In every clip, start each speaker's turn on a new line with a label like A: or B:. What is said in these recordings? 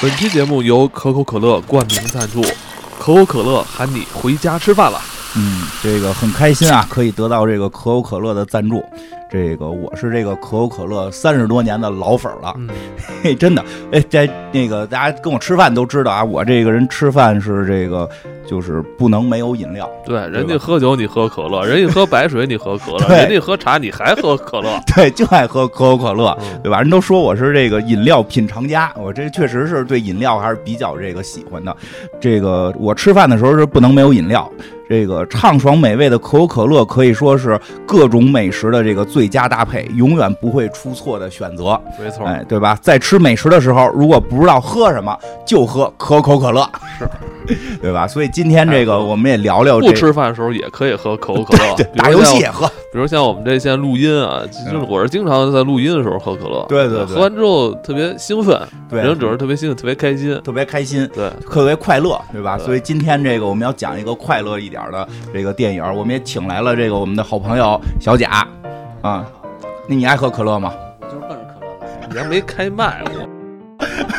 A: 本期节目由可口可乐冠名赞助，可口可乐喊你回家吃饭了。
B: 嗯，这个很开心啊，可以得到这个可口可乐的赞助。这个我是这个可口可乐三十多年的老粉儿了，
A: 嗯，
B: 嘿，真的，哎，在那个大家跟我吃饭都知道啊，我这个人吃饭是这个就是不能没有饮料，
A: 对，人家喝酒你喝可乐，人家喝白水你喝可乐，
B: 对
A: 人家喝茶你还喝可乐。
B: 对，就爱喝可口可乐，
A: 嗯
B: 对吧？人都说我是这个饮料品尝家，我这确实是对饮料还是比较这个喜欢的。这个我吃饭的时候是不能没有饮料。这个畅爽美味的可口可乐可以说是各种美食的这个最佳搭配，永远不会出错的选择，
A: 没错，
B: 哎，对吧？在吃美食的时候，如果不知道喝什么，就喝可口可乐，是，对吧？所以今天这
A: 哎
B: 个
A: 不
B: 我们也聊聊这
A: 不吃饭的时候也可以喝可口可乐
B: 对，
A: 比如
B: 打游
A: 像
B: 戏也喝，
A: 比如像我们这现在录音啊，就就是我是经常在录音的时候喝可乐，
B: 对对对
A: 喝完之后特别兴奋，
B: 对，
A: 人主要是特别兴奋，特别开心，
B: 特别开心。
A: 对，
B: 特别快乐，对吧？
A: 对
B: 所以今天这个我们要讲一个快乐一点的这个电影，我们也请来了这个我们的好朋友小贾，啊，那你爱喝可乐吗？
C: 我就是奔着可乐来
A: 你还没开麦我。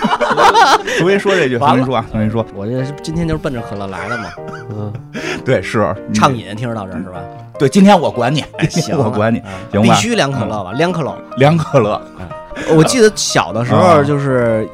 B: 重新说这句，重新说啊，重新说，
C: 的。我这是今天就是奔着可乐来的嘛，
A: 嗯，
B: 对，是
C: 畅，饮，听着到这儿是吧？
B: 你对，今天我管你，
C: 哎，行了，
B: 我管你，
C: 啊
B: 行
C: 必
B: 吧嗯
C: 须两可乐吧，两可乐。
B: 凉可乐，
C: 我记得小的时
B: 啊
C: 候就是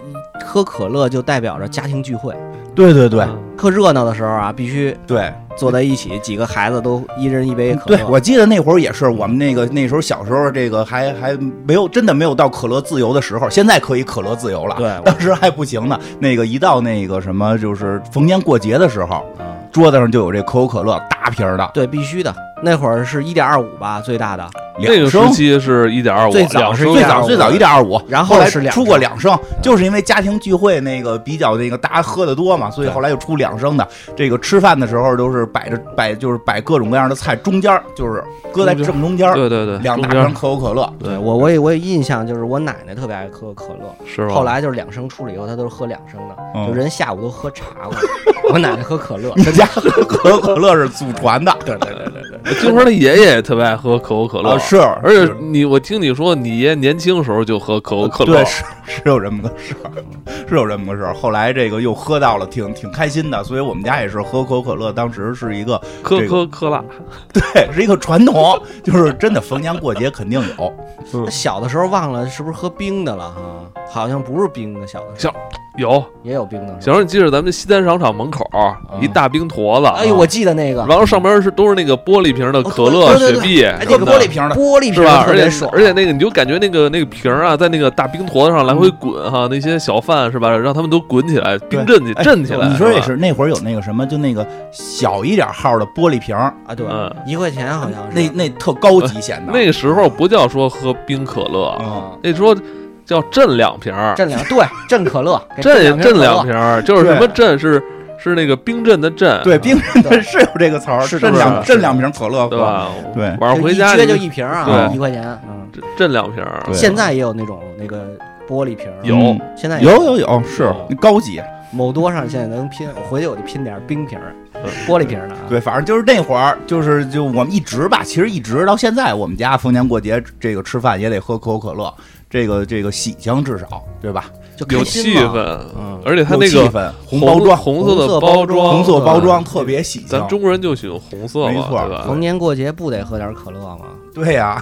C: 喝可乐就代表着家庭聚会，
B: 对对对
A: 嗯
C: 特热闹的时候啊，必须
B: 对
C: 坐在一起，几个孩子都一人一杯可乐。
B: 对，我记得那会儿也是，我们那个那时候小时候，这个还还没有真的没有到可乐自由的时候，现在可以可乐自由了，
C: 对我
B: 当时还不行呢。那个一到那个什么，就是逢年过节的时候，
C: 啊
B: 桌子上就有这可口可乐大瓶儿的，
C: 对，必须的。那会儿是一点二五吧，最大的，
A: 那个
B: 两
A: 时
B: 升。
A: 期是一点二五，
C: 最早
A: 两
C: 是
A: 升
B: 最
C: 1.25
B: 早最早一点二五，
C: 然后
B: 后来
C: 是两
B: 出过
C: 升
B: 两升，就是因为家庭聚会那个比较那个大家喝的多嘛，所以
C: 对
B: 后来又出两升的。这个吃饭的时候都是摆着摆就是摆各种各样的菜，中间儿就是搁在
A: 中间
B: 正中间儿，
A: 对对对，
B: 两大
A: 中间
B: 瓶可口可乐。
A: 对
C: 我我有我有印象，就是我奶奶特别爱喝可乐，
A: 是吧？
C: 后来就是两升出了以后，她都是喝两升的，
B: 嗯
C: 就人下午都喝茶了。我奶奶喝可乐，
B: 你家喝可口可乐是祖传的，
C: 对对对对对，
A: 我金花的爷爷也特别爱喝可口可乐，
B: 啊是，呃
A: 而且你我听你说你爷年轻时候就喝可口可乐，
B: 对，是是有这么个事儿，是有这么个事儿。后来这个又喝到了，挺挺开心的，所以我们家也是喝可口可乐，当时是一个
A: 可
B: 这个
A: 可可辣，
B: 对， 是一个传统，就是真的逢年过节肯定有。
A: 嗯
C: 那小的时候忘了是不是喝冰的了哈？好像不是冰的，小的时
A: 小有
C: 候也有冰的。
A: 小时候你记着咱们西单商场门口
B: 嗯
A: 一大冰坨子，
C: 哎呦，我记得那个，
A: 然后上边是都是那个玻璃瓶的可乐、
C: 哦
A: 雪
C: 对对对对
A: 碧，
B: 哎，那个玻璃瓶的，
C: 玻璃
A: 是
C: 瓶
A: 吧？
C: 特
A: 而
C: 别
A: 且
C: 爽，
A: 而且那个你就感觉那个那个瓶儿啊，在那个大冰坨子上来回滚哈，那些小贩是吧，让他们都滚起来，冰镇起
B: 哎
A: 震起来。
B: 你说也
A: 吧，
B: 是，那会儿有那个什么，就那个小一点号的玻璃瓶儿，
C: 啊，对
A: 嗯，
C: 一块钱好像是
B: 那那特高级显得。
A: 那个时候不叫说喝冰可乐，
B: 嗯，
A: 那时候叫震两瓶儿，
C: 镇两对镇可 乐，给
A: 震
C: 镇
A: 震两
C: 瓶
A: 瓶儿，就是
B: 对
A: 什么震是是那个冰镇的震，
B: 对，冰
C: 可
B: 镇
C: 乐，对
B: 是有这个词儿，
C: 是
B: 镇
C: 是
B: 两
C: 是
B: 镇两瓶可乐
A: 对
B: 喝。
A: 吧？
B: 对
A: 晚上回家
C: 就一撅
A: 你
C: 就一瓶啊，
A: 对
C: 一块钱。嗯，
A: 震震两瓶儿，
B: 对
C: 现在也有那种那个玻璃瓶，
A: 有
B: 嗯
C: 现在
B: 有有有，是
A: 有
B: 高级。
C: 某多上现在能拼，我回去我就拼点儿冰瓶儿
A: 嗯、
C: 玻璃瓶儿的啊。
B: 对，反正就是那会儿，就是就我们一直吧，其实一直到现在，我们家逢年过节这个吃饭也得喝可口可乐，这个这个喜庆至少对吧？
C: 就开
A: 有
C: 心
A: 气
C: 嘛，
A: 氛，
C: 嗯，
A: 而且它
B: 有
A: 那
B: 气
A: 个
B: 氛，红包装，
A: 红色
C: 红
A: 的
C: 色
A: 包
C: 包装
B: 红色包
A: 嗯
B: 装特别喜庆
A: 咱。中国人就喜欢红色
B: 没
A: 嘛，
B: 错
A: 对吧？
C: 逢年过节不得喝点儿可乐吗？
B: 对呀、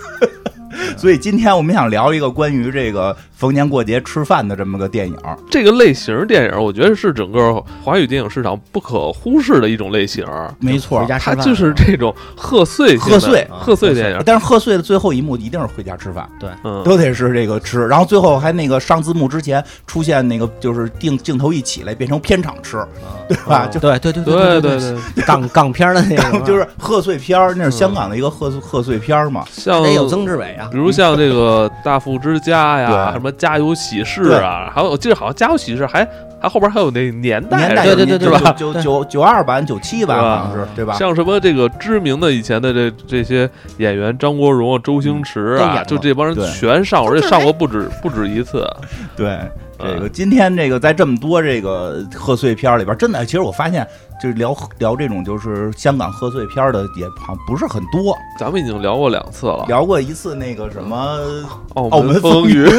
B: 所以今天我们想聊一个关于这个逢年过节吃饭的这么个电影。
A: 这个类型电影，我觉得是整个华语电影市场不可忽视的一种类型。
B: 没错
C: 回，家吃
A: 它
C: 饭
A: 就是这种贺岁性的
B: 贺岁
C: 啊
A: 贺岁电影，
B: 但是贺岁的最后一幕一定是回家吃饭，
A: 嗯，
B: 都得是这个吃。然后最后还那个上字幕之前出现那个就是定镜头一起来变成片场吃，对吧？
C: 啊
B: 就
C: 对对对
A: 对
C: 对
A: 对
C: 对
A: 对，
C: 港港片儿的那啊个
B: 就是贺岁片儿，那是香港的一个贺岁贺岁片儿嘛。
A: 像
C: 得有曾志伟啊
A: 比，如像这个《大富之家》呀，
B: 对
A: 什么《家有喜事》啊，还有我记得好像《家有喜事》还还后边还有那年代，
B: 年代
C: 对
A: 是吧
C: 对对对
B: 是吧？
C: 对
B: 九九九二版、九七版
A: 对吧
B: 好像是，对吧？
A: 像什么这个知名的以前的这这些演员张国荣、啊、周
B: 嗯
A: 星驰
C: 都演
A: 啊，
C: 了
A: 就这帮人
B: 对
A: 全上过，而且上过不止不止一次。
B: 对，这个
A: 嗯
B: 今天这个在这么多这个贺岁片儿里边儿，真的，其实我发现就是聊聊这种就是香港贺岁片儿的也好像不是很多，
A: 咱们已经聊过两次了，
B: 聊过一次那个什么
A: 澳
B: 澳门
A: 风
B: 风
A: 云
B: 云，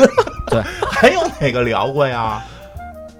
C: 对，
B: 还有哪个聊过呀？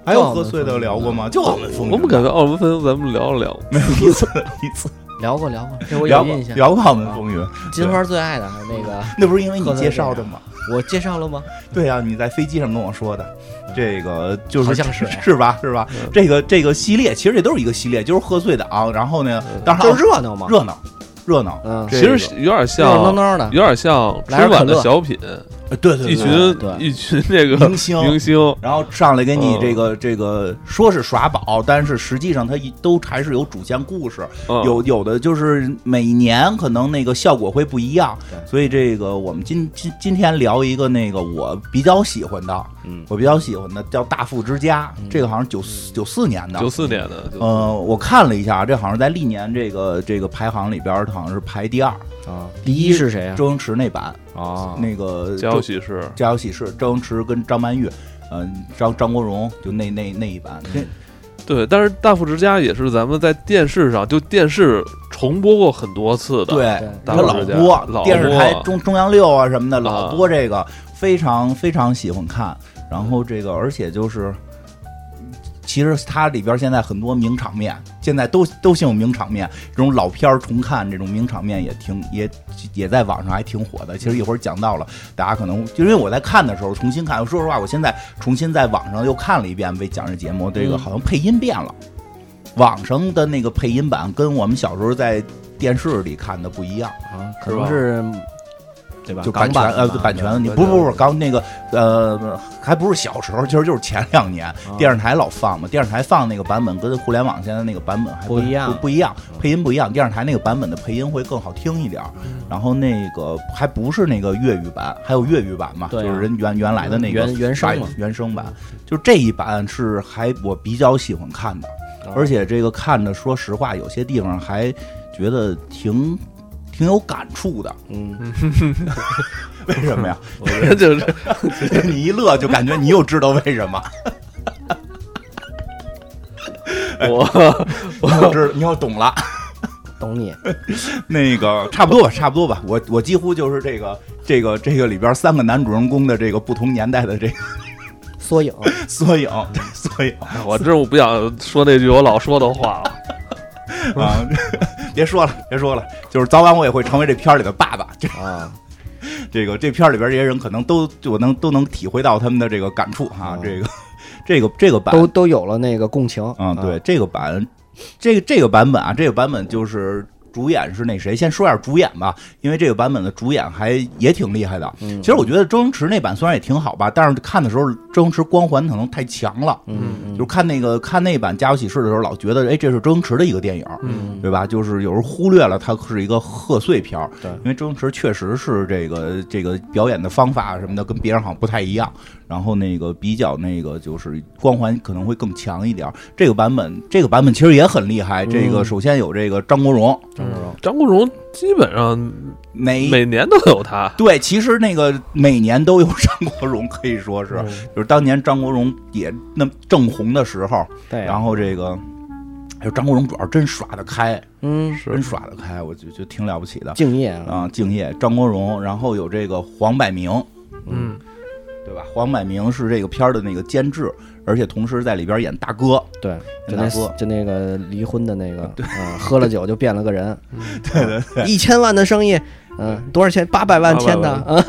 B: 还有喝碎的聊过吗？就澳门风
A: 我
B: 筝
A: 们改个澳门分，咱们聊一聊。
B: 没有一次 一次
C: 聊过聊过，这
B: 嗯
C: 我
B: 聊
C: 有
B: 过
C: 印象。
B: 聊过澳门风云，
C: 金花最爱的那个，
B: 那不是因为你介绍的吗？
C: 我介绍了吗？
B: 对啊，你在飞机上跟我说的，这个就是
C: 嗯好像是
B: 是吧是吧？
A: 嗯
B: 这个这个系列其实这都是一个系列，就是贺岁档，啊然后呢，当然
C: 嗯就
B: 啊
C: 是热闹嘛，
B: 热闹热闹，
C: 嗯，
B: 这
A: 其
B: 个
A: 实有点
C: 热闹
A: 像，
C: 闹的，
A: 有点像春
C: 来点可
A: 晚的
C: 乐
A: 小品，
B: 呃对对
A: 一
B: 对
A: 群
B: 对
C: 对
A: 一群这个
B: 明星
A: 明星，
B: 然后上来给你
A: 嗯
B: 这个、这个说是耍宝，但是实际上它一都还是有主线故事，
A: 嗯
B: 有有的就是每年可能那个效果会不一样，
C: 对
B: 所以这个我们今今今天聊一个那个我比较喜欢的，
C: 嗯，
B: 我比较喜欢的叫《大富之家》，
C: 嗯
B: 这个好像九四九四年的，
A: 九四年的，就
B: 呃，我看了一下，这好像在历年这个这个排行里边，好像是排第二，
C: 啊，第一是谁啊？
B: 周星驰那版，
C: 啊，
B: 那个
A: 家
B: 周
A: 有喜事，
B: 家有喜事，周星驰跟张曼玉，嗯、张张国荣就那那那一版，
A: 嗯
B: 这
A: 对，但是《大富之家》也是咱们在电视上就电视重播过很多次的，，
B: 对，
A: 大
B: 他
A: 陆
B: 老
A: 之家
B: 播
A: 老
B: 电视
A: 播
B: 台中中央六啊什么的，老
A: 啊
B: 播这个，非常非常喜欢看。然后这个，而且就是，其实它里边现在很多名场面，现在都都姓名场面，这种老片儿重看这种名场面也挺也也在网上还挺火的。其实一会儿讲到了，大家可能就因为我在看的时候重新看，说实话，我现在重新在网上又看了一遍为讲这节目，这个
C: 嗯
B: 好像配音变了。网上的那个配音版跟我们小时候在电视里看的不一样，
C: 啊，可能是对吧？
B: 就版
C: 港
B: 权
C: 版
B: 呃
C: 的嘛
B: 版权问题，
C: 对
B: 不
C: 对
B: 是不是
C: 对
B: 刚那个呃还不是小时候，其实就是前两年
C: 啊
B: 电视台老放嘛，电视台放那个版本跟互联网现在那个版本还
C: 不一样
B: 不不一样，
C: 嗯
B: 配音不一样，电视台那个版本的配音会更好听一点儿，然后那个还不是那个粤语版，还有粤语版嘛，就
C: 对啊
B: 是人原原来的那个
C: 原原声嘛嗯
B: 版原声版，就这一版是还我比较喜欢看的。
C: 啊
B: 而且这个看着，说实话，有些地方还觉得挺挺有感触的。
C: 嗯，
B: 为什么呀？
A: 就是
B: 你一乐就感觉你又知道为 什么，
A: 我
B: 你又知你又懂了。
C: 懂你，
B: 那个差不多吧，差不多吧。我我几乎就是这个这个这个里边三个男主人公的这个不同年代的这个
C: 缩影，
B: 缩影， 缩影
A: 我真是不想说那句我老说的话了。
B: 啊！ 别说了，别说了，就是早晚我也会成为这片儿里的爸 爸。这
C: 啊，
B: 这个这片儿里边这些人可能都就我能都能体会到他们的这个感触啊
C: 嗯。
B: 这个这个这个版
C: 都都有了那个共情啊
B: 嗯，对，，这个版，这个这个版本啊，这个版本就是主演是那谁，先说一下主演吧，因为这个版本的主演还也挺厉害的。
C: 嗯
B: 其实我觉得周星驰那版虽然也挺好吧，但是看的时候周星驰光环可能太强了，
C: 嗯嗯
B: 就是看那个看那版《家有喜事》的时候，老觉得哎，这是周星驰的一个电影。
A: 嗯，
B: 对吧？就是有时候忽略了它是一个贺岁片儿，
C: 对
B: 因为周星驰确实是这个这个表演的方法什么的跟别人好像不太一样，然后那个比较那个就是光环可能会更强一点儿。这个版本这个版本其实也很厉害，这个
C: 嗯
B: 首先有这个张国荣，
C: 张国荣
A: 嗯张国荣基本上
B: 哪
A: 每年都有他，
B: 对，其实那个每年都有张国荣，可以说是，
C: 嗯
B: 就是当年张国荣也那么正红的时候，
C: 对，啊
B: 然后这个，还有张国荣主要真耍得开，
C: 嗯，
B: 真耍得开，我就就挺了不起的。
C: 敬业啊，
B: 啊，敬业、张国荣，然后有这个黄百鸣，
A: 嗯，
B: 对吧？黄百鸣是这个片儿的那个监制，而且同时在里边演大哥，
C: 对，就
B: 大
C: 那
B: 哥
C: 就那个离婚的 那个，啊，喝了酒就变了个人，嗯 对对对，一千万的生意，嗯，多少钱？八百万签的，
A: 800
C: 啊，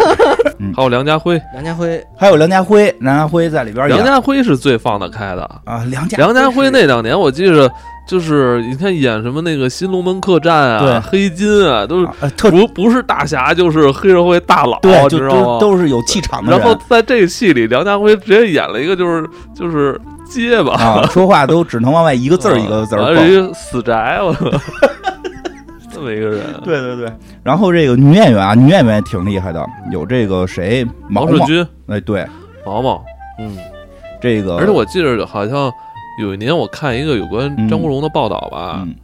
A: 还有梁家辉，
C: 梁家辉
B: 还有梁家辉，梁家辉在里边
A: 梁
B: 演
A: 家辉是最放得开的。
B: 啊，梁家
A: 梁家辉
B: 是
A: 那两年我记着，就是你看演什么那个《新龙门客栈》
B: 对
A: 啊，《黑金》啊，都是
B: 啊呃特
A: 不不是大侠就是黑社会大佬，
B: 对，
A: 你
B: 就
A: 知道
B: 都
A: 吗？
B: 都是有气场的
A: 然
B: 人
A: 后在这个戏里，梁家辉直接演了一个就是就是结巴，
B: 啊，说话都只能往外一个字儿一个字儿
A: 啊
B: 蹦。
A: 一个死宅，我 这么一个人，
B: 对对对，然后这个女演员啊，女演员也挺厉害的，有这个谁毛
A: 王顺
B: 毛，
A: 军、
B: 哎对，
A: 毛毛，
C: 嗯，
B: 这个
A: 而且我记着好像有一年我看一个有关张国荣的报道吧，
B: 嗯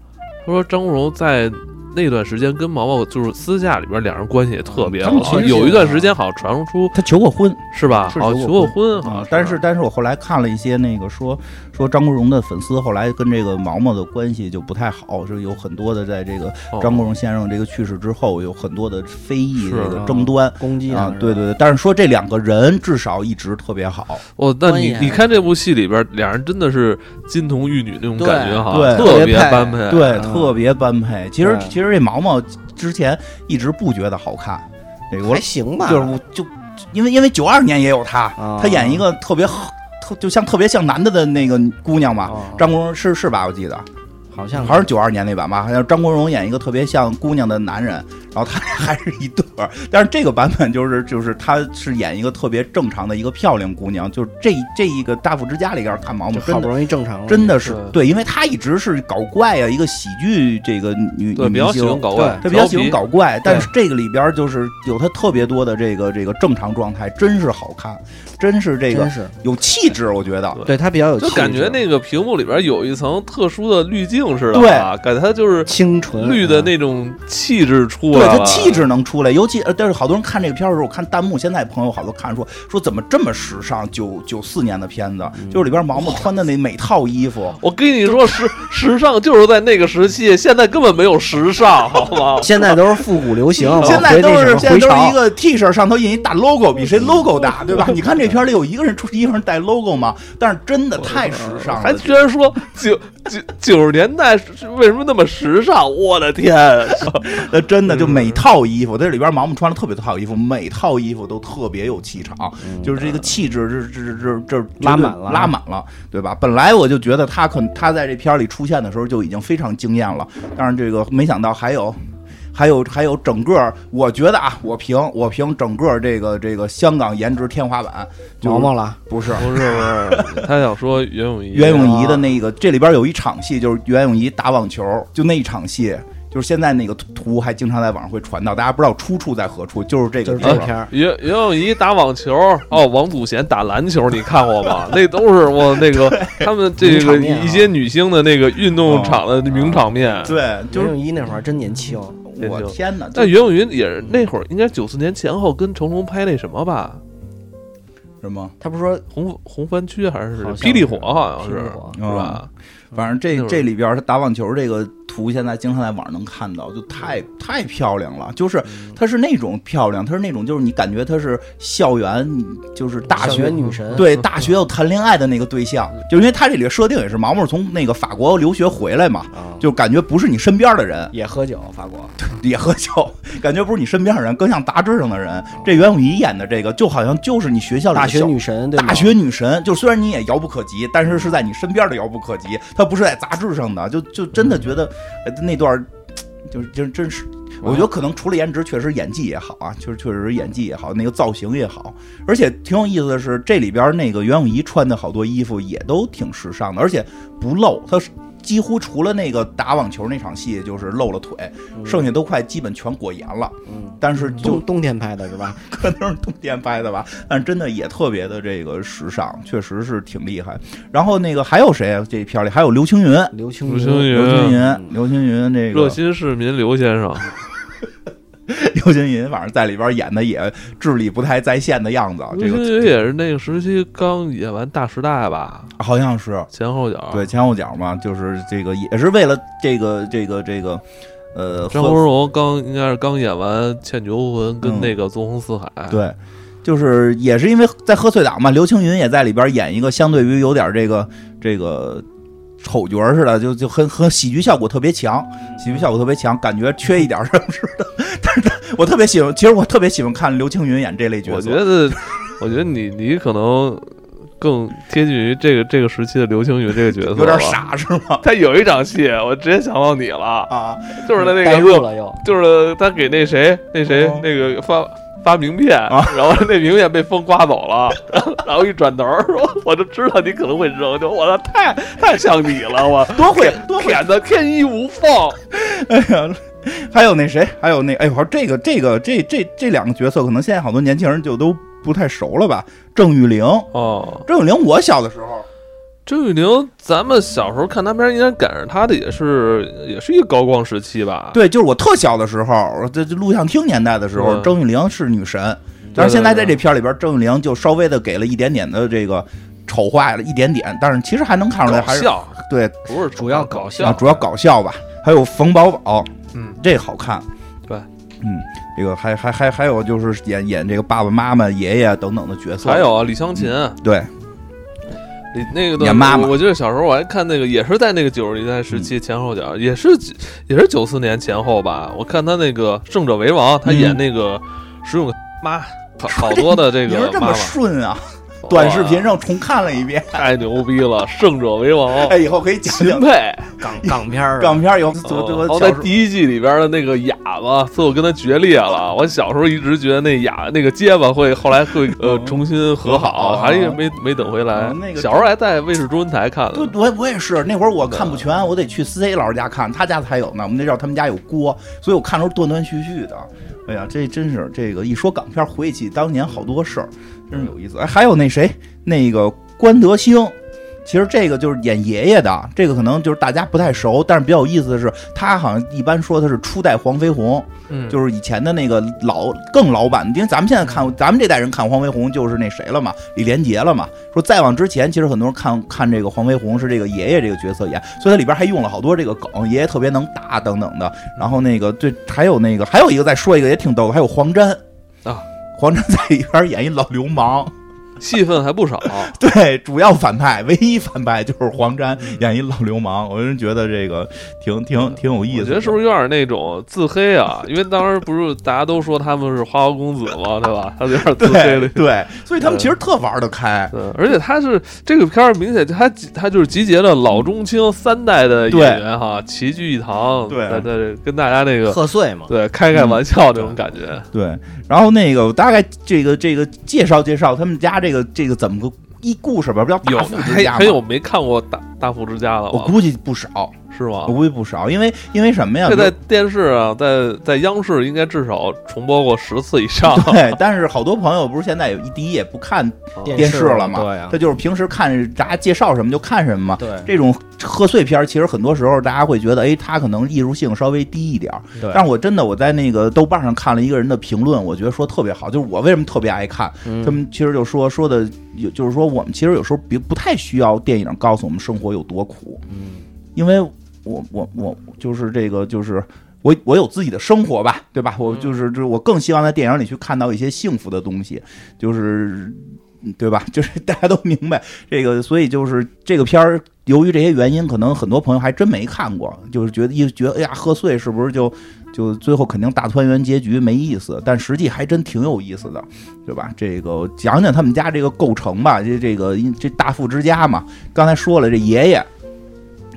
A: 他说张国荣在那段时间跟毛毛就是私下里边两人关系也特别
B: 他们
A: 好，
B: 其实
A: 有
B: 是
A: 一段时间好像传出
B: 他求过婚
A: 是吧？
B: 是
A: 好像
B: 求
A: 求
B: 过
A: 过婚，好像
B: 啊，但是但是我后来看了一些那个说说张国荣的粉丝后来跟这个毛毛的关系就不太好，就有很多的在这个
A: 哦
B: 张国荣先生这个去世之后有很多的非议
A: 是
B: 这个
C: 啊
B: 争端。
C: 攻击
B: 啊，对对对，但是说这两个人至少一直特别好，
A: 哦，那你
D: 关系
A: 你看这部戏里边，俩人真的是金童玉女那种
D: 对
A: 感觉哈，
B: 对
A: 特
C: 特
A: 别
C: 别配
A: 般配。
B: 对，
C: 嗯
B: 特别般配。其实
C: 对
B: 其实这毛毛之前一直不觉得好看，这个我
C: 还行吧，
B: 就是我就因为因为九二年也有她，
C: 啊
B: 她演一个特别好特就像特别像男的的那个姑娘嘛，
C: 哦
B: 张国荣是是吧？我记得
C: 好像
B: 还是九二年那版吧，好像张国荣演一个特别像姑娘的男人，然后他 俩还是一对儿。但是这个版本就是就是他是演一个特别正常的一个漂亮姑娘，就是这这一个大富之家里边看毛毛
C: 就
B: 真
C: 好不
B: 的。
C: 容易正常了，
B: 真的是
A: 对
B: 对，因为她一直是搞怪啊，一个喜剧这个女
A: 对，
B: 女
A: 比较
B: 明
A: 喜
B: 星
A: 欢，搞怪，
B: 她比较喜
A: 调
B: 欢
A: 皮
B: 搞怪，但是这个里边就是有她特别多的这个这个正常状态，真是好看，真是这个
C: 真是
B: 有气质，我觉得
A: 对
C: 对他比较有气
A: 就
C: 质，
A: 感觉那个屏幕里边有一层特殊的滤镜似的，
B: 对
A: 啊，感觉它就是
C: 清纯
A: 绿的
C: 嗯
A: 那种气质出
B: 对
A: 来了，
B: 他气质能出来，尤其呃，但是好多人看这个片儿的时候，我看弹幕，现在朋友好多看说说怎么这么时尚？九九四年的片子，
C: 嗯
B: 就是里边毛毛穿的那每套衣服，
A: 我跟你说，时时尚就是在那个时期，现在根本没有时尚，好吗？
C: 现在都是复古流行，
B: 哦现在
C: 回
B: 都
C: 那什
B: 是
C: 么
B: 现在
C: 回
B: 都是
C: 潮嗯
B: 一个 T 恤上头印一大 logo，比谁 logo 大，对吧？你看这片儿里有一个人出衣服上带 logo 吗？但是真的太时尚
A: 还
B: 了。
A: 居然说九九九十年代是为什么那么时尚？我的天！
B: 呃，真
C: 嗯
B: 的就每套衣服，在里边毛毛穿了特别多套衣服，每套衣服都特别有气场，就是这个气质，这这这这这
C: 嗯拉满了
B: 拉满了，对吧？本来我就觉得他可他在这片儿里出现的时候就已经非常惊艳了，但是这个没想到还有。还有还有，整个我觉得啊，我评我评整个这个这个香港颜值天花板，就
C: 毛毛了，
B: 不是
A: 不是不是，他想说袁咏仪，
B: 袁咏仪的那个，这里边有一场戏，就是袁咏仪打网球，就那一场戏，就是现在那个图还经常在网上会传到，大家不知道出处在何处，就是这
C: 就啊
B: 个
C: 是
B: 地
C: 这
B: 方。
C: 片儿。
A: 袁袁咏仪打网球，哦，王祖贤打篮球，你看过吗？那都是我那 个他们这
C: 名
A: 个
C: 场面啊哦
A: 一些女星的那个运动场的名场面。
B: 对，就
C: 袁
B: 是
C: 咏仪那会儿真年轻，
A: 这
B: 我
A: 就
B: 天哪！
C: 哎
A: 但
B: 这
A: 袁咏仪也是那会儿，应该九四年前后跟成龙拍那什么吧，
B: 什么？
C: 他不是说
A: 《红红番区》还是《
C: 好像是
A: 霹雳火》？好像是，
C: 霹雳火哦
A: 是吧？
B: 反正这
A: 就是
B: 这里边他打网球这个图，现在经常在网上能看到，就太太漂亮了。就是
C: 嗯
B: 她是那种漂亮，她是那种就是你感觉她是校园，就是大
C: 校
B: 学
C: 园女神，
B: 对大学要谈恋爱的那个对象，就因为他这里设定也是毛毛从那个法国留学回来嘛，
C: 啊，
B: 就感觉不是你身边的人，
C: 也喝酒，法国
B: 也喝酒，感觉不是你身边的人，更像杂志上的人。这袁咏仪演的这个，就好像就是你学校里的
C: 大学
B: 校
C: 女神，对吗
B: 大学女神，就虽然你也遥不可及，但是是在你身边的遥不可及，她不是在杂志上的，就就真的觉得、呃那段儿就是就是真是。
C: 嗯
B: 我觉得可能除了颜值，确实演技也好啊，确实确实演技也好，那个造型也好，而且挺有意思的是，这里边那个袁咏仪穿的好多衣服也都挺时尚的，而且不露，她是几乎除了那个打网球那场戏就是露了腿，剩下都快基本全裹严了。
C: 嗯，
B: 但是就
C: 冬冬天拍的是吧？
B: 可能是冬天拍的吧，但是真的也特别的这个时尚，确实是挺厉害。然后那个还有谁啊？这片儿里还有刘青云，
C: 刘青
A: 刘青
B: 刘青
A: 云。
B: 云，刘青云这
A: 热
B: 个
A: 心市民刘先生，
C: 啊
B: 刘青云，反正在里边演的也智力不太在线的样子，啊这
A: 刘
B: 个
A: 星云也是那个时期刚演完《大时代》吧，
B: 好像是
A: 前后脚。
B: 对，前后脚嘛，就是这个也是为了这个这个这个呃
A: 张
B: 喝
A: 国荣刚应该是刚演完《倩女幽魂》跟
B: 嗯
A: 那个《纵横四海》，
B: 对，就是也是因为在贺岁档嘛，刘青云也在里边演一个相对于有点这个这个丑角似的，就就很很喜剧效果特别强，喜剧效果特别强，感觉缺一点什么似的。 但是我特别喜欢，其实我特别喜欢看刘青云演这类角色。
A: 我觉得，我觉得你你可能更贴近于这个这个时期的刘青云这个角色，
B: 有点。傻是吗？
A: 他有一场戏，我直接想到你 了，
B: 啊，
A: 就是他那
C: 代
A: 个
C: 入了又，
A: 就是他给那谁那谁、
B: 哦
A: 那个发发名片，
B: 啊
A: 然后那名片被风刮走了， 然后然后一转头说， 我就知道你可能会扔，就我操，太太像你了，我
B: 多会多会
A: 舔的天衣无缝，
B: 还有那谁，还有那哎，我说这个这个这这这两个角色，可能现在好多年轻人就都不太熟了吧？郑裕玲，
A: 哦，
B: 郑裕玲，我小的时候
A: 周雨宁，咱们小时候看他片儿，应该赶上他的也是也是一个高光时期吧？
B: 对，就是我特小的时候，我在这录像厅年代的时候，
A: 嗯
B: 郑玉玲是女神，
A: 对，
B: 但是现在在
A: 对
B: 这片儿里边，郑玉玲就稍微的给了一点点的这个丑化了一点点，但是其实还能看出来，
A: 搞
B: 还是
A: 笑，
B: 对
A: 不是
C: 主要
A: 搞
C: 搞
B: 啊，
A: 笑
C: 笑，
B: 主要搞笑吧。还有冯宝宝，
A: 嗯，
B: 这好看。
A: 对，
B: 嗯，这个还还还还有就是演演这个爸爸妈妈、爷爷等等的角色。
A: 还有啊，李湘琴，
B: 对，
A: 你那个东西
B: 演妈妈
A: 我
B: 嗯
A: 我记得小时候我还看那个，也是在那个九十年代时期前后脚，也是几也是九四年前后吧。我看他那个《胜者为王》，他
B: 嗯
A: 演那个石勇妈，好好多的这
B: 你
A: 个
B: 说这
A: 妈
B: 么
A: 妈，
B: 顺啊？短视频上重看了一遍，
A: 哇太牛逼了，《胜者为王》
B: 哎，以后可以讲
A: 秦
B: 讲
A: 沛，
C: 港港片儿啊，
B: 港片儿。有
A: 哦
B: 我我
A: 哦，
B: 我
A: 在
B: 小时候
A: 第一季里边的那个哑巴，最后跟他决裂了。我小时候一直觉得那哑那个结巴会后来会呃
B: 嗯
A: 重新和
B: 和
A: 好，
B: 好
A: 还是没没等回来
B: 哦那。个
A: 小时候还在卫视中文台看的
B: 对，我我也是，那会儿我看不全，我得去 C C 老师家看，他家才有呢。我们那叫他们家有锅，所以我看的时候断断续续的。哎呀，这真是这个一说港片，回忆起当年好多事儿，真是有意思。哎，还有那谁，那个关德兴。其实这个就是演爷爷的，这个可能就是大家不太熟，但是比较有意思的是，他好像一般说他是初代黄飞鸿，
A: 嗯
B: 就是以前的那个老更老版，因为咱们现在看，咱们这代人看黄飞鸿就是那谁了嘛，李连杰了嘛。说再往之前，其实很多人看看这个黄飞鸿是这个爷爷这个角色演，所以它里边还用了好多这个梗，爷爷特别能打等等的。然后那个对，还有那个还有一个再说一个也挺逗的，还有黄沾
A: 啊。
B: 黄沾在里边演一老流氓，
A: 戏份还不少。
B: 对，主要反派，唯一反派就是黄沾演一老流氓，我真觉得这个挺挺挺有意思的。
A: 我觉得是不是有点那种自黑啊？因为当时不是大家都说他们是花花公子嘛，对吧？他有点自黑
B: 对
A: 的。
B: 对，所以他们其实特玩得开。
A: 对，而且他是这个片儿，明显就他集他就是集结了老中青三代的演
B: 对
A: 员哈，齐聚一堂，
B: 对嗯
A: 在在跟大家那个
C: 贺岁嘛，
A: 对开开玩笑这种感觉。
B: 对，然后那个我大概这个这个介绍介绍他们家这个这个怎么个一故事吧，不叫
A: 有
B: 大富之
A: 还
B: 家
A: 还
B: 吗
A: 有没看过大大富之家的
B: 我
A: 吧？
B: 估计不少，
A: 是吗
B: 我？估计不少，因为因为什么呀？
A: 啊这在
B: 比
A: 电视啊，在在央视应该至少重播过十次以上。
B: 如对，但是好多朋友不是现在有一第一也不看电
C: 电
B: 视啊了嘛，
C: 对呀啊
B: 他就是平时看大家介绍什么就看什么嘛。
C: 对
B: 这种贺岁片儿，其实很多时候大家会觉得，哎，它可能艺术性稍微低一点儿。
C: 对
B: 但是我真的我在那个豆瓣上看了一个人的评论，我觉得说特别好，就是我为什么特别爱看，
C: 嗯
B: 他们其实就说说的有，就是说我们其实有时候别不太需要电影告诉我们生活有多苦，
C: 嗯
B: 因为我我我就是这个就是我我有自己的生活吧，对吧？我就是就是我更希望在电影里去看到一些幸福的东西，就是嗯对吧？ 就是大家都明白这个，所以就是这个片儿。由于这些原因，可能很多朋友还真没看过，就是觉得一觉得，哎呀，贺岁是不是就就最后肯定大团圆结局没意思？但实际还真挺有意思的，对吧？这个讲讲他们家这个构成吧，这这个这大富之家嘛，刚才说了，这爷爷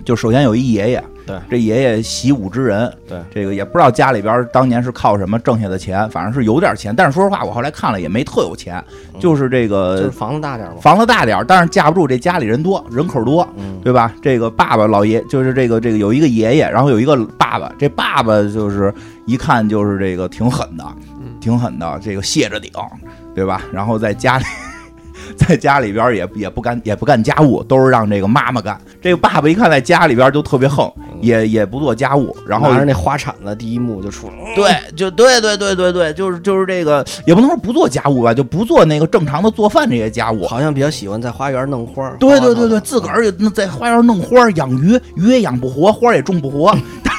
B: 就首先有一爷爷，
C: 对，
B: 这爷爷习武之人，
C: 对，
B: 这个也不知道家里边当年是靠什么挣下的钱，反正是有点钱，但是说实话，我后来看了也没特有钱，
C: 嗯
B: 就是这
C: 就是
B: 个
C: 房子大点儿嘛，
B: 房子大点儿，但是架不住这家里人多，人口多，
C: 嗯，
B: 对吧？这个爸爸老爷就是这个这个有一个爷爷，然后有一个爸爸，这爸爸就是一看就是这个挺狠的
A: 嗯，
B: 挺狠的，这个卸着顶，对吧？然后在家里。 在家里边也也不干也不干家务，都是让这个妈妈干。这个爸爸一看在家里边就特别横，也也不做家务，然后
C: 拿着那花铲子，第一幕就出来了，
B: 对，就对对对对对，就是就是这个，也不能说不做家务吧，就不做那个正常的做饭这些家务。
C: 好像比较喜欢在花园弄花儿，
B: 对
C: 花花
B: 对对
C: 草
B: 对，
C: 草
B: 自个儿也弄在花园弄花儿养鱼，鱼也养不活，花儿也种不活， 但是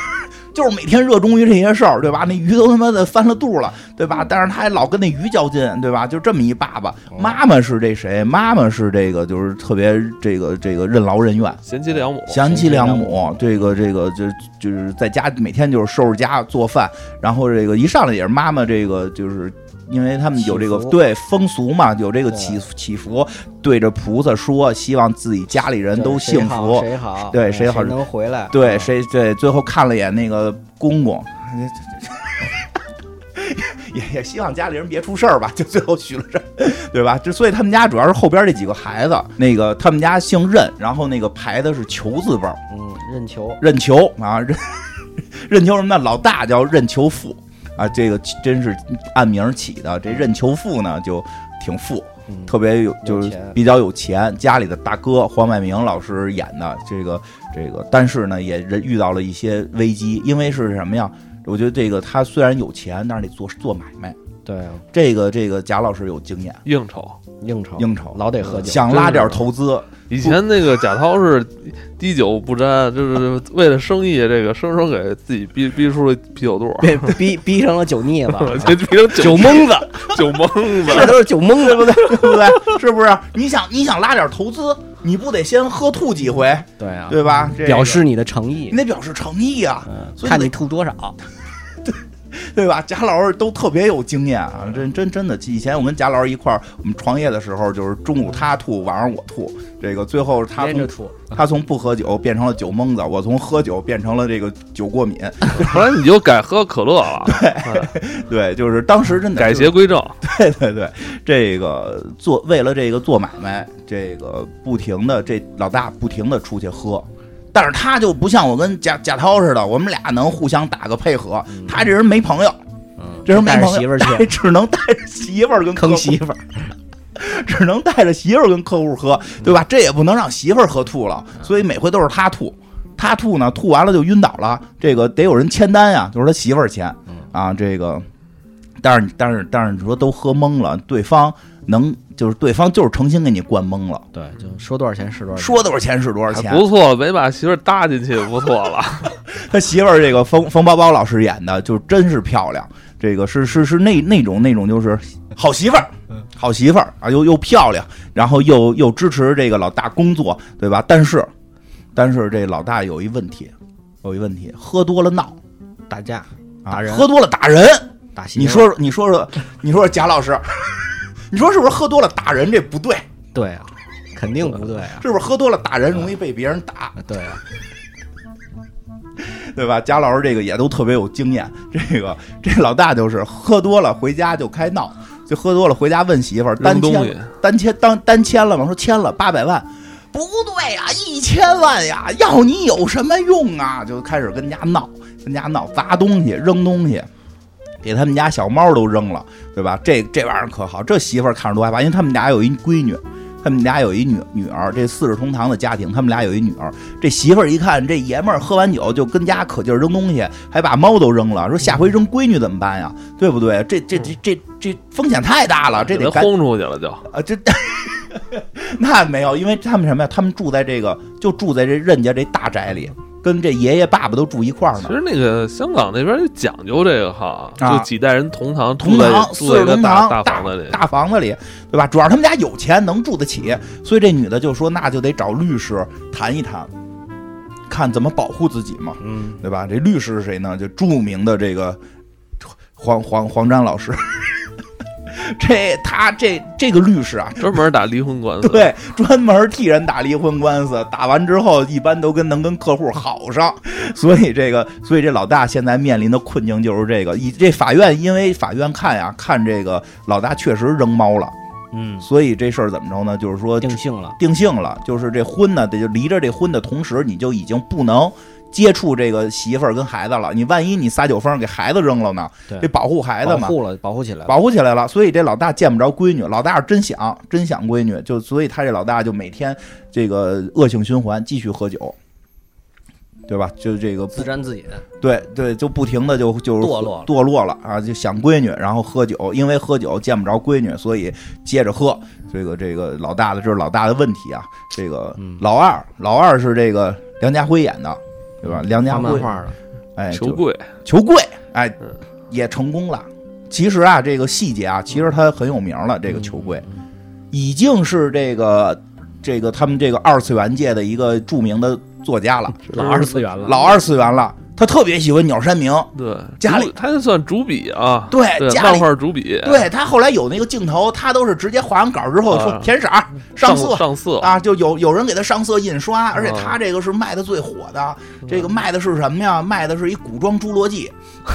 B: 就是每天热衷于这些事儿，对吧？那鱼都他妈的翻了肚了，对吧？但是他还老跟那鱼较劲，对吧？就这么一爸爸，妈妈是这谁？妈妈是这个，就是特别这个这个任劳任怨。
A: 贤妻良母，
B: 贤妻
C: 妻
B: 良
C: 良
B: 母，这个这个就就是在家每天就是收拾家做饭，然后这个一上来也是妈妈这个就是。因为他们有这个
C: 祈福
B: 对风俗嘛，有这个祈
C: 对
B: 祈福，对着菩萨说，希望自己家里人
C: 对
B: 都
C: 谁
B: 幸
C: 好
B: 福。
C: 谁好，
B: 对
C: 嗯
B: 谁
C: 谁
B: 好
C: 能回来，
B: 对，
C: 嗯
B: 谁对？最后看了眼那个公公，也也希望家里人别出事儿吧，就最后许了这，对吧？这所以他们家主要是后边这几个孩子，那个他们家姓任，然后那个排的是球字辈儿，
C: 嗯任求，
B: 任求啊，任任求什么呢？老大叫任啊求富啊，这个真是按名儿起的。这任求富呢，就挺富
C: 嗯
B: 特别有就是
C: 钱
B: 比较有钱，家里的大哥黄百鸣老师演的这个这个，但是呢也人遇到了一些危机，因为是什么呀？我觉得这个他虽然有钱，但是得做做买卖。
C: 对啊，
B: 这个这个贾老师有经验，
A: 应酬。
C: 应酬
B: 应酬
C: 嗯
B: 嗯
C: 老得喝酒，
B: 想拉点投资，
A: 以前那个贾涛是滴酒不沾，就是为了生意，这个生生给自己逼逼出了啤酒肚儿，，
C: 被逼逼成了酒 腻子
A: 这逼成酒
C: 酒蒙子，
A: 酒蒙
C: 这
A: 子。
C: 都是酒蒙子，
B: 对不对？对不对？是不是？你想你想拉点投资，你不得先喝吐几回，
C: 对啊，
B: 对吧？这个
C: 表示你的诚
B: 你
C: 意，
B: 得表示诚意啊，
C: 嗯，
B: 所以
C: 看
B: 得
C: 你吐多少，
B: 对吧？贾老师都特别有经验啊，真真真的。以前我跟贾老师一块儿，我们创业的时候，就是中午他吐，晚上我吐，这个最后他
C: 连着
B: 从
C: 吐，
B: 他从不喝酒变成了酒蒙子，我从喝酒变成了这个酒过敏。
A: 后来你就改喝可乐了，
B: 对，就是当时真的
A: 改
B: 就是
A: 邪归正。
B: 对 对对，这个做为了这个做买卖，这个不停的这老大不停的出去喝，但是他就不像我跟贾贾涛似的，我们俩能互相打个配合。他这人没朋友，
C: 嗯，
B: 这人没
C: 带着
B: 朋友，
C: 媳妇儿
B: 带
C: 去
B: 只能带着媳妇儿跟客户
C: 坑媳妇儿，
B: 只能带着媳妇儿跟客户喝，对吧？这也不能让媳妇儿喝吐了，
A: 嗯
B: 所以每回都是他吐，他吐呢，吐完了就晕倒了，这个得有人签单呀，就是他媳妇儿签
C: 嗯
B: 啊，这个，但是但是但是你说都喝懵了，对方能就是对方就是诚心给你灌懵了，
C: 对，就说多少钱是多少钱，
B: 说多少钱是多少
A: 还
B: 钱，
A: 不错了，没把媳妇儿搭进去，不错了。
B: 他媳妇儿这个冯冯宝宝老师演的就真是漂亮，这个是是是那那种那种就是好媳妇儿，
C: 嗯
B: 好媳妇儿啊，又又漂亮，然后又又支持这个老大工作，对吧？但是但是这老大有一问题，有一问题，喝多了闹，
C: 打架
B: 啊、
C: 打人
B: 喝多了打人，
C: 打媳妇儿，
B: 你说说你说说你说说贾老师， 你说是不是喝多了打人这不对？
C: 对啊，肯定不对啊，
B: 是不是喝多了打人容易被别人打？
C: 对啊，
B: 对吧？贾老师这个也都特别有经验，这个这老大就是喝多了回家就开闹，就喝多了回家问媳妇儿单
A: 扔东
B: 签
A: 西，
B: 单签当单签了吗？说签了八百万，不对呀、一千万呀，要你有什么用啊？就开始跟家闹，跟家闹砸东西扔东西。给他们家小猫都扔了，对吧？这这玩意儿可好，这媳妇儿看着多害怕，因为他们俩有一闺女，他们俩有一女女儿，这四世同堂的家庭，他们俩有一女儿。这媳妇儿一看这爷们儿喝完酒就跟家可劲儿扔东西，还把猫都扔了，说下回扔闺女怎么办呀？对不对？这这这这这风险太大了，这
A: 给
B: 得
A: 他
B: 赶
A: 轰出去了就。
B: 啊，这 那没有，因为他们什么呀？他们住在这个，就住在这任家这大宅里，跟这爷爷爸爸都住一块儿
A: 其
B: 呢。
A: 实那个香港那边就讲究这个哈，
B: 啊
A: 就几代人同堂住
B: 同
A: 在
B: 堂
A: 住
B: 嗯四
A: 在
B: 世
A: 一个
B: 同
A: 大
B: 堂
A: 大
B: 大
A: 房子里。
B: 大房子里，对吧？主要他们家有钱，能住得起，所以这女的就说，那就得找律师谈一谈，看怎么保护自己嘛，
C: 嗯，
B: 对吧？这律师是谁呢？就著名的这个黄黄黄沾老师。 这他这这个律师啊，
A: 专门打离婚官司，
B: 对，专门替人打离婚官司，打完之后一般都跟能跟客户好上，所以这个，所以这老大现在面临的困境就是这个，以这法院因为法院看呀，看这个老大确实扔猫了，
C: 嗯，
B: 所以这事儿怎么着呢？就是说
C: 定性了，
B: 定性了，就是这婚呢，得就离着这婚的同时，你就已经不能。接触这个媳妇儿跟孩子了，你万一你撒酒疯给孩子扔了呢？
C: 对
B: 得保护孩子
C: 保
B: 嘛，
C: 护了，保护起来了，
B: 保护起来了，所以这老大见不着闺女，老大是真想真想闺女，就所以他这老大就每天这个恶性循环，继续喝酒，对吧？就这个
C: 自沾自饮，
B: 对对，就不停的就就是
C: 堕落了
B: 堕落了啊，就想闺女，然后喝酒，因为喝酒见不着闺女，所以接着喝。这个这个老大的这是老大的问题啊，这个
C: 嗯
B: 老二老二是这个梁家辉演的，对吧？梁家
C: 画漫
B: 辉
C: 画的，
B: 哎，
A: 求
B: 就
A: 贵，
B: 球柜，哎
A: 嗯，
B: 也成功了。其实啊，这个细节啊，其实它很有名了。
A: 嗯
B: 这个球柜已经是这个这个他们这个二次元界的一个著名的作家了，
A: 嗯
C: 老二次元了，
B: 老二次元了。他特别喜欢鸟山明，
A: 对，
B: 家里
A: 主他就算主笔啊，
B: 对
A: 对，
B: 家
A: 漫
B: 里
A: 画主笔，
B: 对他后来有那个镜头，他都是直接画完稿之后
A: 啊
B: 说填色儿
A: 上
B: 色
A: 上色，
B: 啊，就有有人给他上色印刷，而且
A: 啊
B: 他这个是卖的最火的，
A: 嗯
B: 这个卖的是什么呀？卖的是一古装《侏罗纪》。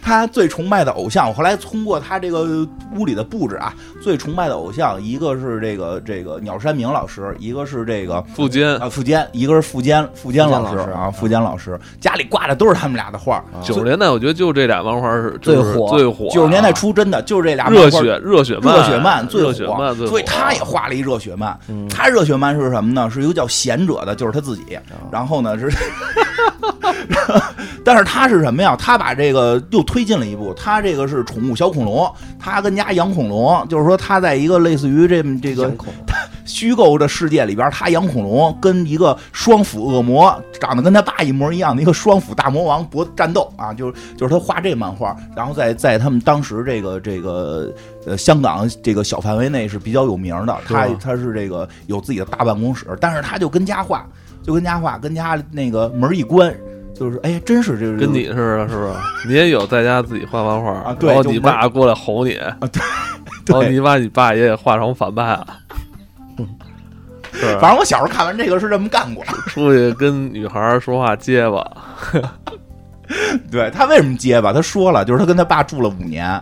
B: 他最崇拜的偶像，我后来通过他这个屋里的布置啊，最崇拜的偶像，一个是这个这个鸟山明老师，一个是这个
A: 富坚
B: 啊，富坚，一个是富坚，富坚老
C: 富坚老师
B: 啊，富坚老师家里挂的都是他们俩的画儿。
A: 嗯啊九十年代，我觉得就这俩漫画是
C: 最
A: 就是
C: 火
A: 最火啊。
B: 九十年代初真的就是这俩漫
A: 热
B: 画
A: 血热血漫
B: 热血漫最
A: 热血
B: 火
A: 漫最火，啊
B: 所以他也画了一热血漫。
C: 嗯
B: 他热血漫是什么呢？是一个叫贤者的，就是他自己。然后呢是， 但是他是什么呀？他把这个又推进了一步，他这个是宠物小恐龙，他跟家养恐龙，就是说他在一个类似于这这个
C: 想恐
B: 虚构的世界里边，他养恐龙，跟一个双斧恶魔长得跟他爸一模一样的一个双斧大魔王搏战斗啊，就是就是他画这漫画，然后在在他们当时这个这个呃香港这个小范围内是比较有名的，
C: 是
A: 啊
C: 吧
B: 他他是这个有自己的大办公室，但是他就跟家画，就跟家画，跟家那个门一关，就是哎，真是这个
A: 跟你似的，是不是？你也有在家自己画漫画
B: 啊对
A: 然后
B: 就
A: 你
B: 不是
A: 爸过来吼你，然后
B: 对
A: 哦你把你爸也给画成反派了，是吧
B: 反正我小时候看完这个是这么干过，
A: 出去跟女孩说话结巴，
B: 对他为什么结巴？他说了，就是他跟他爸住了五年，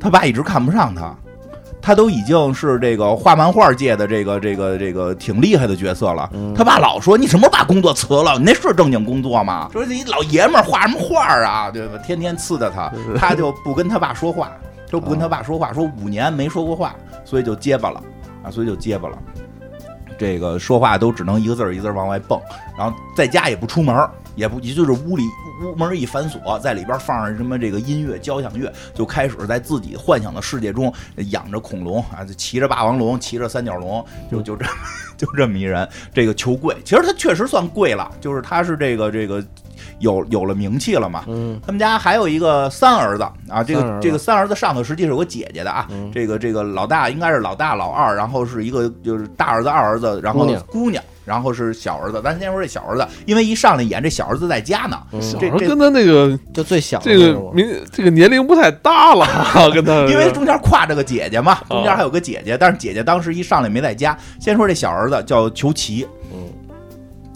B: 他爸一直看不上他，他都已经是这个画漫画界的这个这个这个挺厉害的角色了。
C: 嗯
B: 他爸老说你什么时候把工作辞了？你那是正经工作吗？说你老爷们儿画什么画啊？对吧？天天呲的他，他就不跟他爸说话，就不跟他爸说话，说五年没说过话，所以就结巴了啊，所以就结巴了。这个说话都只能一个字儿一个字儿往外蹦，然后在家也不出门儿，也不也就是屋里屋门一反锁，在里边放着什么这个音乐交响乐，就开始在自己幻想的世界中养着恐龙啊，就骑着霸王龙，骑着三角龙，就就这 就这么一人。这个球贵，其实他确实算贵了，就是他是这个这个有有了名气了嘛。
C: 嗯，
B: 他们家还有一个三儿子啊，这
C: 三儿
B: 个
C: 子
B: 这个三儿子上头实际是有个姐姐的啊，
C: 嗯
B: 这个这个老大应该是老大老二，然后是一个就是大儿子二儿子，然后
C: 姑娘
B: 然后是小儿子。咱先说这小儿子，因为一上来演这小儿子在家呢，
C: 嗯
A: 小
B: 这
A: 时候跟他那个
C: 就最小的
A: 这
C: 那
A: 个
C: 种
A: 明这个年龄不太搭了，跟他
B: 因为中间跨着个姐姐嘛，
A: 哎哦
B: 中间还有个姐姐，但是姐姐当时一上来没在家。先说这小儿子叫裘奇，
C: 嗯，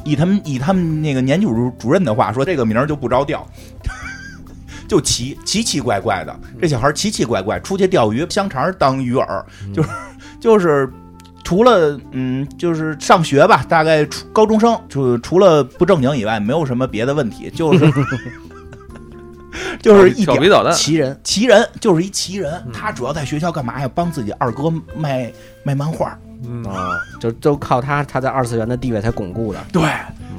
B: 以他们以他们那个年级主主任的话说，这个名儿就不着调。 就奇奇奇怪怪的，这小孩奇奇怪怪，出去钓鱼，香肠当鱼饵， 就是就是除了嗯，就是上学吧，大概初高中生，就除了不正经以外，没有什么别的问题，就是就是一
A: 调
B: 点
A: 皮捣蛋，
C: 奇人，
B: 奇人就是一奇人，他主要在学校干嘛呀？帮自己二哥卖卖漫画。
A: 嗯，
C: 啊，就都靠他，他在二次元的地位才巩固的。
B: 对，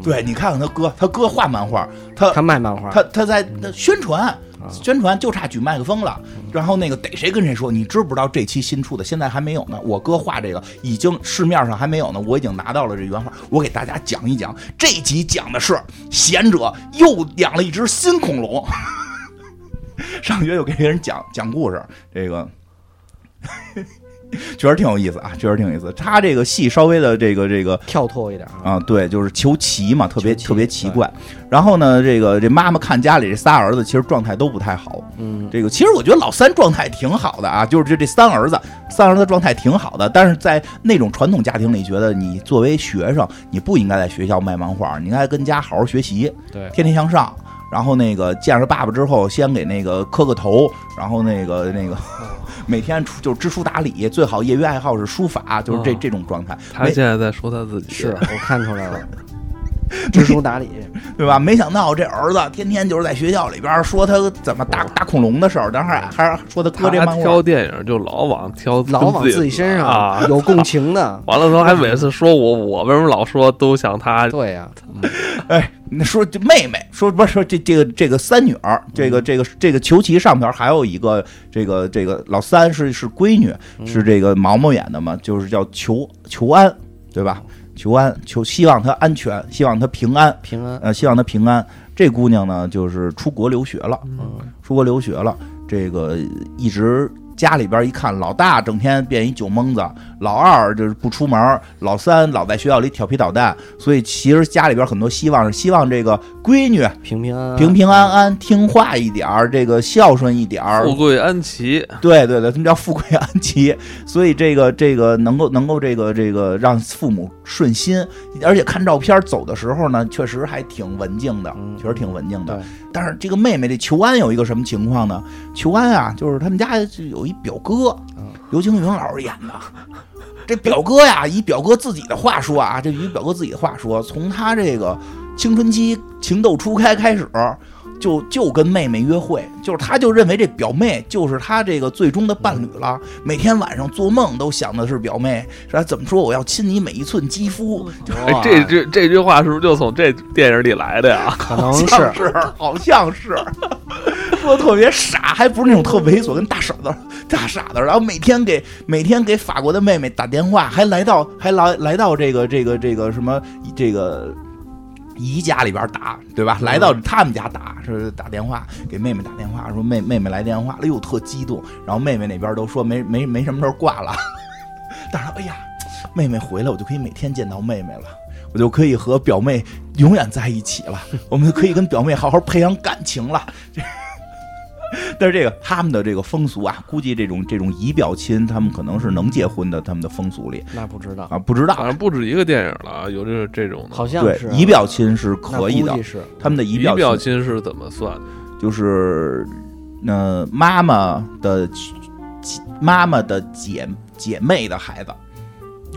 B: 对，你看看他哥，他哥画漫画，他
C: 他卖漫画，
B: 他他在那宣传，宣传就差举麦克风了。然后那个逮谁跟谁说，你知不知道这期新出的现在还没有呢？我哥画这个已经市面上还没有呢，我已经拿到了这原画，我给大家讲一讲。这集讲的是贤者又养了一只新恐龙。 上学就给人讲讲故事，这个 确实挺有意思啊，确实挺有意思。他这个戏稍微的这个这个
C: 跳脱一点啊，
B: 啊，对，就是求奇嘛，特别
C: 求奇
B: 特别奇怪。然后呢，这个这妈妈看家里这仨儿子，其实状态都不太好。
C: 嗯，
B: 这个其实我觉得老三状态挺好的啊，就是这这三儿子，三儿子状态挺好的。但是在那种传统家庭里，觉得你作为学生，你不应该在学校卖漫画，你应该跟家好好学习，
C: 对
B: 天天向上。然后那个见着爸爸之后，先给那个磕个头，然后那个
C: 哦
B: 那个 每天出就知书达理，最好业余爱好是书法，就是这、
A: 哦
B: 这种状态。
A: 他
B: 没
A: 现在在说他自己
C: 是啊我看出来了，知书达理，
B: 对吧？没想到这儿子天天就是在学校里边说他怎么打打恐龙的事儿，但是还还说他哥这
A: 他
B: 漫画
A: 挑电影就老往挑
C: 老往
A: 跟
C: 自己身
A: 啊
C: 上，有共 情的。
A: 完了之后还每次说我，我为什么老说都像他？
C: 对呀，
B: 哎，那说这妹妹说不是说这这个这个三女儿，这个这个这个裘奇上边还有一个这个这个老三是是闺女，
A: 嗯
B: 是这个毛毛演的嘛，就是叫裘裘安，对吧？裘安求希望她安全，希望她平安，
C: 平安，
B: 呃，希望她平安。这姑娘呢，就是出国留学了，
A: 嗯
B: 出国留学了，这个一直家里边一看，老大整天变一酒蒙子，老二就是不出门，老三老在学校里调皮捣蛋，所以其实家里边很多希望是希望这个闺女
C: 平平安安
B: 平平安安、听话一点儿，这个孝顺一点儿
A: 富，贵安琪，
B: 对对对，他们叫富贵安琪，所以这个这个能够能够这个这个让父母顺心，而且看照片走的时候呢，确实还挺文静的，
C: 嗯
B: 确实挺文静的
C: 对。
B: 但是这个妹妹这求安有一个什么情况呢？求安啊，就是他们家就有一表哥
C: 嗯，
B: 刘青云老师演的。这表哥呀，以表哥自己的话说啊，这以表哥自己的话说，从他这个青春期情窦初开开始，就就跟妹妹约会，就是他就认为这表妹就是他这个最终的伴侣了。每天晚上做梦都想的是表妹，说怎么说我要亲你每一寸肌肤，就
A: 哎，这句这句话是不是就从这电影里来的呀？
C: 可能
B: 好像
C: 是
B: 是好像是，说得特别傻，还不是那种特猥琐，跟大傻子大傻子。然后每天给每天给法国的妹妹打电话，还来到还来来到这个这个这个什么这个。姨家里边打，对吧？来
C: 嗯
B: 到他们家打，是打电话给妹妹打电话，说妹妹妹来电话了，哎呦特激动。然后妹妹那边都说没没没什么事儿挂了， 但是哎呀，妹妹回来我就可以每天见到妹妹了，我就可以和表妹永远在一起了，我们可以跟表妹好好培养感情了。 这但是这个他们的这个风俗啊，估计这种这种姨表亲，他们可能是能结婚的，他们的风俗里
C: 那不知道，
B: 啊，不知
A: 好啊
B: 道。
A: 像不止一个电影了啊，有这这种的。
C: 好像
B: 对
C: 是，
B: 姨表亲是可以
C: 那
B: 的
C: 估计，是
B: 他们的姨
A: 仪
B: 表
A: 表
B: 亲
A: 亲是怎么算的？
B: 就是，呃，妈妈的呃妈妈的姐姐妹的孩子，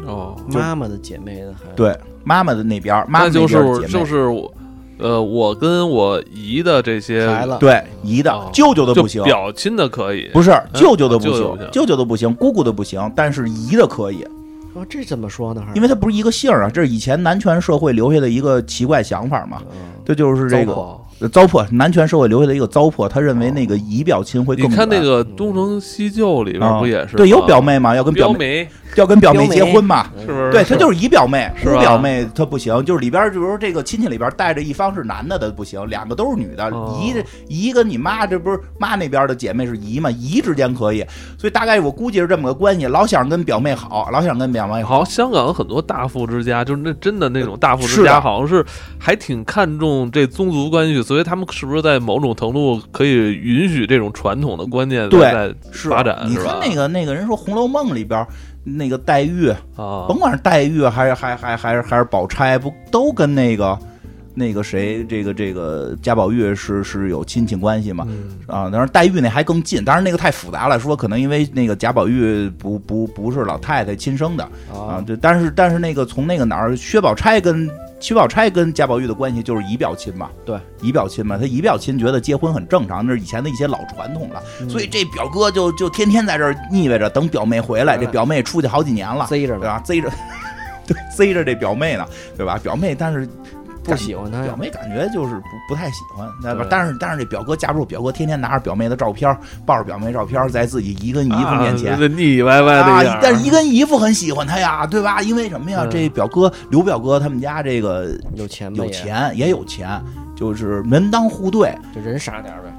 A: 哦，
B: 就
C: 妈妈的姐妹的孩子，
B: 对，妈妈的那边儿，妈妈
A: 那就
B: 那边
A: 是
B: 儿姐
A: 我
B: 妹，
A: 就是我，呃，我跟我姨的这些
C: 孩子，
B: 对姨的
A: 哦
B: 舅舅的
A: 就
B: 不行，
A: 表亲的可以，
B: 不是舅舅
A: 舅
B: 的不
A: 舅
B: 行
A: 不，行
B: 舅舅的不行，姑姑的不行，但是姨的可以，
C: 哦，这怎么说呢？还是
B: 因为它不是一个姓儿啊，这是以前男权社会留下的一个奇怪想法嘛，
C: 嗯
B: 这就是这
C: 糟
B: 个
C: 粕
B: 呃糟粕，男权社会留下的一个糟粕，他认为那个姨表亲会
A: 你
B: 更
A: 看那
B: 远
A: 个《东成西就》里边
B: 啊
A: 不也是吗？
B: 对有表妹嘛，要跟表
A: 表
B: 妹
A: 妹
B: 要跟表妹
C: 表妹
B: 结婚嘛。
A: 是不是？
B: 对，他就是姨表妹，
A: 是
B: 姑
A: 吧
B: 表妹她不行，就是里边儿，比如说这个亲戚里边儿带着一方是男的的不行，两个都是女的，
A: 哦
B: 姨姨跟你妈这不是妈那边的姐妹是姨嘛，姨之间可以，所以大概我估计是这么个关系，老想跟表妹好，老想跟表妹
A: 好，香港很多大富之家，就是那真的那种大富
B: 是
A: 之
B: 的
A: 家，好像是还挺看重这宗族关系，所以他们是不是在某种程度可以允许这种传统的观念
B: 对
A: 在
B: 是
A: 发展
B: 你
A: 是吧
B: 看那个那个人说《红楼梦》里边儿那个黛玉，
A: 啊？
B: 甭管是黛玉还是还还还是还是宝钗，不都跟那个那个谁这个这个贾宝玉是是有亲戚关系吗？
A: 嗯
B: 啊，当然黛玉那还更近，当然那个太复杂了，说可能因为那个贾宝玉不不不是老太太亲生的啊，
C: 啊，
B: 对，但是但是那个从那个哪儿，薛宝钗跟薛宝钗跟贾宝玉的关系就是姨表亲嘛，
C: 对，
B: 姨表亲嘛，她姨表亲觉得结婚很正常，那是以前的一些老传统了，
C: 嗯
B: 所以这表哥就就天天在这儿腻歪着，等表妹回来，这表妹出去好几年了，
C: 贼嗯
B: 对
C: 着呢，
B: 吧？贼着， 对，贼着这表妹呢，对吧？表妹，但是
C: 不喜欢他
B: 表
C: 呀，
B: 妹感觉就是不不太喜欢，那吧
C: 对？
B: 但是但是这表哥架不住，表哥天天拿着表妹的照片，抱着表妹照片，在自己姨跟姨夫面前
A: 啊。那腻腻歪歪
B: 啊
A: 的样儿，
B: 但是姨跟姨夫很喜欢他呀，对吧？因为什么呀？
A: 嗯
B: 这表哥刘表哥他们家这个
C: 有钱吧
B: 有
C: 也，
B: 钱，也有钱，就是门当户对，
C: 就人傻点儿呗，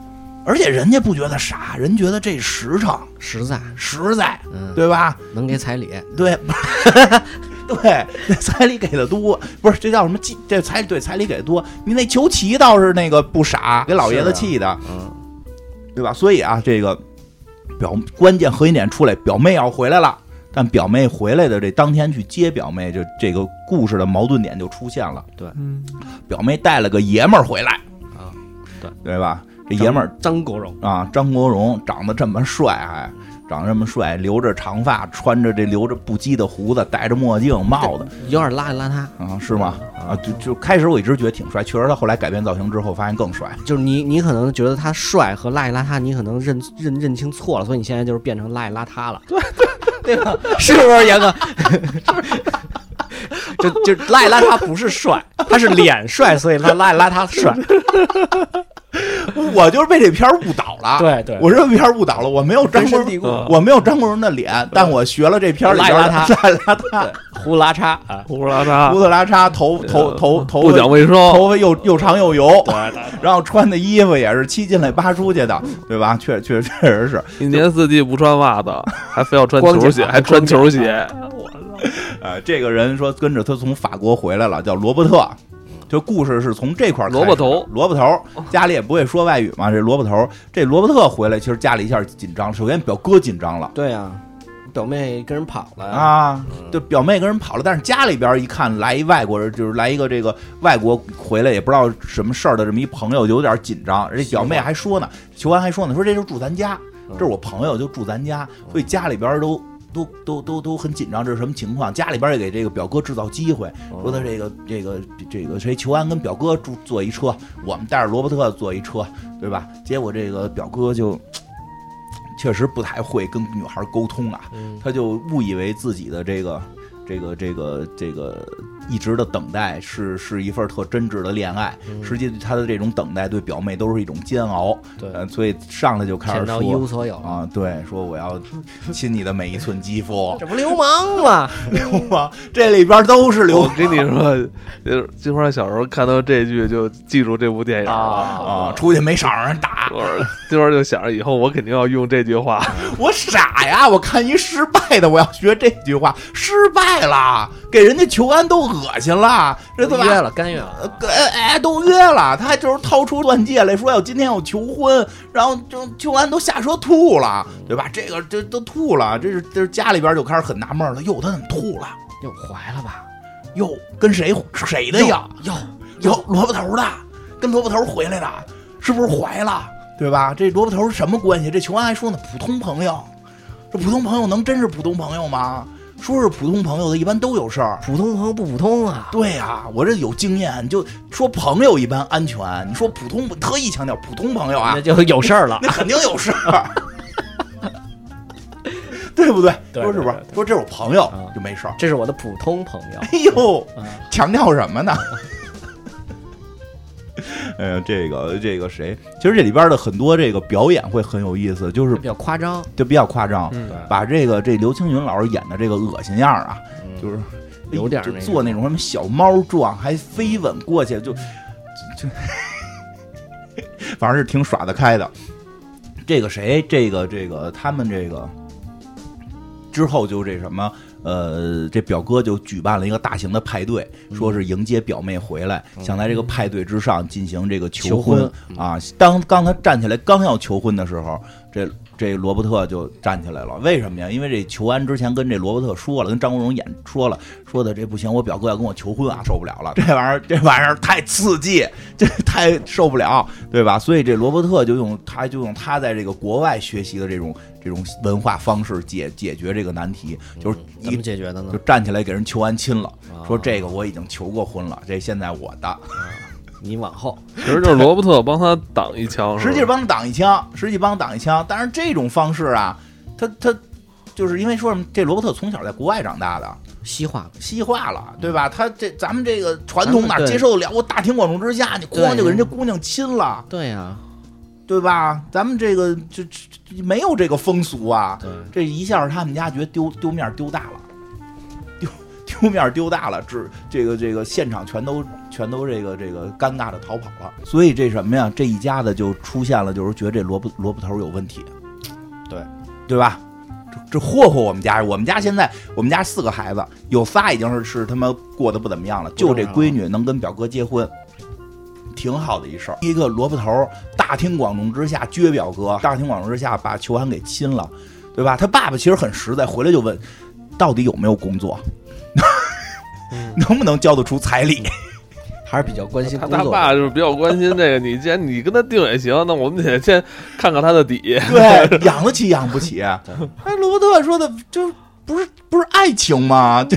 B: 而且人家不觉得傻，人觉得这实诚
C: 实在，
B: 实在，
C: 嗯，
B: 对吧？
C: 能给彩礼，
B: 对， 对，那彩礼给的多，不是这叫什么祭？这彩对彩礼给的多，你那求齐倒是那个不傻，给老爷子气的，
C: 嗯，
B: 对吧？所以啊，这个表关键核心点出来，表妹要回来了。但表妹回来的这当天去接表妹，就这个故事的矛盾点就出现了。
A: 嗯
B: 表妹带了个爷们儿回来
C: 啊，
A: 对
B: 对吧？这爷们儿
C: 张国荣，
B: 啊，张国荣长得这么帅，还长得这么帅，留着长发，穿着这留着不羁的胡子，戴着墨镜、帽子，
C: 有点邋里邋遢，
B: 啊，是吗？啊，就就开始我一直觉得挺帅，确实他后来改变造型之后发现更帅。
C: 就是你你可能觉得他帅和邋里邋遢，你可能认认认清错了，所以你现在就是变成邋里邋遢了，对 对吧？是不是严哥？ 就就邋里邋遢不是帅，他是脸帅，所以他邋里邋遢帅。
B: 我就是被这片儿误导了。
D: 对对
B: 我是被片儿误导了，我没有张
C: 根
B: 国
C: 深蒂
B: 荣，
C: 固，
A: 嗯
B: 我没有张国荣的脸，但我学了这片儿里边的
D: 邋遢
B: 邋遢，
D: 胡拉碴啊，
A: 胡拉碴
B: 胡，子拉碴，头头头头
A: 不讲卫生，
B: 头发又又长又油，
D: 对，
B: 然后穿的衣服也是七进来八出去的，对吧？确确确实是，
A: 一年四季不穿 袜子，还非要穿
C: 光脚
A: 球鞋，还穿球鞋，
B: 呃，这个人说跟着他从法国回来了，叫罗伯特。这故事是从这块儿开始
A: 萝
B: 的
A: 卜头，
B: 萝卜头家里也不会说外语嘛。这萝卜头，这罗伯特回来，其实家里一下紧张。首先表哥紧张了
C: 对呀，表妹跟人跑了，
B: 啊，就表妹跟人跑了，但是家里边一看来一外国人，就是来一个这个外国回来也不知道什么事儿的这么一朋友，有点紧张。这表妹还说呢，求安还说呢，说这就住咱家，
C: 嗯
B: 这是我朋友，就住咱家，所以家里边儿都都都都都很紧张，这是什么情况？家里边儿也给这个表哥制造机会，说他这个这个这个谁，求安跟表哥住坐一车，我们带着罗伯特坐一车，对吧？结果这个表哥就确实不太会跟女孩沟通啊，
C: 嗯
B: 他就误以为自己的这个。这个这个这个一直的等待是是一份特真挚的恋爱，
C: 嗯
B: 实际他的这种等待对表妹都是一种煎熬，
C: 对
B: 呃，所以上来就开始
C: 钱
B: 说
C: 到一无所有了，
B: 啊，对，说我要亲你的每一寸肌肤，
C: 这不流氓吗？
B: 流氓，这里边都是流
A: 我跟你说，就是金花小时候看到这句就记住这部电影了。
B: 啊，出去没少让人打，
A: 就是金花就想着以后我肯定要用这句话，
B: 我傻呀，我看一失败的，我要学这句话，失败了，给人家求安都恶心了，这怎么？
C: 约了，干约
B: 呃
C: 了，
B: 哎哎，都约了，他就是掏出钻戒来说要今天要求婚，然后就求安都吓车吐了，对吧？这个这都吐了，这是这是家里边就开始很纳闷了，哟，他怎么吐了？
C: 又怀了吧？
B: 哟，跟谁谁的呀？
C: 哟，
B: 有萝卜头的，跟萝卜头回来的，是不是怀了？对吧？这萝卜头是什么关系？这琼安还说呢，普通朋友，这普通朋友能真是普通朋友吗？说是普通朋友的，一般都有事儿。
C: 普通朋友不普通啊？
B: 对呀、我这有经验，你就说朋友一般安全，你说普通，特意强调普通朋友啊
C: 那，就有事儿了。
B: 那肯定有事儿， 对不对？
D: 对
B: 说是不是
D: 对对？对
B: 说这是我朋友
C: 嗯
B: 就没事儿。
C: 这是我的普通朋友，
B: 哎呦
C: 嗯，
B: 强调什么呢？ 哎呀，这个这个谁？其实这里边的很多这个表演会很有意思，就是
C: 比较夸张，
B: 就比较夸张，
A: 嗯
B: 把这个这刘青云老师演的这个恶心样儿啊，
C: 嗯
B: 就是
C: 有点儿
B: 就
C: 那个
B: 做那种什么小猫状，还飞吻过去，就就就， 反正是挺耍得开的。这个谁，这个这个他们这个之后就这什么。呃，这表哥就举办了一个大型的派对，说是迎接表妹回来，想在这个派对之上进行这个嗯求婚
C: 求
B: 啊。当刚他站起来刚要求婚的时候，这这罗伯特就站起来了，为什么呀？因为这求安之前跟这罗伯特说了，跟张国荣演说了，说的这不行，我表哥要跟我求婚啊，受不了 了，这玩意儿这玩意儿太刺激， 这太受不了，对吧？所以这罗伯特就用他就用他在这个国外学习的这种这种文化方式解解决这个难题，就是
C: 嗯怎
B: 一
C: 么解决的呢
B: 就？站起来给人求安亲了，说
C: 啊哦
B: 这个我已经求过婚了，这现在我的，
C: 你往后
A: 其实就是罗伯特帮他挡一枪，
B: 实际
A: 是吧
B: 帮他挡一枪，实际帮他挡一枪。但是这种方式啊，他他就是因为说什么，这罗伯特从小在国外长大的，
C: 西化
B: 西化了，对吧？他这咱们这个传统哪
C: 咱们对
B: 接受得了？我大庭广众之下，你咣
C: 对
B: 就给人家姑娘亲了，
C: 对呀，
B: 对吧？咱们这个这这这没有这个风俗啊，
C: 对，
B: 这一下他们家觉得丢丢面儿丢大了，丢 丢面儿丢大了，这这个这个现场全都全都这个这个尴尬的逃跑了。所以这什么呀？这一家子就出现了，就是觉得这萝卜萝卜头有问题，
C: 对
B: 对吧？这这霍霍我们家，我们家现在我们家四个孩子，有仨已经是是他妈过得不怎么样了，就这闺女能跟表哥结婚，挺好的一事儿。一个萝卜头儿大庭广众之下撅表哥，大庭广众之下把求安给亲了，对吧？他爸爸其实很实在，回来就问到底有没有工作， 能不能交得出彩 礼？
C: 还是比较关心
A: 他
C: 工
A: 他
C: 作
A: 爸
C: 的。
A: 就是比较关心这个，你既然你跟他定也行，那我们得先看看他的底。
B: 对， 养得起养不 起。哎，罗伯特说的就不是不是爱情吗？就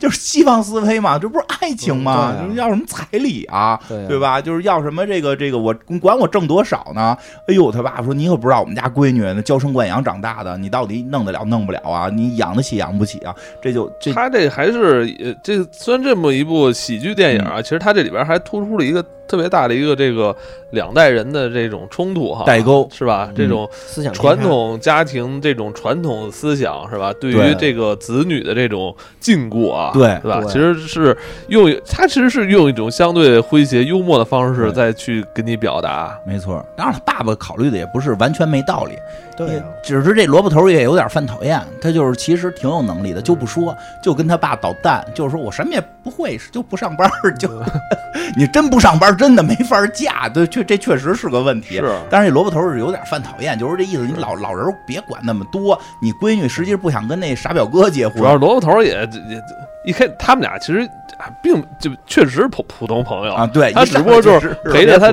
B: 就是西方思维嘛，这不是爱情吗？
C: 嗯嗯对啊
B: 就是要什么彩礼啊？
C: 对啊
B: 对吧？就是要什么这个这个，我管我挣多少呢？哎呦，他爸说你可不知道我们家闺女那娇生惯养长大的，你到底弄得了弄不了啊？你养得起养不起啊？这就这嗯
A: 他这还是呃，这虽然这么一部喜剧电影啊，其实他这里边还突出了一个特别大的一个这个两代人的这种冲突哈，
B: 代沟嗯
A: 是吧？这种
C: 思想
A: 传统家庭这种传统思想是吧？对
B: 对
A: 于这个子女的这种禁锢啊，
B: 对
A: 对吧？
C: 对
A: 其实是用他其实是用一种相对诙谐幽默的方式
B: 对
A: 再去跟你表达，
B: 没错。当然了，爸爸考虑的也不是完全没道理，
C: 对啊，
B: 只是这萝卜头也有点犯讨厌，他就是其实挺有能力的，就
A: 嗯
B: 不说，就跟他爸捣蛋，就是说我什么也不会，就不上班，就 你真不上班，真的没法嫁，对，确这确实是个问题。
A: 是
B: 但是这萝卜头是有点犯讨厌，就是这意思。你老老人别管那么多，你闺女实际是不想跟那傻表哥结婚
A: 主要，是萝卜头也也一开，他们俩其实啊并就确实普普通朋友
B: 啊，对，
A: 他
B: 一上
A: 只不过就是
B: 是
A: 陪着他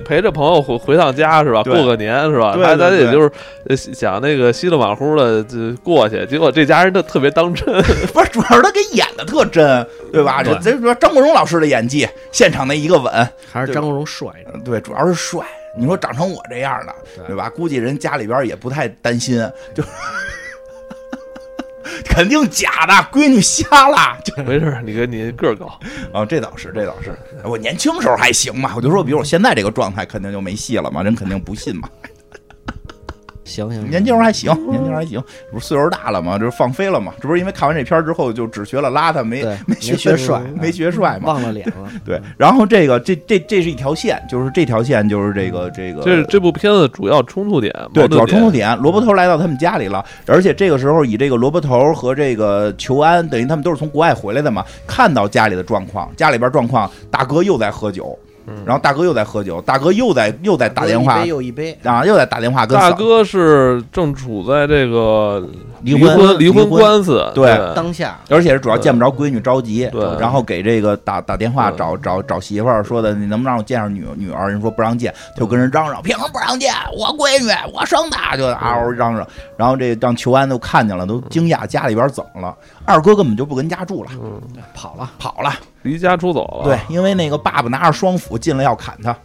A: 这陪
C: 别普通
A: 陪着朋友回回趟家是吧？
B: 对
A: 过个年是吧？
B: 对
A: 他
B: 对
A: 他也
B: 对
A: 就是呃想那个稀里马虎的就过去，结果这家人他特别当真，
B: 不是，主要是他给演的特真，对吧？
A: 对
B: 这这说张国荣老师的演技，现场那一个吻，
C: 还是张国荣帅着，
B: 嗯对，主要是帅。你说长成我这样的，
C: 对
B: 对吧？估计人家里边也不太担心，就是 肯定假的，闺女瞎了。就
A: 没事儿，你跟你个儿高，
B: 啊，这倒是，这倒是。我年轻时候还行嘛，我就说，比如我现在这个状态，肯定就没戏了嘛，人肯定不信嘛。
C: 行行，
B: 年轻时候还行，年轻时候还行，这不是岁数大了嘛，就是放飞了嘛。这不是因为看完这片儿之后就只学了邋遢，没
C: 对
B: 没
C: 没
B: 学
C: 学帅嗯
B: 没学帅嘛。
C: 忘了脸了，
B: 对，然后这个这这这是一条线，就是这条线就是这个这个
A: 这是这部片子主要冲突点，
B: 对，
A: 矛
B: 主要
A: 盾
B: 冲突点，萝卜头来到他们家里了，而且这个时候以这个萝卜头和这个求安，等于他们都是从国外回来的嘛，看到家里的状况，家里边状况，大哥又在喝酒，
A: 嗯
B: 然后大哥又在喝酒，大哥又在又在打电
C: 一
B: 话
C: 杯又一杯，
B: 啊，又在打电话跟
A: 大
B: 嫂
A: 哥是正处在这个
B: 离
A: 婚
B: 婚
A: 离
B: 婚，
A: 官司，
B: 对
C: 当下
B: 而且是主要见不着闺女着急，
A: 对
B: 然后给这个打打电话
A: 对
B: 找找找媳妇儿说的，你能不能让我见上女女儿？人说不让见，他就跟人嚷嚷，凭什么不让见？我闺女，我生的，就嗷嗷嚷嚷。然后这让求安都看见了，都惊讶家里边怎么了？二哥根本就不跟家住了，
A: 嗯
C: 跑了，
B: 跑了。
A: 离家出走了，
B: 对，，因为那个爸爸拿着双斧进来要砍他，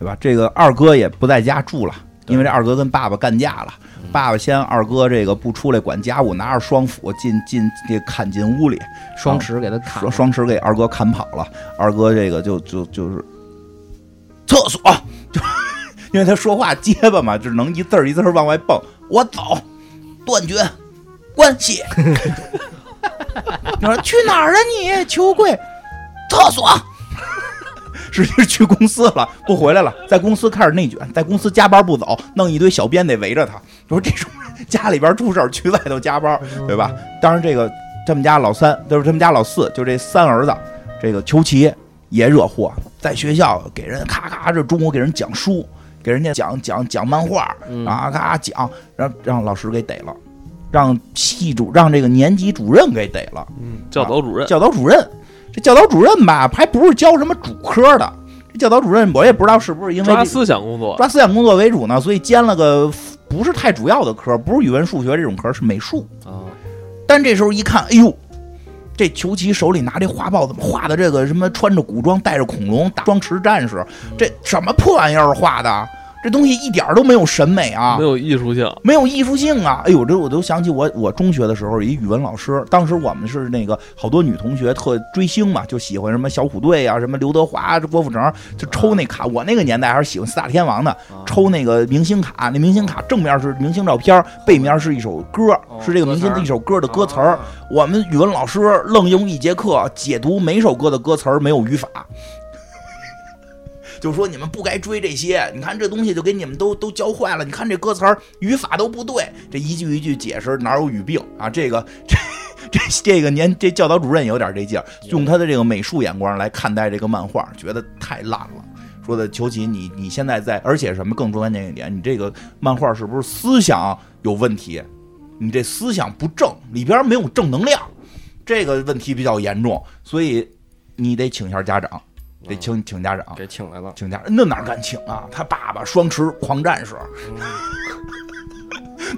B: 对吧？这个二哥也不在家住了，因为这二哥跟爸爸干架了。
A: 嗯
B: 爸爸先二哥这个不出来管家务，拿着双斧进进这砍进屋里，
C: 双持给他砍
B: 双
C: 了，
B: 双持给二哥砍跑了，二哥这个就就就是厕所， 就因为他说话结巴嘛，只能一字儿一字儿往外蹦。我走，断绝关系。 你说去哪儿啊你？球柜，厕所。直接去公司了，不回来了，在公司开始内卷，在公司加班不走，弄一堆小编得围着他。你说这种人家里边出事儿，去外头加班，对吧？当然，这个他们家老三，就是他们家老四，就这三儿子，这个裘奇也惹祸，在学校给人咔咔这中午给人讲书，给人家讲讲讲漫画，啊咔咔讲，让让老师给逮了，让系主让这个年级主任给逮了。
A: 嗯，教导主任，
B: 教导主任。这教导主任吧，还不是教什么主科的。这教导主任我也不知道是不是因为
A: 抓
B: 这
A: 思想工作，
B: 抓思想工作为主呢，所以兼了个不是太主要的科，不是语文、数学这种科，是美术。
C: 啊，
B: 但这时候一看，哎呦，这裘奇手里拿这画报，怎么画的这个什么穿着古装，带着恐龙，打装持战士，这什么破玩意儿画的？这东西一点儿都没有审美啊！
A: 没有艺术性，
B: 没有艺术性啊！哎呦，这我都想起我我中学的时候，一语文老师，当时我们是那个好多女同学特追星嘛，就喜欢什么小虎队啊，什么刘德华、郭富城，就抽那卡。我那个年代还是喜欢四大天王的，抽那个明星卡。那明星卡正面是明星照片，背面是一首歌，是这个明星的一首哦歌的歌词啊儿。我们语文老师愣用一节课解读每首歌的歌词儿没有语法。就说你们不该追这些，你看这东西就给你们都都教坏了。你看这歌词儿语法都不对，这一句一句解释哪有语病啊？这个这这这个年这教导主任有点这劲儿，用他的这个美术眼光来看待这个漫画，觉得太烂了。说的求其你你现在在，而且什么更关键一点，你这个漫画是不是思想有问题？你这思想不正，里边没有正能量，这个问题比较严重，所以你得请一下家长，得请请家长。
C: 给请来了，
B: 请假，那哪敢请啊？他爸爸双持狂战士，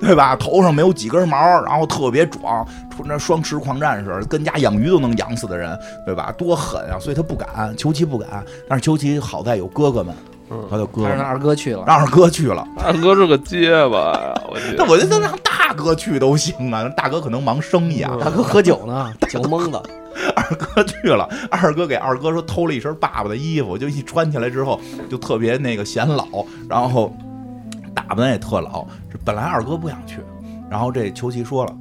B: 对吧？头上没有几根毛，然后特别壮，穿着双持狂战士，跟家养鱼都能养死的人，对吧？多狠啊！所以他不敢，裘奇不敢。但是裘奇好在有哥哥们，他
A: 嗯，
B: 就搁
C: 他让他
B: 那儿，
C: 二哥去了，
B: 让二哥去了。
A: 大哥是个结巴呀，我 觉得。
B: 但我觉得让大哥去都行啊，大哥可能忙生意啊。
A: 嗯
C: 大哥喝酒呢，酒蒙子，
B: 二哥 去了，二哥给二哥说偷了一身爸爸的衣服，就一穿起来之后就特别那个显老，然后打扮也特老。这本来二哥不想去，然后这裘奇说了。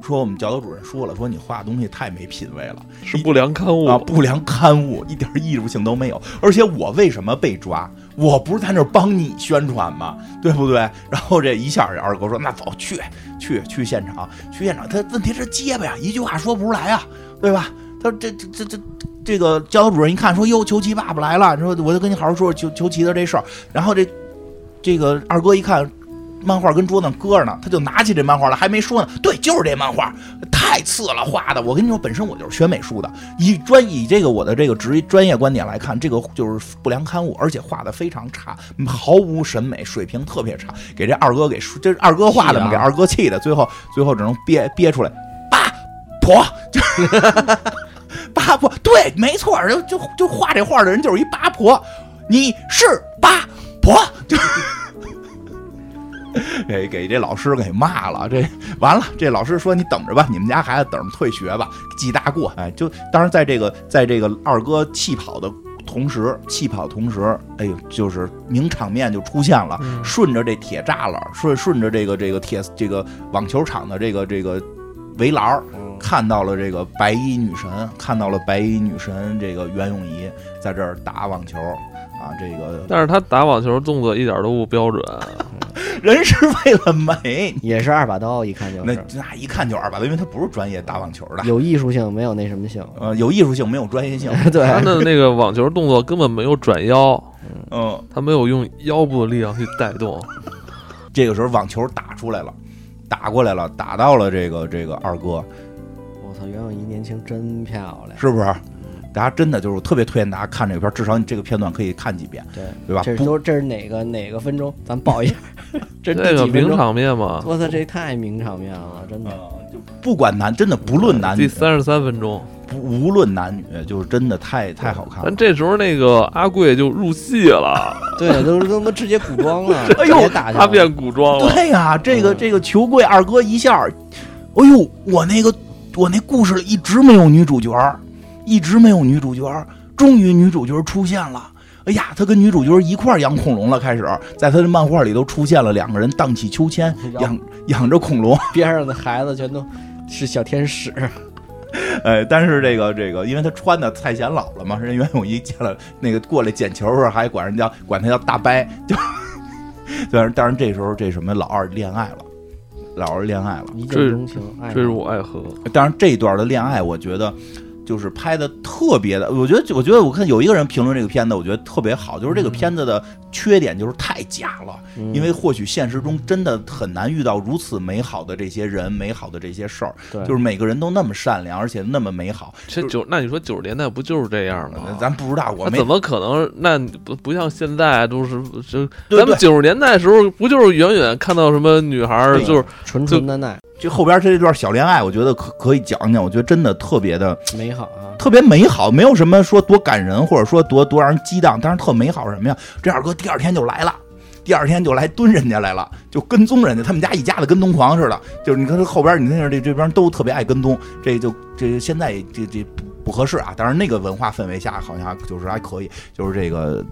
B: 说我们教导主任说了，说你画的东西太没品位了
A: 是不良刊物
B: 啊，不良刊物，一点艺术性都没有。而且我为什么被抓？我不是在那儿帮你宣传吗？对不对？然后这一下，这二哥说：“那走，去去去现场，去现场。”他问题是结巴呀，一句话说不出来啊，对吧？他说这这这这这个教导主任一看说：“哟，裘奇爸爸来了。”说：“我就跟你好好说说裘裘奇的这事儿。”然后这这个二哥一看。漫画跟桌子上搁着呢，他就拿起这漫画了，还没说呢。对，就是这漫画，太次了，画的。我跟你说，本身我就是学美术的，以专以这个我的这个职业专业观点来看，这个就是不良刊物，而且画的非常差，毫无审美，水平特别差，给这二哥给说这是二哥画的嘛，
C: 气
B: 给
C: 啊
B: 二哥气的，最后最后只能憋憋出来，爸婆就是八婆，对，没错，就就就画这画的人就是一八婆，你是八婆，就是。给给这老师给骂了，这完了，这老师说你等着吧，你们家孩子等着退学吧，记大过。哎，就当然在这个在这个二哥气跑的同时，气跑同时，哎呦，就是名场面就出现了，
A: 嗯
B: 顺着这铁栅栏，顺顺着这个这个铁这个网球场的这个这个围栏儿看到了这个白衣女神，看到了白衣女神这个袁咏仪在这儿打网球啊，这个
A: 但是他打网球动作一点都不标准，
B: 人是为了美，
C: 也是二把刀，一看就
B: 那
C: 是
B: 那一看就是二百多，因为他不是专业打网球的，
C: 有艺术性，没有那什么性。
B: 呃，有艺术性没有专业 性，
C: 对，啊
A: 他的那个网球动作根本没有转腰，
B: 嗯，
A: 他没有用腰部的力量去带动。
B: 这个时候网球打出来了，打过来了，打到了这个这个二哥，
C: 我操，袁咏仪年轻真漂亮。
B: 是不是？大家真的就是特别推荐大家看这个片儿，至少你这个片段可以看几遍，
C: 对，
B: 对吧？
C: 这是
B: 不
C: 都这是哪个哪个分钟？咱报一下， 这
A: 这
C: 是第
A: 个
C: 几分
A: 名
C: 钟？
A: 场面嘛，
C: 我操，这太名场面了，真的。
B: 呃，就不管男，真的不论男
A: 第
B: 女，
A: 三十三分钟，
B: 不无论男女，就是真的太太好看了
A: 但。这时候那个阿贵就入戏 了，
C: 对，都都他妈直接古装 了，
B: 哎
C: 直
B: 呦
C: 接打起
A: 他
C: 来了。
A: 变古装了。
B: 对呀、这个
C: 嗯
B: 这个球柜二哥一下，哎呦，我那个我那故事里一直没有女主角儿，一直没有女主角儿，终于女主角儿出现了。哎呀，他跟女主角儿一块儿养恐龙了，开始在他的漫画里都出现了两个人荡起秋千，
C: 养
B: 养养着恐龙。
C: 边上的孩子全都是小天使，
B: 哎，但是这个这个，因为他穿的太显老了嘛，人袁咏仪见了那个过来捡球的时候，还管人家管他叫大伯，就， 但是但是这时候这什么老二恋爱了，老二恋爱了。
C: 一
A: 坠
C: 见钟情，爱
A: 坠
C: 上
A: 入爱河，
B: 当然，这一段的恋爱，我觉得就是拍的特别的，我觉得，我觉得我看有一个人评论这个片子，我觉得特别好，就是这个片子的缺点就是太假了，
C: 嗯
B: 因为或许现实中真的很难遇到如此美好的这些人、美好的这些事儿，
C: 对
B: 就是每个人都那么善良，而且那么美好。
A: 这九那你说九十年代不就是这样
C: 啊
A: 吗？
B: 咱不知道，我
A: 那
B: 没
A: 怎么可能？那你不不像现在啊都是就咱
B: 对
A: 们
B: 对
A: 九十年代的时候，不就是远远看到什么女孩儿
B: 对
A: 就是
C: 纯纯的爱，
B: 就后边这段小恋爱，我觉得可可以讲讲，我觉得真的特别的。
C: 美好啊。
B: 特别美好，没有什么说多感人，或者说多多让人激荡，但是特美好是什么呀？这二哥第二天就来了。第二天就来蹲人家来了，就跟踪人家，他们家一家子跟踪狂似的。就是你看这后边，你看这这边都特别爱跟踪，这就这现在这这不不合适啊。当然那个文化氛围下，好像就是还可以，就是这个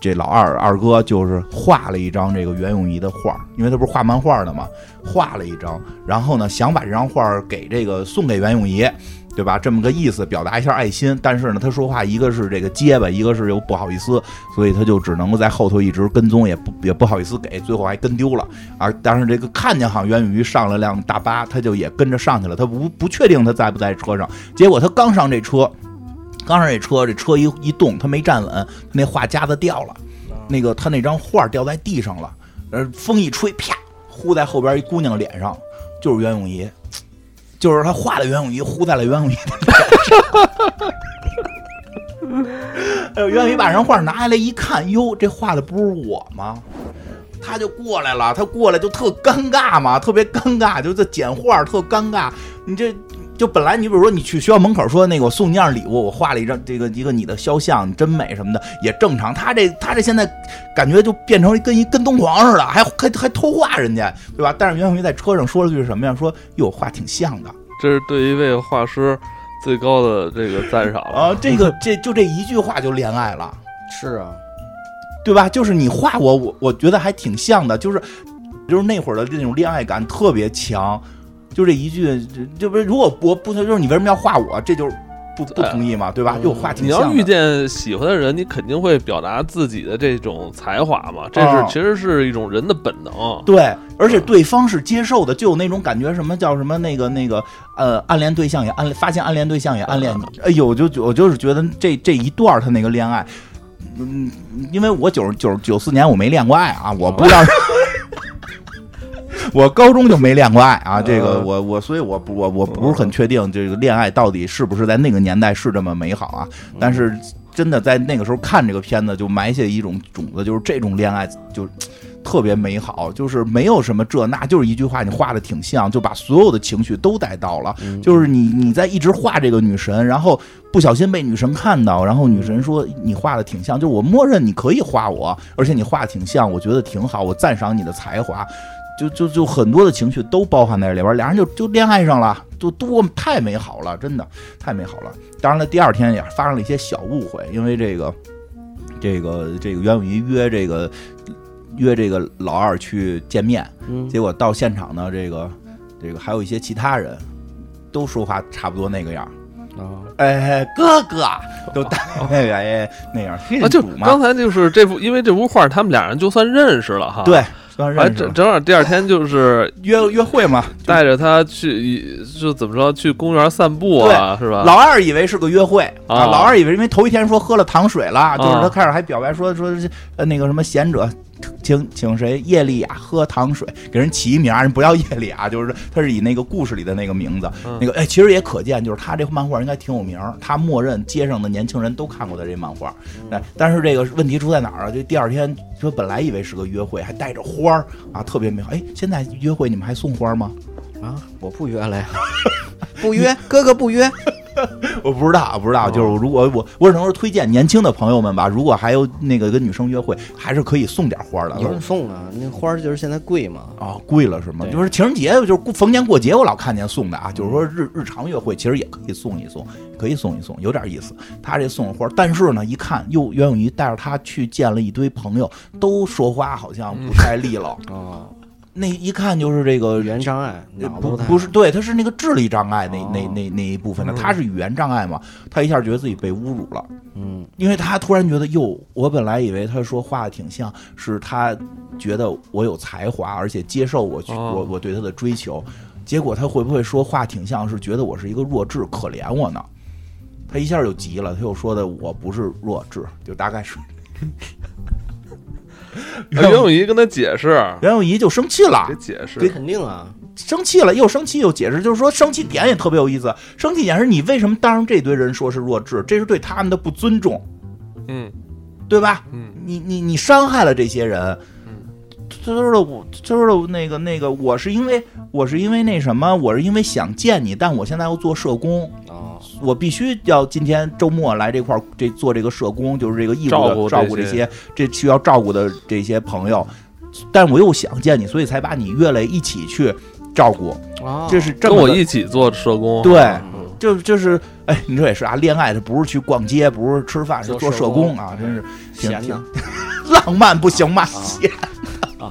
B: 这老二二哥就是画了一张这个袁咏仪的画，因为他不是画漫画的嘛，画了一张，然后呢想把这张画给这个送给袁咏仪，对吧？这么个意思，表达一下爱心。但是呢，他说话一个是这个结巴，一个是又不好意思，所以他就只能够在后头一直跟踪，也不 也不好意思给，最后还跟丢了啊。但是这个看见好像袁咏仪上了辆大巴，他就也跟着上去了，他不不确定他在不在车上。结果他刚上这车，刚上这车，这车一一动，他没站稳，他那画夹子掉了，那个他那张画掉在地上了，呃，风一吹，啪，呼在后边一姑娘脸上，就是袁咏仪。就是他画的袁咏仪，呼在了袁咏仪的脸上。哎呦，袁咏仪把人画拿下来一看，哟，这画的不是我吗？他就过来了，他过来就特尴尬嘛，特别尴尬，就这捡画特尴尬。你这就本来你比如说你去学校门口说那个我送你样礼物，我画了一张这个一个你的肖像，你真美什么的也正常。他这他这现在感觉就变成跟一跟踪狂似的，还还还偷画人家，对吧？但是袁咏仪在车上说了句什么呀？说哟画挺像的
A: 这是对一位画师最高的这个赞赏了。
B: 啊，这个这就这一句话就恋爱了，
C: 是啊，
B: 对吧？就是你画我我我觉得还挺像的，就是就是那会儿的那种恋爱感特别强。就这一句，这这不是如果我不就是你为什么要画我？这就是不不同意嘛，对吧？
C: 嗯
B: 又画挺
A: 你
B: 像的。
A: 要遇见喜欢的人，你肯定会表达自己的这种才华嘛，这是
B: 哦
A: 其实是一种人的本能。
B: 对，而且对方是接受的，就有那种感觉，什么叫什么那个那个呃，暗恋对象也暗恋，发现暗恋对象也暗恋你。哎呦，就就我就是觉得这这一段儿他那个恋爱，嗯，因为我九九九四年我没恋过爱啊，我不知道。我高中就没恋过爱啊，这个
A: 嗯
B: 我我所以我不我我不是很确定这个恋爱到底是不是在那个年代是这么美好啊，但是真的在那个时候看这个片子就埋下一种种子，就是这种恋爱就特别美好，就是没有什么这那，就是一句话，你画的挺像，就把所有的情绪都带到了。
C: 嗯
B: 就是你你在一直画这个女神，然后不小心被女神看到，然后女神说
C: 嗯
B: 你画的挺像，就是我默认你可以画我，而且你画的挺像，我觉得挺好，我赞赏你的才华。就就就很多的情绪都包含在里边儿，俩人就就恋爱上了，就多太美好了，真的太美好了。当然了，第二天也发生了一些小误会，因为这个这个这个袁咏仪约这个约这个老二去见面，
C: 嗯
B: 结果到现场呢，这个这个还有一些其他人都说话差不多那个样儿，
C: 啊，
B: 哎，哥哥都大概 哎那样儿，
A: 啊，就
B: 这是赌
A: 刚
B: 嘛，
A: 才就是这幅，因为这幅画，他们俩人就算认识了哈。
B: 对，算
A: 啊，
B: 认识
A: 正
B: 了
A: 正好第二天就是
B: 约约会嘛，
A: 带着他去，就怎么说去公园散步啊，是吧？
B: 老二以为是个约会
A: 啊
B: 老二以为因为头一天说喝了糖水了，就是他
A: 啊
B: 开始还表白说说是呃那个什么贤者。请请谁？叶丽亚喝糖水，给人起一名儿，人不要叶丽亚，就是他是以那个故事里的那个名字。
A: 嗯
B: 那个哎，其实也可见，就是他这漫画应该挺有名儿，他默认街上的年轻人都看过他这漫画。
A: 嗯
B: 哎，但是这个问题出在哪儿啊？就第二天说本来以为是个约会，还带着花儿啊，特别美好。哎，现在约会你们还送花儿吗？
C: 啊，我不约 了呀，不约，哥哥不约，
B: 我不知道，不知
C: 哦
B: 道，就是如果我我只能说推荐年轻的朋友们吧，如果还有那个跟女生约会，还是可以送点花的。
C: 有送啊，那花儿就是现在贵嘛，
B: 啊、贵了是吗？
C: 对
B: 就是情人节，就是过逢年过节，我老看见送的啊。就是说日日常约会，其实也可以送一送，可以送一送，有点意思。他这送花，但是呢，一看又袁咏仪带着他去见了一堆朋友，都说话好像不太利 落。
C: 哦，
B: 那一看就是这个
C: 语言障碍，脑子
B: 不
C: 太
B: 不是，对，他是那个智力障碍那、
C: 哦
B: 那那那一部分的，
A: 嗯
B: 他是语言障碍嘛，他一下觉得自己被侮辱了。
C: 嗯，
B: 因为他突然觉得，哟，我本来以为他说话挺像，是他觉得我有才华，而且接受我去、
A: 哦
B: 我我对他的追求，结果他会不会说话挺像是觉得我是一个弱智，可怜我呢？他一下就急了，他又说的我不是弱智，就大概是。
A: 啊袁咏仪跟他解释，
B: 袁咏仪就生气了
A: 给，解释
B: 对
C: 肯定啊，
B: 生气了又生气又解释，就是说生气点也特别有意思，生气点是你为什么当着这堆人说是弱智，这是对他们的不尊重，
A: 嗯
B: 对吧？
A: 嗯，
B: 你你你伤害了这些人，
A: 嗯，
B: 就是我就是那个那个，我是因为我是因为那什么，我是因为想见你，但我现在要做社工，
C: 哦，
B: 我必须要今天周末来这块儿这做这个社工，就是这个义务
A: 照
B: 的
A: 顾
B: 照
A: 这
B: 顾这
A: 些
B: 些这需要照顾的这些朋友，但我又想见你，所以才把你约来一起去照顾，
C: 哦
B: 这是这
A: 跟
B: 么
A: 我
B: 个
A: 一起做社工，
B: 对。
C: 嗯
B: 就就是，哎，你说也是啊，恋爱它不是去逛街，不是吃饭，是
C: 做
B: 做
C: 社
B: 社
C: 工
B: 工啊，真是挺
C: 闲
B: 挺
C: 的
B: 浪漫不行吗？
C: 啊
B: 闲的
C: 啊，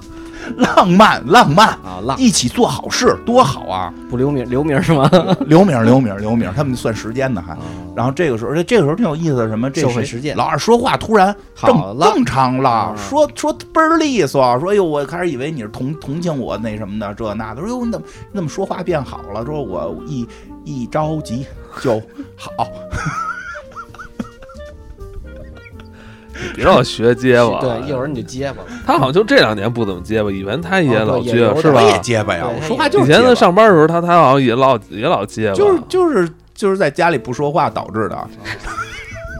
B: 浪漫浪漫，
C: 啊，浪
B: 一起做好事多好啊！
C: 不留名，留名是吗？
B: 刘明刘明刘明，他们算时间呢
A: 啊
B: 还。然后这个时候，而且这个时候挺有意思的，什么这
C: 社会
B: 谁
C: 实践
B: 老二说话突然
C: 好
B: 正
C: 了
B: 正常了
A: 啊
C: 嗯，
B: 说说倍儿利索，说哎呦，我开始以为你是同同情我那什么的这那的，说哟你怎么你怎么说话变好了？说我一一着急就好，
A: 别让我学结巴。
C: 对，一会儿你就结巴了，
A: 他好像就这两年不怎么结巴，以前他也
C: 哦
A: 老
C: 对也
A: 结
C: 有
A: 巴，是
C: 点
A: 吧
B: 我？也结巴呀，
C: 对
B: 我说话就
A: 以
B: 是
A: 前
B: 结
A: 他
B: 巴
A: 上班的时候，他他好像也老也老结巴，
B: 就是就是就是在家里不说话导致的。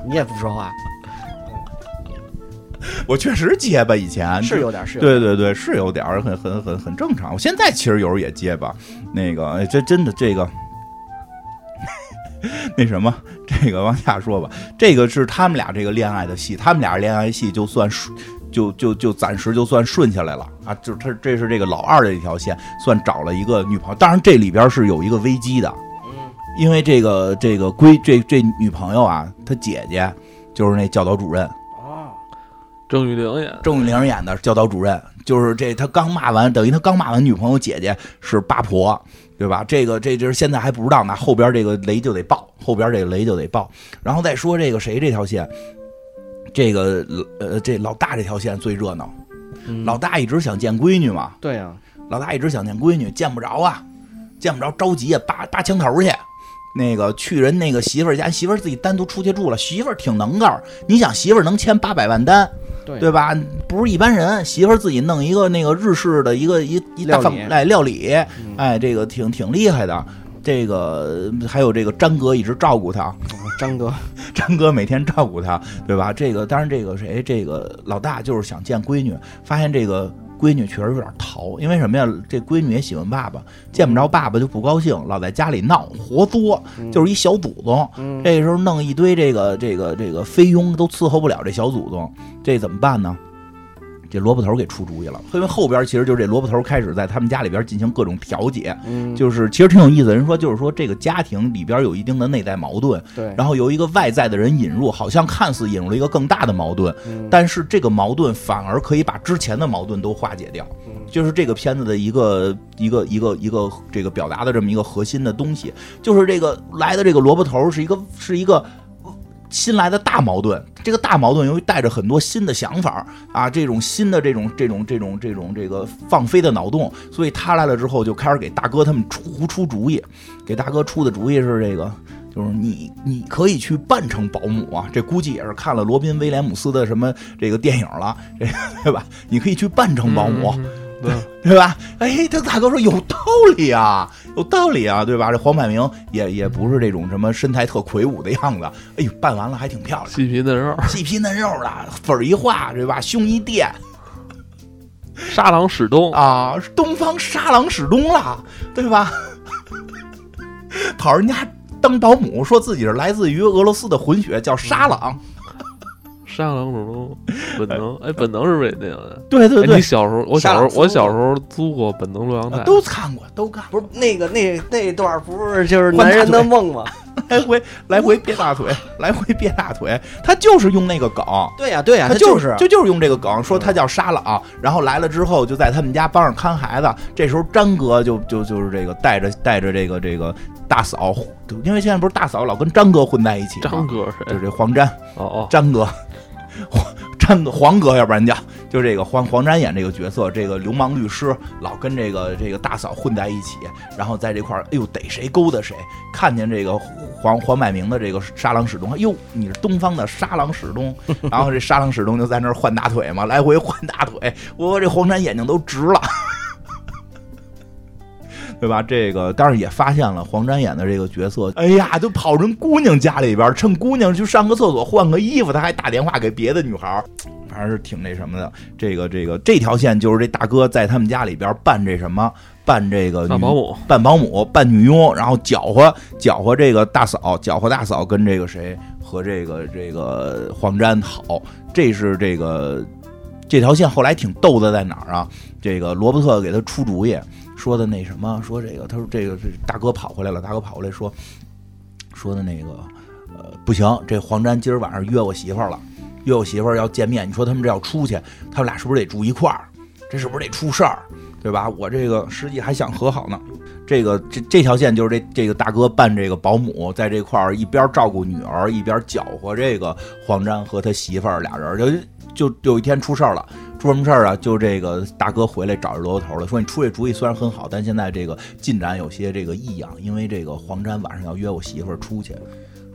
C: 你也不说话，
B: 我确实结巴，以前
C: 是有点是有点，
B: 对对对，是有点儿很很很很正常。我现在其实有时候也结巴，那个哎这真的这个 那什么，这个往下说吧。这个是他们俩这个恋爱的戏，他们俩恋爱戏就算顺，就就就暂时就算顺下来了啊。就他这是这个老二的一条线，算找了一个女朋友。当然这里边是有一个危机的，
C: 嗯
B: 因为这个这个闺这这女朋友啊，她姐姐就是那教导主任，
C: 哦，
A: 郑玉玲演，
B: 郑玉玲演的教导主任，就是这他刚骂完，等于他刚骂完女朋友姐姐是八婆，对吧？这个这就是现在还不知道呢，后边这个雷就得爆，后边这个雷就得爆。然后再说这个谁这条线，这个呃这老大这条线最热闹，
C: 嗯
B: 老大一直想见闺女嘛，
C: 对啊呀，
B: 老大一直想见闺女，见不着啊，见不着，着急啊，扒扒墙头去。那个去人那个媳妇儿家，媳妇儿自己单独出去住了，媳妇儿挺能干儿。你想媳妇儿能签八百万单，
C: 对啊
B: 对吧？不是一般人，媳妇儿自己弄一个那个日式的一个一一大
C: 料
B: 饭
C: 理
B: 哎料理，
C: 嗯
B: 哎，这个挺挺厉害的。这个还有这个张哥一直照顾她，
C: 嗯张哥，
B: 张哥每天照顾她，对吧？这个当然这个谁这个老大就是想见闺女，发现这个闺女确实有点淘，因为什么呀？这闺女也喜欢爸爸，见
C: 嗯
B: 不着爸爸就不高兴，老在家里闹活作，就是一小祖宗。
C: 嗯
B: 这时候弄一堆这个这个这个菲佣都伺候不了这小祖宗，这怎么办呢？这萝卜头给出主意了，因为后边其实就是这萝卜头开始在他们家里边进行各种调解，
C: 嗯，
B: 就是其实挺有意思的。人说就是说这个家庭里边有一定的内在矛盾，
C: 对，
B: 然后由一个外在的人引入，好像看似引入了一个更大的矛盾，
C: 嗯
B: 但是这个矛盾反而可以把之前的矛盾都化解掉，
C: 嗯
B: 就是这个片子的一个一个一个一个这个表达的这么一个核心的东西，就是这个来的这个萝卜头是一个是一个。新来的大矛盾，这个大矛盾由于带着很多新的想法啊，这种新的这种这种这种这种这个放飞的脑洞，所以他来了之后就开始给大哥他们出出主意，给大哥出的主意是这个，就是你你可以去扮成保姆啊，这估计也是看了罗宾威廉姆斯的什么这个电影了，这个对吧？你可以去扮成保姆，
A: 嗯，对，
B: 对吧？哎，他大哥说有道理啊，有道理啊，对吧？这黄百鸣也也不是这种什么身材特魁梧的样子，哎呦，扮完了还挺漂亮，
A: 细皮嫩肉，
B: 细皮嫩肉的，粉儿一画，对吧？胸一垫
A: 沙朗史东，
B: 啊，东方沙朗史东了，对吧？ 跑人家当保姆，说自己是来自于俄罗斯的混血，叫沙朗。
A: 沙朗史东，本能，哎，本能是不是也那样的？
B: 对对
A: 哎，
B: 对
A: 你，小时候，我
C: 沙
A: 小
C: 朗
A: 时候，我
C: 斯洛
A: 小时候租过本能录像带，
B: 都看过，都看过，
C: 不是那个那那段不是就是
B: 换大
C: 男人的梦吗？
B: 来回来回憋大腿，来回憋大腿，他就是用那个梗。
C: 对呀对
B: 啊
C: 呀，
B: 他
C: 就是
B: 就就是用这个梗说他叫沙朗，然后来了之后就在他们家帮着看孩子。这时候张哥就就就是这个带着带着这个这个大嫂，因为现在不是大嫂老跟张哥混在一起吗？
A: 张哥谁
B: 就？是这黄沾，
A: 哦哦，
B: 詹哥，黄詹哥黄哥，要不然叫就这个黄黄沾演这个角色，这个流氓律师老跟这个这个大嫂混在一起，然后在这块儿，哎呦逮谁勾搭谁，看见这个黄黄百鸣的这个沙朗史东，哎呦你是东方的沙朗史东，然后这沙朗史东就在那儿换大腿嘛，来回换大腿，我这黄沾眼睛都直了。对吧？这个当然也发现了黄沾演的这个角色，哎呀，就跑人姑娘家里边儿，趁姑娘去上个厕所换个衣服，他还打电话给别的女孩儿，反正是挺那什么的。这个这个这条线就是这大哥在他们家里边儿扮这什么，扮这个
A: 大
B: 女
A: 保姆，
B: 扮保姆，扮女佣，然后搅和搅和这个大嫂，搅和大嫂跟这个谁和这个这个黄沾好，这是这个这条线后来挺逗的在哪儿啊？这个罗伯特给他出主意说的那什么，说这个他说这个这大哥跑回来了，大哥跑回来说说的那个呃不行，这黄沾今儿晚上约我媳妇儿了，约我媳妇儿要见面，你说他们这要出去，他们俩是不是得住一块儿？这是不是得出事儿？对吧？我这个实际还想和好呢。这个这这条线就是这这个大哥扮这个保姆，在这块儿一边照顾女儿，一边搅和这个黄沾和他媳妇儿俩人，就就有一天出事儿了。出什么事儿啊？就这个大哥回来找着萝卜头了，说你出这主意虽然很好，但现在这个进展有些这个异样，因为这个黄沾晚上要约我媳妇儿出去，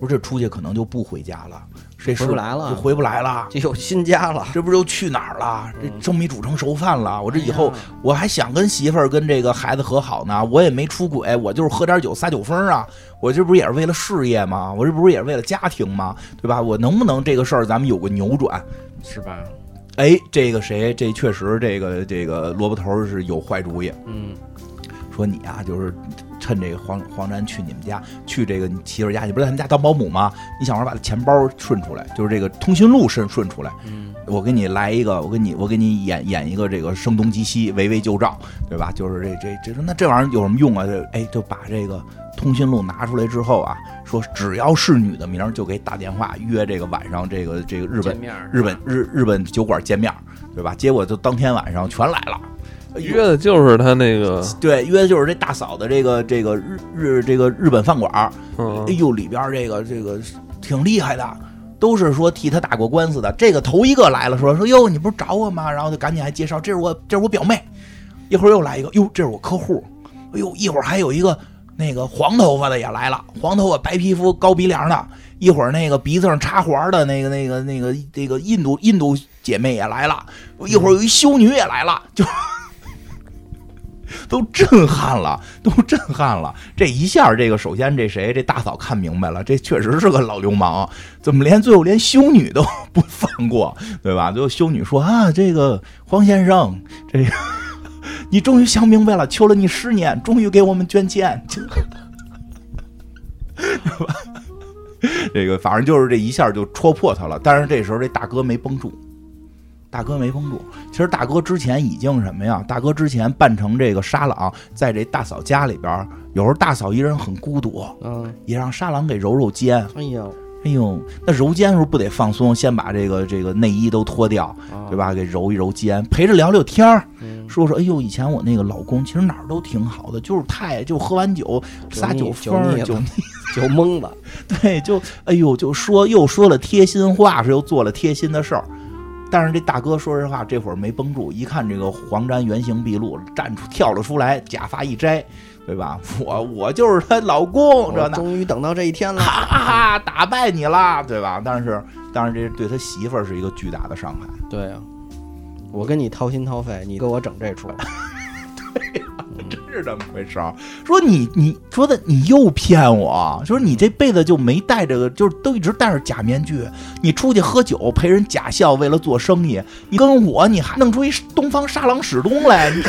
B: 说这出去可能就不回家了，这是
C: 回不来了
B: 就回不来了。
C: 就有新家了，
B: 这不就去哪儿了？这蒸米煮成熟饭了。我这以后
C: 嗯哎呀
B: 我还想跟媳妇儿跟这个孩子和好呢，我也没出轨，我就是喝点酒撒酒疯啊。我这不是也是为了事业吗？我这不是也是为了家庭吗？对吧？我能不能这个事儿咱们有个扭转？
C: 是吧？
B: 哎，这个谁，这确实这个这个萝卜头是有坏主意，
C: 嗯，
B: 说你啊，就是趁这个黄黄沾去你们家，去这个你媳妇儿家，你不是在他们家当保姆吗？你想法把他钱包顺出来，就是这个通讯录顺顺出来。
A: 嗯，
B: 我给你来一个，我给你我给你演演一个这个声东击西，围魏救赵，对吧？就是这这这说那这玩意儿有什么用啊？这哎就把这个通讯录拿出来之后啊，说只要是女的名儿就给打电话约这个晚上这个这个日本
C: 见面儿
B: 日本日日本酒馆见面儿，对吧？结果就当天晚上全来了。哎呦
A: 约的就是他那个，
B: 对，约的就是这大嫂的这个这个日日这个日本饭馆儿，
A: 嗯
B: 哎，呦，里边儿这个这个挺厉害的，都是说替他打过官司的。这个头一个来了，说说哟，你不是找我吗？然后就赶紧还介绍，这是我这是我表妹，一会儿又来一个，哟，这是我客户，哎呦，一会儿还有一个那个黄头发的也来了，黄头发白皮肤高鼻梁的，一会儿那个鼻子上插环的那个那个那个这个印度印度姐妹也来了，一会儿有一修女也来了，就。都震撼了，都震撼了！这一下，这个首先这谁这大嫂看明白了，这确实是个老流氓，怎么连最后连修女都不放过，对吧？最后修女说啊，这个黄先生，这个 你终于想明白了，求了你十年，终于给我们捐钱， 知道吧？这个反正就是这一下就戳破他了，但是这时候这大哥没绷住，大哥没绷住。其实大哥之前已经什么呀？大哥之前扮成这个沙朗，在这大嫂家里边儿，有时候大嫂一人很孤独，
C: 嗯，
B: 也让沙朗给揉揉肩。
C: 哎呦，
B: 哎呦，那揉肩的时候不得放松，先把这个这个内衣都脱掉，对吧？给揉一揉肩，陪着聊聊天儿，
C: 啊嗯？
B: 说说哎呦，以前我那个老公其实哪儿都挺好的，就是太就喝完酒撒
C: 酒
B: 酒疯
C: 腻
B: 儿
C: 酒腻了
B: 酒腻
C: 酒蒙了，
B: 对，就 哎呦，就说又说了贴心话，是又做了贴心的事儿。但是这大哥说实话，这会儿没绷住，一看这个黄沾原形毕露，站出跳了出来，假发一摘，对吧？ 我我就是她老公，这那
C: 我终于等到这一天了。
B: 哈哈哈，打败你啦，对吧？但是但是这对他媳妇儿是一个巨大的伤害。
C: 对啊，我跟你掏心掏肺，你给我整这出，
B: 真是这么回事儿。说你你说的你又骗我，说你这辈子就没戴这个，就是都一直戴着假面具。你出去喝酒陪人假笑，为了做生意，你跟我你还弄出一东方沙朗史东来，你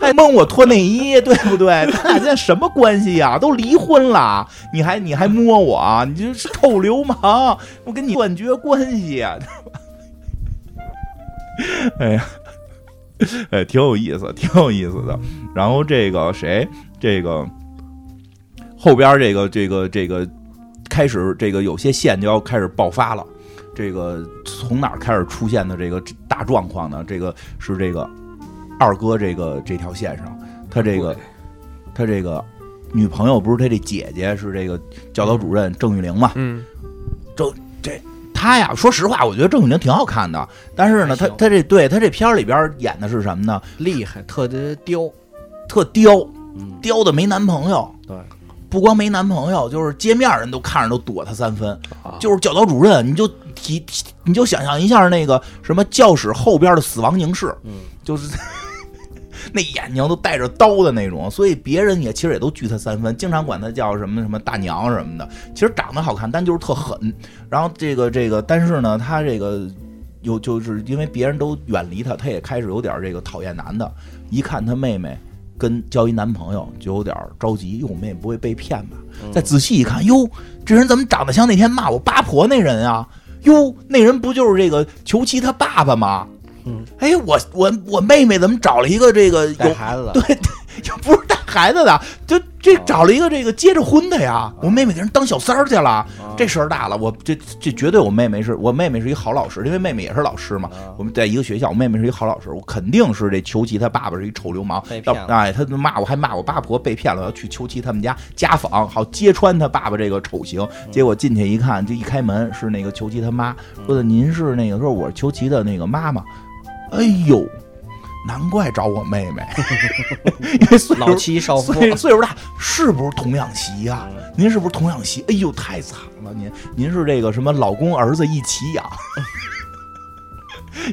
B: 还蒙我脱内衣，对不对？咱俩现在什么关系呀、都离婚了，你还你还摸我，啊你这是臭流氓！我跟你断绝关系。啊 哎呀，哎，挺有意思，挺有意思的。然后这个谁，这个后边这个这个这个开始这个有些线就要开始爆发了。这个从哪儿开始出现的这个大状况呢？这个是这个二哥这个这条线上，他这个他这个女朋友不是他这姐姐是这个教导主任郑玉玲嘛？
A: 嗯，
B: 他呀，说实话，我觉得郑玉玲挺好看的，但是呢，
C: 还
B: 他
C: 行
B: 他这对他这片儿里边演的是什么呢？
C: 厉害，特别刁。
B: 特刁，
C: 嗯，
B: 刁的没男朋友。
C: 对，
B: 不光没男朋友，就是街面人都看着都躲他三分，
A: 啊
B: 就是教导主任，你就提，提你就想象一下那个什么教室后边的死亡凝视，
C: 嗯，
B: 就是那眼睛都带着刀的那种，所以别人也其实也都惧他三分，经常管他叫什么什么大娘什么的。其实长得好看，但就是特狠。然后这个这个，但是呢，他这个有就是因为别人都远离他，他也开始有点这个讨厌男的。一看他妹妹跟交一男朋友，就有点着急，哟，我妹妹不会被骗吧？
C: 嗯
B: 再仔细一看，哟，这人怎么长得像那天骂我八婆那人啊？哟，那人不就是这个裘奇他爸爸吗？
C: 嗯，
B: 哎，我我我妹妹怎么找了一个这个
C: 带
B: 有
C: 孩子了，
B: 对， 又不是带孩子的，就这找了一个这个结着婚的呀。我妹妹给人当小三儿去了，
C: 啊
B: 这事儿大了。我这这绝对我妹妹是我妹妹是一好老师，因为妹妹也是老师嘛。
C: 啊
B: 我们在一个学校，我妹妹是一好老师，我肯定是这裘奇他爸爸是一臭流氓，
C: 被
B: 到
C: 骗了
B: 哎，他就骂我还骂我八婆被骗了，我要去裘奇他们家家访，好揭穿他爸爸这个丑行。
C: 嗯
B: 结果进去一看，这一开门是那个裘奇他妈，说的您是那个说我是裘奇的那个妈妈，哎呦。难怪找我妹 妹，因为岁数
C: 老妻少夫，
B: 岁岁数大，是不是童养媳呀、您是不是童养媳？哎呦，太惨了！您您是这个什么老公儿子一起养？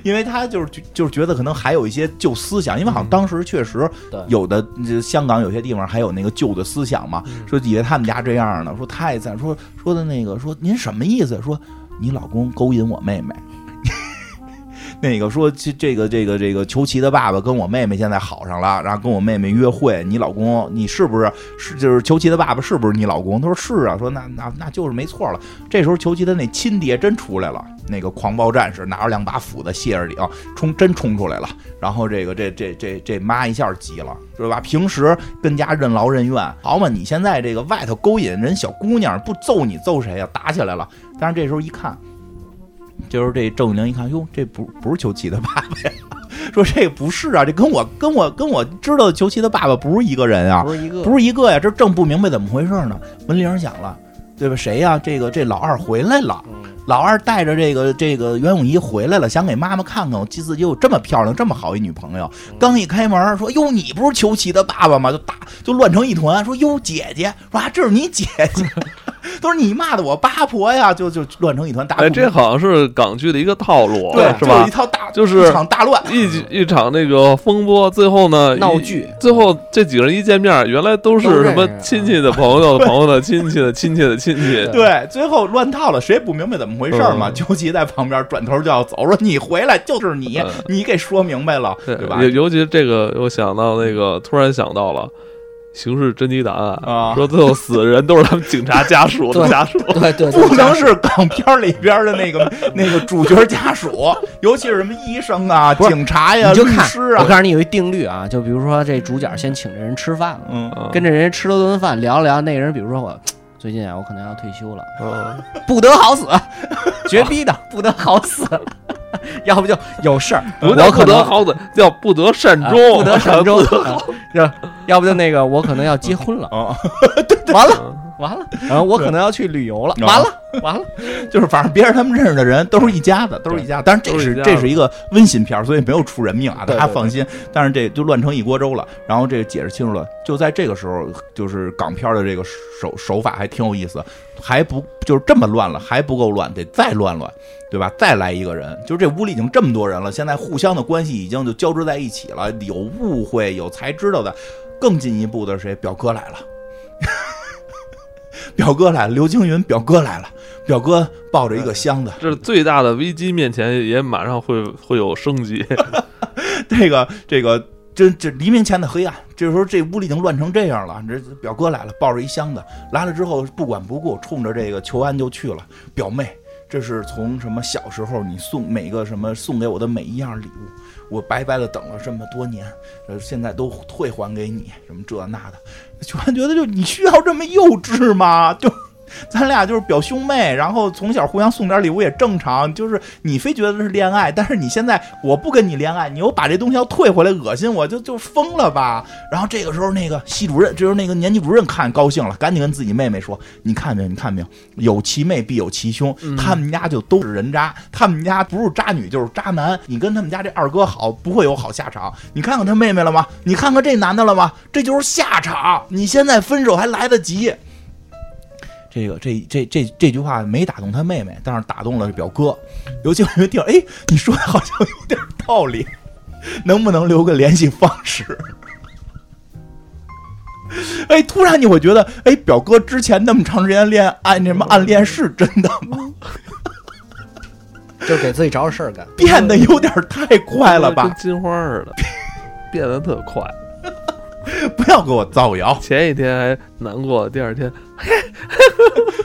B: 因为他就是觉就是觉得可能还有一些旧思想，因为好像当时确实
C: 对
B: 有的这香港有些地方还有那个旧的思想嘛，说以为他们家这样呢，说太惨，说说的那个说您什么意思？说你老公勾引我妹妹，那个说这这个这个这个裘奇的爸爸跟我妹妹现在好上了，然后跟我妹妹约会，你老公你是不是是就是裘奇的爸爸是不是你老公？他说是啊，说那那那就是没错了。这时候裘奇的那亲爹真出来了，那个狂暴战士拿着两把斧子卸着顶冲真冲出来了，然后这个这这这这妈一下急了，是吧？平时跟家任劳任怨，好嘛，你现在这个外头勾引人小姑娘，不揍你揍谁呀、啊打起来了。但是这时候一看，就是这郑玉玲一看，哟，这不不是裘奇的爸爸呀。 说这不是啊，这跟我跟我跟我知道的裘奇的爸爸不是一个人啊，
C: 不是一个，
B: 不是一个呀，这正不明白怎么回事呢。门铃响了，对吧？谁呀、这个这老二回来了，
C: 嗯
B: 老二带着这个这个袁咏仪回来了，想给妈妈看看，我自己有这么漂亮，这么好一女朋友。
A: 嗯
B: 刚一开门，说哟，你不是裘奇的爸爸吗？就打就乱成一团，说哟姐姐，说啊这是你姐姐， 都是你骂的我八婆呀，就就乱成一团大
A: 哎，
B: 乱。
A: 这好像是港剧的一个套路，啊
B: 对
A: 是
B: 就
A: 吧
B: 一？套大
A: 就是
B: 一场大乱，
A: 一集一场那个风波，最后呢
C: 闹
A: 一
C: 剧
A: 最后这几个人一见面，原来都
C: 都
A: 是
C: 认识
A: 什么亲戚的朋友的朋友的亲戚的亲戚的亲戚，
C: 嗯
B: 对，最后乱套了，谁也不明白怎么回事儿嘛。
A: 嗯
B: 究极在旁边转头就要走，说你回来就是你，
A: 嗯
B: 你给说明白了，对吧？
A: 尤尤其这个，我想到那个，突然想到了《刑事侦缉档案》
B: 啊
A: 说最后死的人都是他们警察家属的
C: 对
A: 家属。
C: 对对，对
B: 不能是港片儿里边儿的那 个那个主角家属，尤其是什么医生啊、
C: 不是
B: 警察呀、
C: 你就
B: 律
C: 看
B: 师，
C: 我
B: 啊，
C: 告诉你有一定律啊，就比如说这主角先请这人吃饭了，
B: 嗯，
A: 啊
C: 跟这人吃了顿饭，聊了聊，那个人比如说我最近啊，我可能要退休了，
B: 啊
A: 嗯
C: 不得好死， 绝逼的，不得好死，要不就有事儿，
A: 不叫不
C: 我可
A: 得
C: 能
A: 好歹叫不得善
C: 啊
A: 终，
C: 不得善终，啊要要不就那个我可能要结婚了，
B: 哦，
C: 完了
A: 嗯
C: 完了，然后我可能要去旅游了，
B: 啊
C: 完了完了，
B: 就是反正别人他们认识的人都是一家子，都是一家子。当然这
A: 都是
B: 是
A: 一家子
B: 这是一个温馨片儿，所以没有出人命啊，大
C: 对
B: 家
C: 对
B: 放心。但是这就乱成一锅粥了。然后这个解释清楚了，就在这个时候，就是港片儿的这个手手法还挺有意思，还不就是这么乱了，还不够乱，得再乱乱。对吧？再来一个人，就是这屋里已经这么多人了，现在互相的关系已经就交织在一起了，有误会，有才知道的，更进一步的是谁？表哥来了， 表哥来了，刘青云表哥来了，表哥抱着一个箱子，
A: 这是最大的危机面前也马上会会有升 级。
B: 这个这个这这黎明前的黑暗，这时候这屋里已经乱成这样了。这表哥来了，抱着一箱子来了之后不管不顾，冲着这个求安就去了。表妹，这是从什么小时候你送每个什么送给我的每一样礼物，我白白的等了这么多年，呃，现在都退还给你，什么这那的。求安觉得就你需要这么幼稚吗？ 就。咱俩就是表兄妹，然后从小互相送点礼物也正常。就是你非觉得这是恋爱，但是你现在我不跟你恋爱，你又把这东西要退回来，恶心我就就疯了吧。然后这个时候，那个系主任，就是那个年级主任看高兴了，赶紧跟自己妹妹说：“你看没有？你看没有？有其妹必有其兄，他们家就都是人渣，他们家不是渣女就是渣男。你跟他们家这二哥好，不会有好下场。你看看他妹妹了吗？你看看这男的了吗？这就是下场。你现在分手还来得及。”这个这这这这句话没打动他妹妹，但是打动了表哥。刘青云听，哎，你说的好像有点道理，能不能留个联系方式？ 哎，突然你会觉得，哎，表哥之前那么长时间恋爱，那什么暗恋是真的吗？
C: 就给自己找点事儿干。
B: 变得有点太快了吧
A: 跟！金花似的，变得特快。
B: 不要给我造谣，
A: 前一天还难过，第二天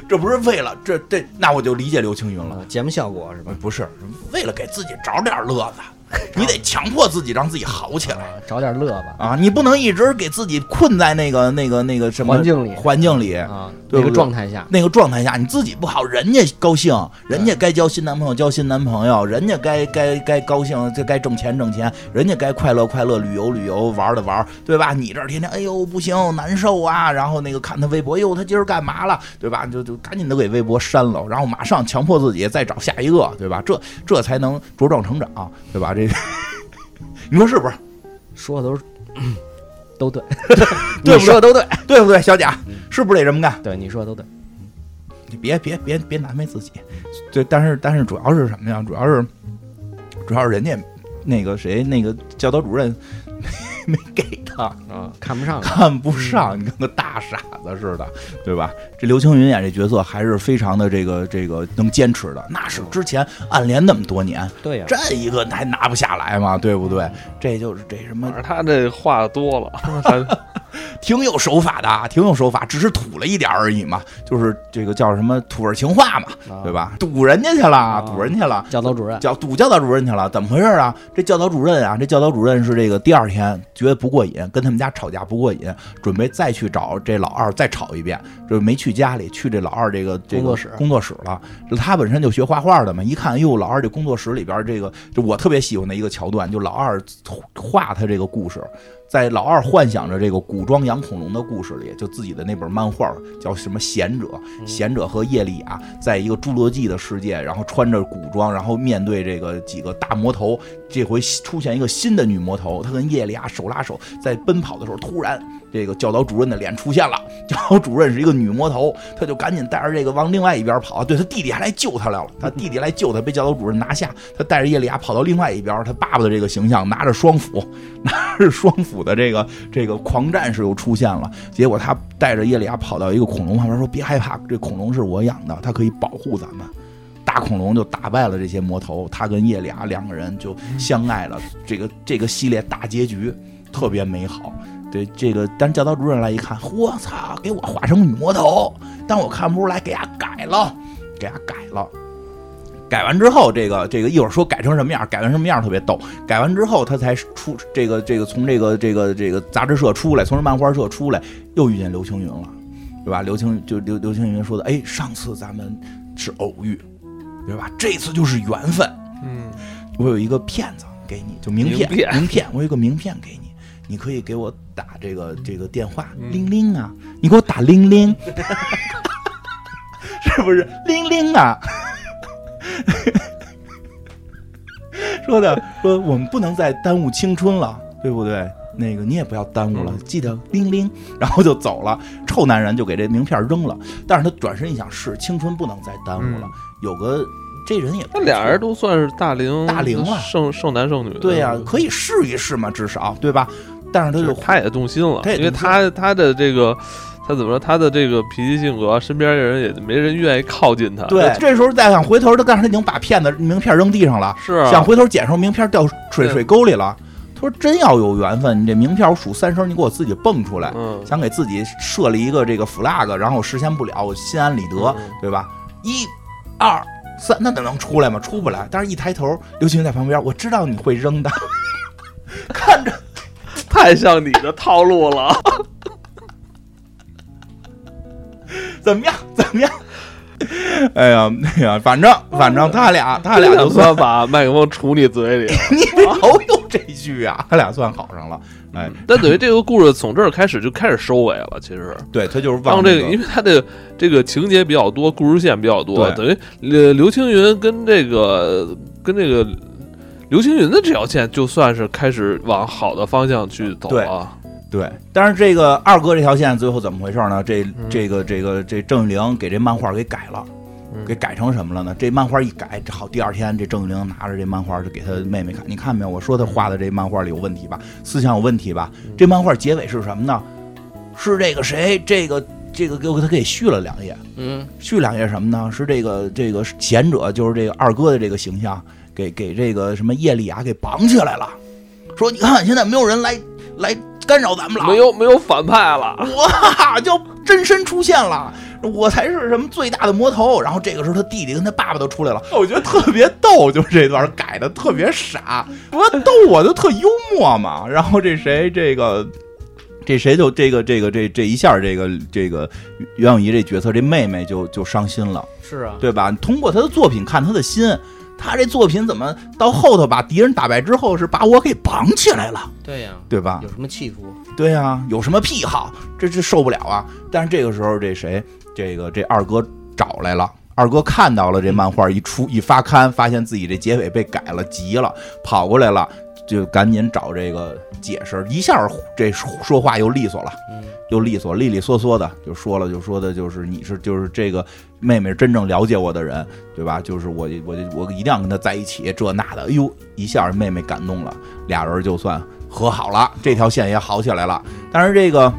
B: 这不是为了这这，那我就理解刘青云了。
C: 啊节目效果是吧？
B: 不是为了给自己找点乐子，你得强迫自己让自己好起来。
C: 啊，找点乐吧。
B: 啊，你不能一直给自己困在那个那个那个什么
C: 环境里
B: 环境里
C: 啊，
B: 对
C: 那
B: 不
C: 个
B: 对
C: 状态下，
B: 那个状态下，你自己不好，人家高兴，人家该交新男朋友交新男朋友，人家该该该高兴，这该挣钱挣钱，人家该快乐快乐，旅游旅游，玩的玩，对吧？你这儿天天哎呦不行，难受啊，然后那个看他微博，哟哎他今儿干嘛了，对吧？就就赶紧都给微博删了，然后马上强迫自己再找下一个，对吧？这这才能茁壮成长，对吧？这 你说是 不是？
C: 说的都是都对，
B: 对不对
C: 你说的都对，
B: 对不对，小贾？
C: 嗯
B: 是不是得这么干？
C: 对你说的都对。
B: 你别别别别难为自己，对，但是但是主要是什么呀？主要是主要是人家那个谁那个教导主任没给他， 操，
A: 啊，
C: 看不上了。
B: 看不上，你跟个大傻子似的，对吧？这刘青云演这角色还是非常的这个这个能坚持的，那是之前暗恋那么多年，
C: 对呀、
B: 这一个还拿不下来嘛，对不对？这就是这什么
A: 反正他这话多 了，咱
B: 挺有手法的，啊，挺有手法，只是土了一点而已嘛，就是这个叫什么土味情话嘛，
C: 啊
B: 对？吧？堵人家去了，堵人去了。
C: 教导主任
B: 叫堵教导主任去了，怎么回事啊？这教导主任啊，这教导主任是这个第二天觉得不过瘾，跟他们家吵架不过瘾，准备再去找这老二再吵一遍，就是没去家里，去这老二这个这个
C: 工作室
B: 工作室了。他本身就学画画的嘛，一看，哟，老二这工作室里边这个，就我特别喜欢的一个桥段，就老二画他这个故事。在老二幻想着这个古装养恐龙的故事里，就自己的那本漫画叫什么《贤者》，
C: 嗯
B: 贤者和叶利亚在一个侏罗纪的世界，然后穿着古装，然后面对这个几个大魔头。这回出现一个新的女魔头，她跟叶利亚手拉手在奔跑的时候，突然这个教导主任的脸出现了。 教导主任是一个女魔头，她就赶紧带着这个往另外一边跑。对她弟弟还来救她来了，她弟弟来救她，被教导主任拿下。她带着叶利亚跑到另外一边，她爸爸的这个形象拿着双斧， 拿着双斧的这个这个狂战士又出现了。结果他带着叶利亚跑到一个恐龙旁边，说：“别害怕，这恐龙是我养的，它可以保护咱们。”大恐龙就打败了这些魔头，他跟叶利亚两个人就相爱了。这个这个系列大结局特别美好。对这个，但是教导主任来一看，我操，给我画成女魔头，但我看不出来，给他改了，给他改了。改完之后，这个这个一会儿说改成什么样，改完什么样特别逗。改完之后，他才出这个这个从这个这个这个杂志社出来，从这漫画社出来，又遇见刘青云了，对吧？刘青就刘刘青云说的，哎，上次咱们是偶遇，对吧？这次就是缘分。
A: 嗯，
B: 我有一个片子给你，就名片，
A: 名片
B: 我有一个名片给你，你可以给我打这个这个电话，
A: 嗯
B: 铃铃啊，你给我打铃铃， 是不是铃铃啊？ 说的说我们不能再耽误青春了，对不对？那个你也不要耽误了，
A: 嗯
B: 记得铃铃，然后就走了。臭男人就给这名片扔了，但是他转身一想，是青春不能再耽误了，有个这人也不
A: 嗯那俩
B: 错
A: 人都算是大龄
B: 大龄了
A: 剩剩男剩女的。
B: 对呀、可以试一试嘛，至少对吧？但是他
A: 嗯就是
B: 就
A: 他也动心了，
B: 他也
A: 因为
B: 动心
A: 他他的这个，他怎么说？他的这个脾气性格，身边的人也没人愿意靠近他。
B: 对，这时候再想回头，他但是他已经把骗子名片扔地上了，
A: 是啊
B: 想回头捡时候名片掉水
A: 对
B: 水沟里了。他说：“真要有缘分，你这名片我数三声，你给我自己蹦出来。
A: 嗯，
B: 想给自己设立一个这个 flag，然后我实现不了，我心安理得，
A: 嗯
B: 对吧？一、二、三，那能出来吗？出不来。但是一抬头，刘青云在旁边，我知道你会扔的， 看着
A: 太像你的套路了。
B: 怎么样？怎么样？ 哎呀，哎呀，反正反
A: 嗯
B: 正他俩他
A: 他
B: 俩
A: 俩
B: 就
A: 就
B: 算
A: 算把麦克风杵你嘴里了，
B: 你别
A: 啊
B: 老有这句啊，他俩算好上了。哎，
A: 但等于这个故事从这儿开始就开始收尾了。其实，
B: 对他就是
A: 当
B: 忘
A: 哦这
B: 那
A: 个，因为他的这个情节比较多，故事线比较多，等
B: 对
A: 于刘刘青云跟这个跟这个刘青云的这条线就算是开始往好的方向去走了。
B: 对，但是这个二哥这条线最后怎么回事呢？这
A: 嗯
B: 这个这个这郑玉玲给这漫画给改了。
A: 嗯
B: 给改成什么了呢？这漫画一改，这好，第二天这郑玉玲拿着这漫画就给他妹妹看，你看没有？我说他画的这漫画里有问题吧，思想有问题吧？
A: 嗯
B: 这漫画结尾是什么呢？是这个谁，这个这个给我他给续了两页，
C: 嗯，
B: 续两页什么呢？是这个这个贤者，就是这个二哥的这个形象，给给这个什么叶利亚给绑起来了，说你看现在没有人来来干扰咱们了，
A: 没有没有反派了，
B: 哇，就真身出现了，我才是什么最大的魔头。然后这个时候他弟弟跟他爸爸都出来了，哦我觉得特别逗，就是这段改的特别傻，我逗我就特幽默嘛。然后这谁这个。这谁就这个这个这这一下这个这个袁咏仪这角色这妹妹就就伤心了，
C: 是啊，
B: 对吧？你通过他的作品看他的心，他这作品怎么到后头把敌人打败之后是把我给绑起来了，
C: 对呀、
B: 对吧？
C: 有什么企图？
B: 对呀、有什么癖好？这这受不了啊！但是这个时候，这谁，这个这二哥找来了。二哥看到了这漫画一出一发刊，发现自己这结尾被改了，急了，跑过来了，就赶紧找这个解释。一下这说话又利索了，
C: 嗯，
B: 又利索，利利索索的就说了，就说的就是你是就是这个妹妹真正了解我的人，对吧？就是我我我一定要跟她在一起，这那的。哎呦，一下妹妹感动了，俩人就算和好了，这条线也好起来了。但是这个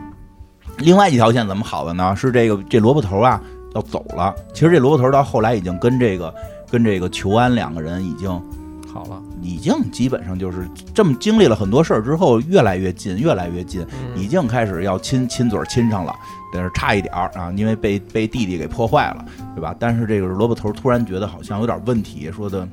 B: 另外一条线怎么好的呢？是这个这萝卜头啊要走了。其实这萝卜头到后来已经跟这个跟这个裘安两个人已经
C: 嗯
A: 好了，
B: 已经基本上就是这么经历了很多事儿之后，越来越近，越来越近，
A: 嗯
B: 已经开始要亲亲嘴儿亲上了，但是差一点儿啊，因为被被弟弟给破坏了，对吧？但是这个萝卜头突然觉得好像有点问题，说的。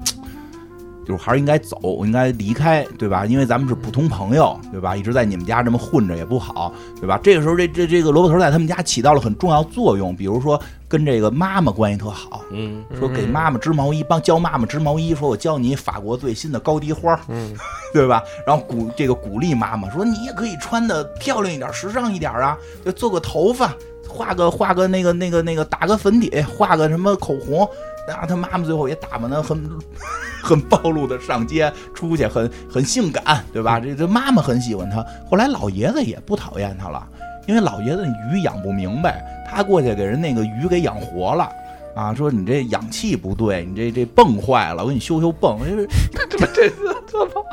B: 就是还是应该走，我应该离开，对吧？因为咱们是普通朋友，对吧？一直在你们家这么混着也不好，对吧？这个时候这，这这个萝卜头在他们家起到了很重要作用，比如说跟这个妈妈关系特好，
D: 嗯，
B: 说给妈妈织毛衣，帮教妈妈织毛衣，说我教你法国最新的高低花儿，
A: 嗯，
B: 对吧？然后鼓这个鼓励妈妈说，你也可以穿的漂亮一点，时尚一点啊，就做个头发，画个画个那个那个那个打个粉底，画个什么口红。那他妈妈最后也打扮的很 很暴露的上街出去，很很性感，对吧？这这妈妈很喜欢他。后来老爷子也不讨厌他了，因为老爷子鱼养不明白，他过去给人那个鱼给养活了。啊，说你这氧气不对，你这这泵坏了，我给你修修泵。就是
A: 这这这他妈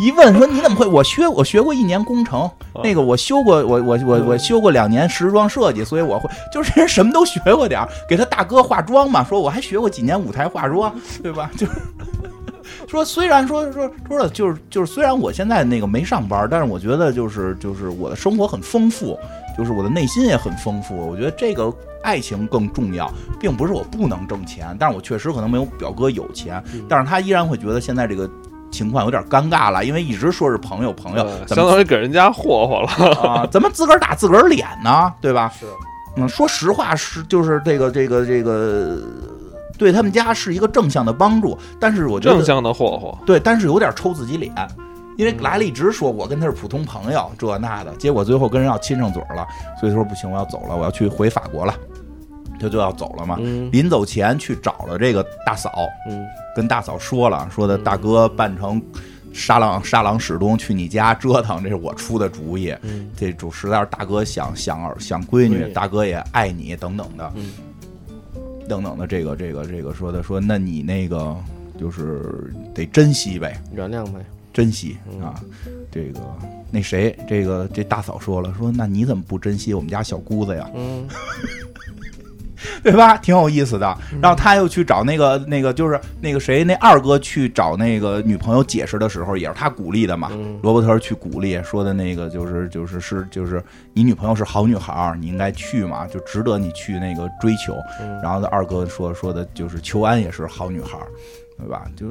B: 一问说你怎么会？我学我学过一年工程，那个我修过我我我我修过两年时装设计，所以我会就是什么都学过点儿。给他大哥化妆嘛，说我还学过几年舞台化妆，对吧？ 就是。说虽然说说说了，就是就是虽然我现在那个没上班，但是我觉得就是就是我的生活很丰富，就是我的内心也很丰富。我觉得这个爱情更重要，并不是我不能挣钱，但是我确实可能没有表哥有钱，但是他依然会觉得现在这个情况有点尴尬了，因为一直说是朋友朋友，
A: 呃
B: 怎
A: 相
B: 么
A: 当于给人家霍霍了。
B: 啊、怎么自个儿打自个儿脸呢？对吧？
D: 是啊
B: 嗯，说实话是就是这个这个这个，对他们家是一个正向的帮助，但是我觉
A: 正
B: 得
A: 向的霍霍，
B: 对，但是有点抽自己脸，因为来了一直说我跟他是普通朋友这那的，结果最后跟人要亲上嘴儿了，所以说不行，我要走了，我要去回法国了，他就要走了嘛。
D: 嗯
B: 临走前去找了这个大嫂，
D: 嗯
B: 跟大嫂说了，说的大哥扮成沙朗沙朗史东去你家折腾，这是我出的主意。
D: 嗯
B: 这主实在是大哥想想儿想闺
D: 闺
B: 女，
D: 女
B: 大哥也爱你等等的，
D: 嗯
B: 等等的这个这个这个说的说，那你那个就是得珍惜呗，
D: 原谅呗，
B: 珍惜
D: 嗯
B: 啊，这个。那谁，这个这大嫂说了，说那你怎么不珍惜我们家小姑子呀？
D: 嗯
B: 对吧？挺有意思的。
D: 嗯
B: 然后他又去找那个那个，就是那个谁，那二哥去找那个女朋友解释的时候，也是他鼓励的嘛。
D: 嗯
B: 罗伯特去鼓励说的那个，就是就是是就是你女朋友是好女孩儿，你应该去嘛，就值得你去那个追求。
D: 嗯
B: 然后二哥说说的就是秋安也是好女孩儿，对吧？就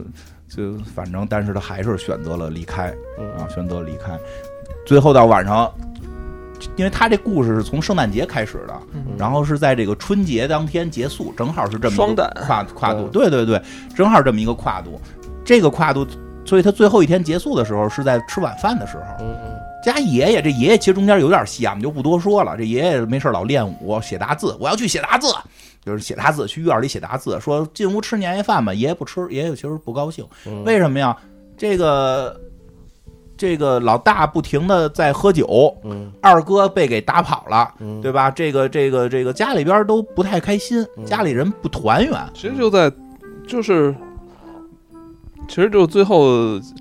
B: 就反正，但是他还是选择了离开。
D: 嗯
B: 啊，选择离开。最后到晚上，因为他这故事是从圣诞节开始的，
A: 嗯
B: 然后是在这个春节当天结束，正好是这么一个
A: 双旦
B: 跨跨度，
D: 嗯
B: 对对对，正好这么一个跨度。这个跨度，所以他最后一天结束的时候是在吃晚饭的时候。
D: 嗯
B: 家爷爷这爷爷其实中间有点戏啊，我们就不多说了。这爷爷没事老练武、写大字，我要去写大字，就是写大字，去院里写大字，说进屋吃年夜饭吧。爷爷不吃，爷爷其实不高兴。
D: 嗯
B: 为什么呀？这个这个老大不停的在喝酒，
D: 嗯
B: 二哥被给打跑了，
D: 嗯
B: 对吧？这个这个这个家里边都不太开心，
D: 嗯
B: 家里人不团圆。
A: 其实就在，就是，其实就最后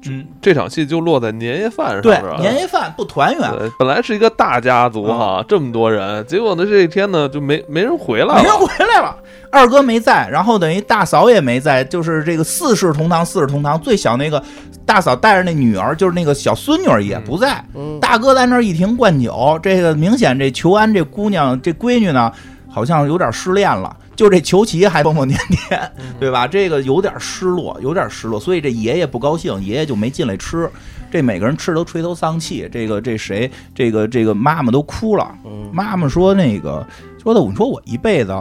B: 嗯，
A: 这场戏就落在年夜饭上，
B: 对
A: 是吧，
B: 年夜饭不团圆，
A: 对本来是一个大家族哈，这么多人，结果呢这一天呢就没没人回来
B: 没人
A: 了，
B: 回来了。二哥没在，然后等于大嫂也没在，就是这个四世同堂，四世同堂最小那个大嫂带着那女儿，就是那个小孙女儿也不在。
D: 嗯
B: 大哥在那儿一停灌酒，这个明显这裘安这姑娘这闺女呢，好像有点失恋了。就这裘奇还疯疯癫癫，对吧？这个有点失落，有点失落，所以这爷爷不高兴，爷爷就没进来吃。这每个人吃都垂头丧气，这个这谁，这个这个妈妈都哭了。
D: 嗯
B: 妈妈说那个说的，我说我一辈子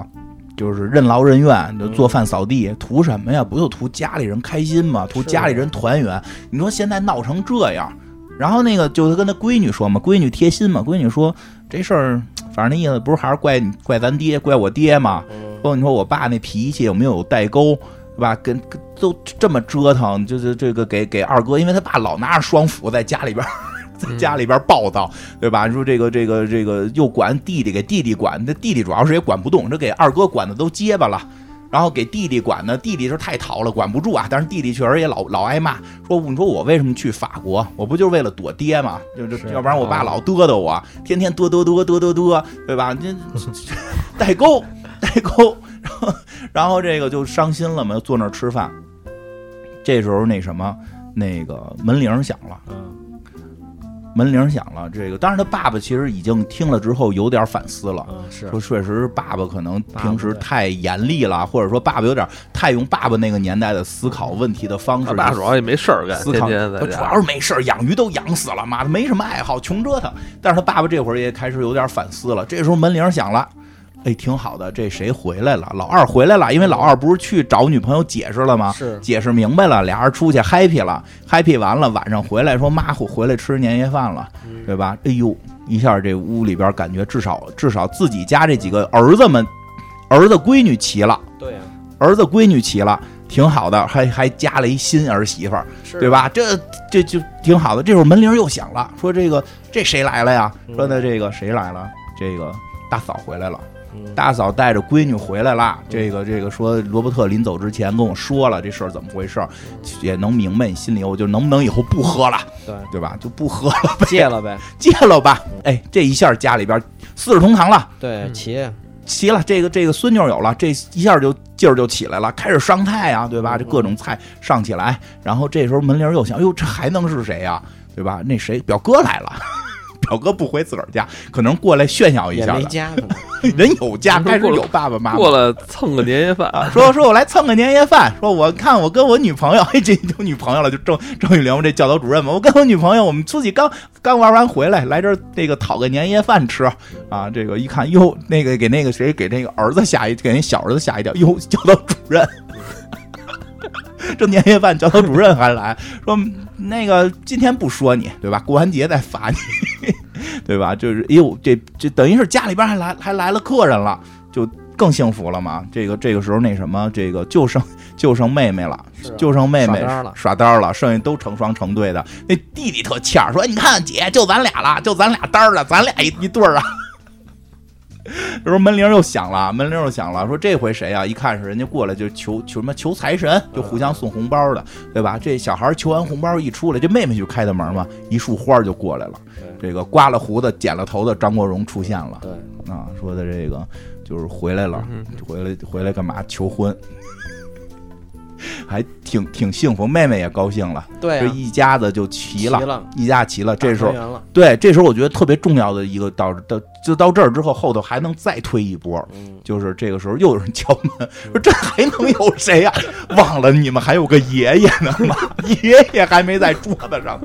B: 就是任劳任怨，就做饭扫地，图什么呀？不就图家里人开心吗？图
D: 是
B: 家里人团圆。你说现在闹成这样，然后那个就是跟他闺女说嘛，闺女贴心嘛，闺女说这事儿，反正那意思不是还是怪你怪咱爹，怪我爹嘛。
D: 嗯
B: 包括你说我爸那脾气有没有代沟，对吧？跟跟都这么折腾，就是这个给给二哥，因为他爸老拿着双斧在家里边儿。在
A: 嗯
B: 家里边儿暴躁，对吧？你说这个这个这个又管弟弟，给弟弟管，这弟弟主要是也管不动，这给二哥管的都结巴了。然后给弟弟管呢，弟弟是太淘了，管不住啊。但是弟弟确实也老老挨骂，说你说我为什么去法国？我不就是为了躲爹嘛？就就是要不然我爸老嘚嘚我，天天嘚嘚嘚嘚嘚嘚，对吧？这代沟代沟，然后然后这个就伤心了嘛，坐那儿吃饭。这时候那什么，那个门铃响了。
D: 嗯
B: 门铃响了，这个当然他爸爸其实已经听了之后有点反思了，
C: 啊
D: 嗯是
B: 说确实爸爸可能
D: 爸爸
B: 平时
D: 对
B: 太严厉了，或者说爸爸有点太用爸爸那个年代的思考问题的方式
A: 他
B: 去
A: 爸主要也没事儿干，
B: 思
A: 天
B: 考，
A: 天在
B: 他主
A: 家
B: 要。是没事儿养鱼都养死了，妈的没什么爱好，穷折腾。但是他爸爸这会儿也开始有点反思了，这时候门铃响了。哎，挺好的，这谁回来了？老二回来了，因为老二不是去找女朋友解释了吗？
C: 是
B: 解释明白了，俩人出去 happy 了，happy 完了，晚上回来说妈，我回来吃年夜饭了，对吧？哎呦，一下这屋里边感觉至少至少自己家这几个儿子们，儿子闺女齐了，
D: 对呀，
B: 儿子闺女齐了，挺好的，还还加了一新儿媳妇儿，
D: 是啊
B: 对？吧？这这就挺好的。这会儿门铃又响了，说这个这谁来了呀？
C: 嗯
B: 说的这个谁来了？这个大嫂回来了。
C: 嗯
B: 大嫂带着闺女回来了，这个这个说罗伯特临走之前跟我说了这事儿怎么回事儿，也能明白你心里，我就能不能以后不喝了，
C: 对
B: 对吧？就不喝了，
C: 戒了呗，
B: 戒了吧。 哎，这一下家里边四世同堂了，
C: 对，
A: 嗯
C: 齐
B: 齐了，这个这个孙女儿有了，这一下就劲儿就起来了，开始上菜啊，对
C: 嗯
B: 吧？这各种菜上起来，然后这时候门铃儿又响，哟，这还能是谁呀、对吧？那谁表哥来了， 表哥不回自个儿家，可能过来炫耀一
C: 也
B: 下
C: 没
B: 的，
C: 加呢，
B: 人有家，
A: 过
B: 开始
A: 了
B: 有爸爸妈妈
A: 过。来蹭个年夜 饭，
B: 啊，说说我来蹭个年夜饭，说我看我跟我女朋友，嘿，这有女朋友了，就郑郑宇良这教导主任嘛，我跟我女朋友，我们出去刚刚玩完回来，来这儿这个讨个年夜饭吃啊，这个一看哟，那个给那个谁给那个儿子吓一，给那小儿子吓一跳，哟，教导主任。 这年夜饭，教导主任还来说，那个今天不说你，对吧？过完节再罚你， 对吧？就是，哎呦，这这等于是家里边还来还来了客人了，就更幸福了嘛。这个这个时候那什么，这个就 剩就剩妹妹了，
C: 是啊
B: 就剩妹妹
C: 耍单了
B: 耍单儿了，剩下都成双成对的。那弟弟特欠儿，说你看姐，就咱俩了，就咱俩单儿了，咱俩 一一对儿啊。 这时候门铃又响了，门铃又响了，说这回谁啊？一看是人家过来就求求什么求财神，就互相送红包的，对吧？这小孩求完红包一出来，这妹妹就开的门嘛，一束花就过来了。这个刮了胡子、剪了头的张国荣出现了
C: 对，
B: 啊，说的这个就是回来了，
A: 嗯
B: 回来回来干嘛？求婚，还挺挺幸福，妹妹也高兴了，
C: 对
B: 这
C: 啊，
B: 一家子就齐了，
C: 了，啊
B: 一家齐了。这时候
C: 大团圆了，
B: 对，这时候我觉得特别重要的一个到到就到这儿之后，后头还能再推一波，
C: 嗯，
B: 就是这个时候又有人敲门，说这还能有谁呀、忘了你们还有个爷爷呢吗？ 爷爷还没在桌子上，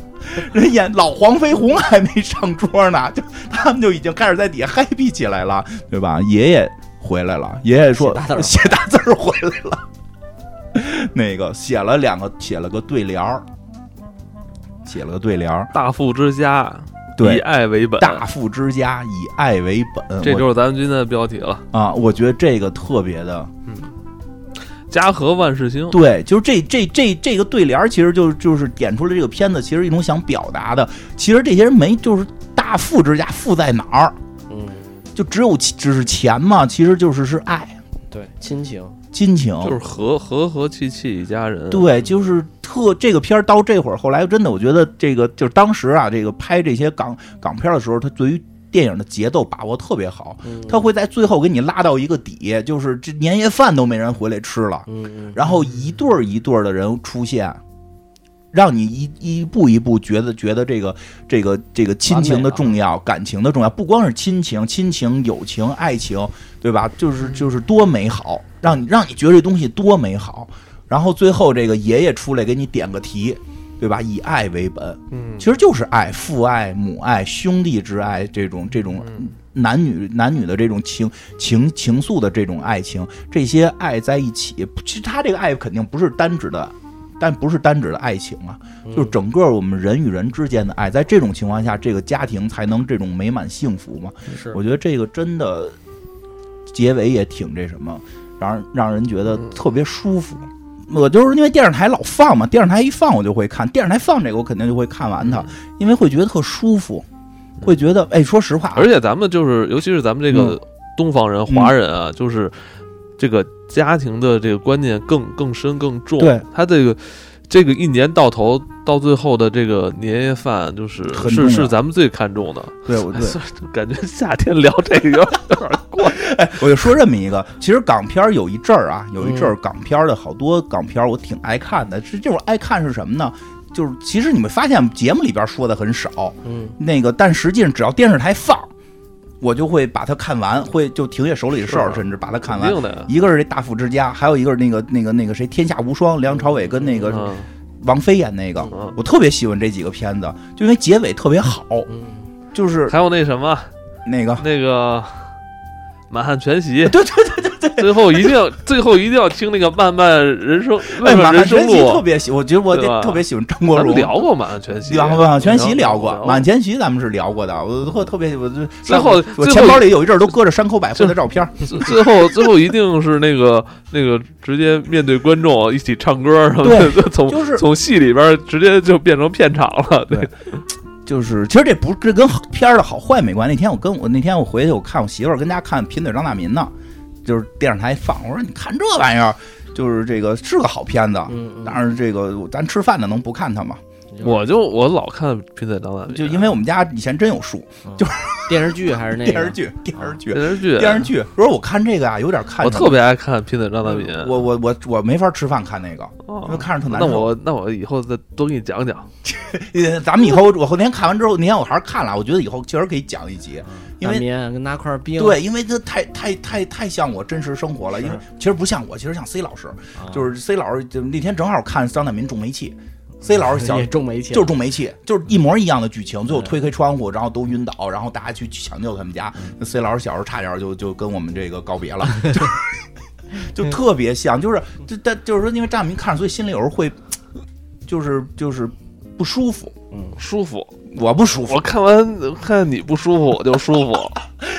B: 人演老黄飞鸿还没上桌呢，就他们就已经开始在底下 happy 起来了，对吧？爷爷回来了，爷爷说
C: 写大字儿
B: 写大字儿回来了，那个写了两个写了个对联儿，写了个对联儿，
A: 大富之家以
B: 对。
A: 爱为本，
B: 大富之家以爱为本，
A: 这
B: 我
A: 就是咱们今天的标题了。
B: 啊，我觉得这个特别的，
A: 家和万事兴，
B: 对，就是这这这这个对联儿，其实就就是点出了这个片子其实一种想表达的。其实这些人没就是大富之家，富在哪儿？
C: 嗯，
B: 就只有只是钱嘛，其实就是是爱、
C: 对，亲情，
B: 亲情。
A: 就是和和和气气一家人。
B: 对，就是特这个片儿到这会儿，后来真的，我觉得这个就是当时啊，这个拍这些港港片儿的时候，他对于电影的节奏把握特别好，
C: 嗯
B: 他，会在最后给你拉到一个底，就是这年夜饭都没人回来吃了，
C: 嗯，
B: 然后一对儿一对儿的人出现，让你一一步一步觉得觉得这个这个这个亲情的重要，感情的重要，不光是亲情，亲情、友情、爱情，对吧？就是就是多美好，让你让你觉得这东西多美好。然后最后这个爷爷出来给你点个题，对吧？以爱为本，
A: 嗯，
B: 其实就是爱，父爱、母爱、兄弟之爱这种这种男女男女的这种情情情愫的这种爱情，这些爱在一起，其实他这个爱肯定不是单指的。但不是单指的爱情啊，
C: 嗯
B: 就是整个我们人与人之间的爱，在这种情况下，这个家庭才能这种美满幸福嘛。
C: 是
B: 我觉得这个真的结尾也挺这什么，让人让人觉得特别舒服。我就是因为电视台老放嘛，电视台一放我就会看，电视台放这个我肯定就会看完它，因为会觉得特舒服，会觉得哎，说实话啊，
A: 而且咱们就是，尤其是咱们这个东方人、
B: 嗯
A: 华人啊，就是这个家庭的这个观念更更深更重。
C: 对，
A: 他这个这个一年到头到最后的这个年夜饭，就是
B: 很重
A: 是
B: 要
A: 是咱们最看重的。
B: 对，我
A: 哎
B: 对，
A: 算了感觉夏天聊这个有点有点过。
B: 我就说这么一个，其实港片儿有一阵儿啊，有一阵
A: 嗯
B: 儿港片儿的好多港片儿我挺爱看的。是这种爱看是什么呢？就是其实你们发现节目里边说的很少，
C: 嗯，
B: 那个但实际上只要电视台放，我就会把它看完，会就停下手里的事儿，
A: 是啊
B: 甚至把它看
A: 肯
B: 完。
A: 定的呀。
B: 一个是这《大富之家》，还有一个是那个那个那个谁，《天下无双》，梁朝伟跟那个
A: 嗯
B: 王菲演那个，
A: 嗯，
B: 我特别喜欢这几个片子，就因为结尾特别好，
C: 嗯，
B: 就是
A: 还有那什么
B: 那个
A: 那个。满汉全席，对对对对对，最后一定要，最后一定要听那个《漫漫人生》，
B: 哎，
A: 漫
B: 满
A: 漫
B: 汉
A: 人生
B: 全席
A: 路啊
B: 特》，别喜，我觉得我
A: 对吧
B: 特别喜欢张国
A: 咱
B: 荣
A: 们。聊过《满汉全席》，
B: 聊啊过满汉全席聊过，
A: 聊
B: 满汉全席咱们是聊过的，我特特别我就
A: 最后
B: 我
A: 最
B: 钱
A: 后
B: 包里有一阵儿都搁着山口百惠的照片儿，
A: 最最后最后一定是那个那个直接面对观众一起唱歌什么的，从
B: 就是
A: 从戏里边直接就变成片场了。
B: 对就是，其实这不这跟片儿的好坏没关系。那天我跟我那天我回去我看我媳妇儿跟家看《贫嘴张大民》呢，就是电视台放，我说你看这玩意儿，就是这个是个好片子。
C: 嗯
B: 但是这个咱吃饭的能不看它吗？
A: 我就我老看《贫嘴张大民》，
B: 就因为我们家以前真有书，
C: 电视剧还是那个
B: 电视，剧、电视剧、
A: 电视剧，
B: 电视剧。我说我看这个啊，有点看
A: 我
B: 着
A: 特别爱看《贫嘴张大民》。
B: 我我我我没法吃饭看那个，因为
A: 哦
B: 看着特难
A: 那
B: 受。
A: 我那我以后再多给你讲讲，
B: 呃，咱们以后我后天看完之后，那天我还是看了，啊我觉得以后确实可以讲一集，因
C: 大
B: 为
C: 棉跟拿块冰，
B: 对，因为这太太太太像我真实生活了，
C: 是
B: 因为其实不像我，其实像 C 老师，
C: 啊，
B: 就是 C 老师就那天正好看张大民中煤气，C 老师小
C: 也嗯中煤气，
B: 就是中煤气，就是一模一样的剧情，最后推开窗户，然后都晕倒，然后大家去抢救他们家。
C: 嗯
B: 那 C 老师小时候差点就就跟我们这个告 别了，就就特别像，就是就但就是说，因为张大民看着，所以心里有时候会，就是就是不舒服，
A: 舒服。
B: 我不舒服
A: 我。看完看你不舒服，我就舒服。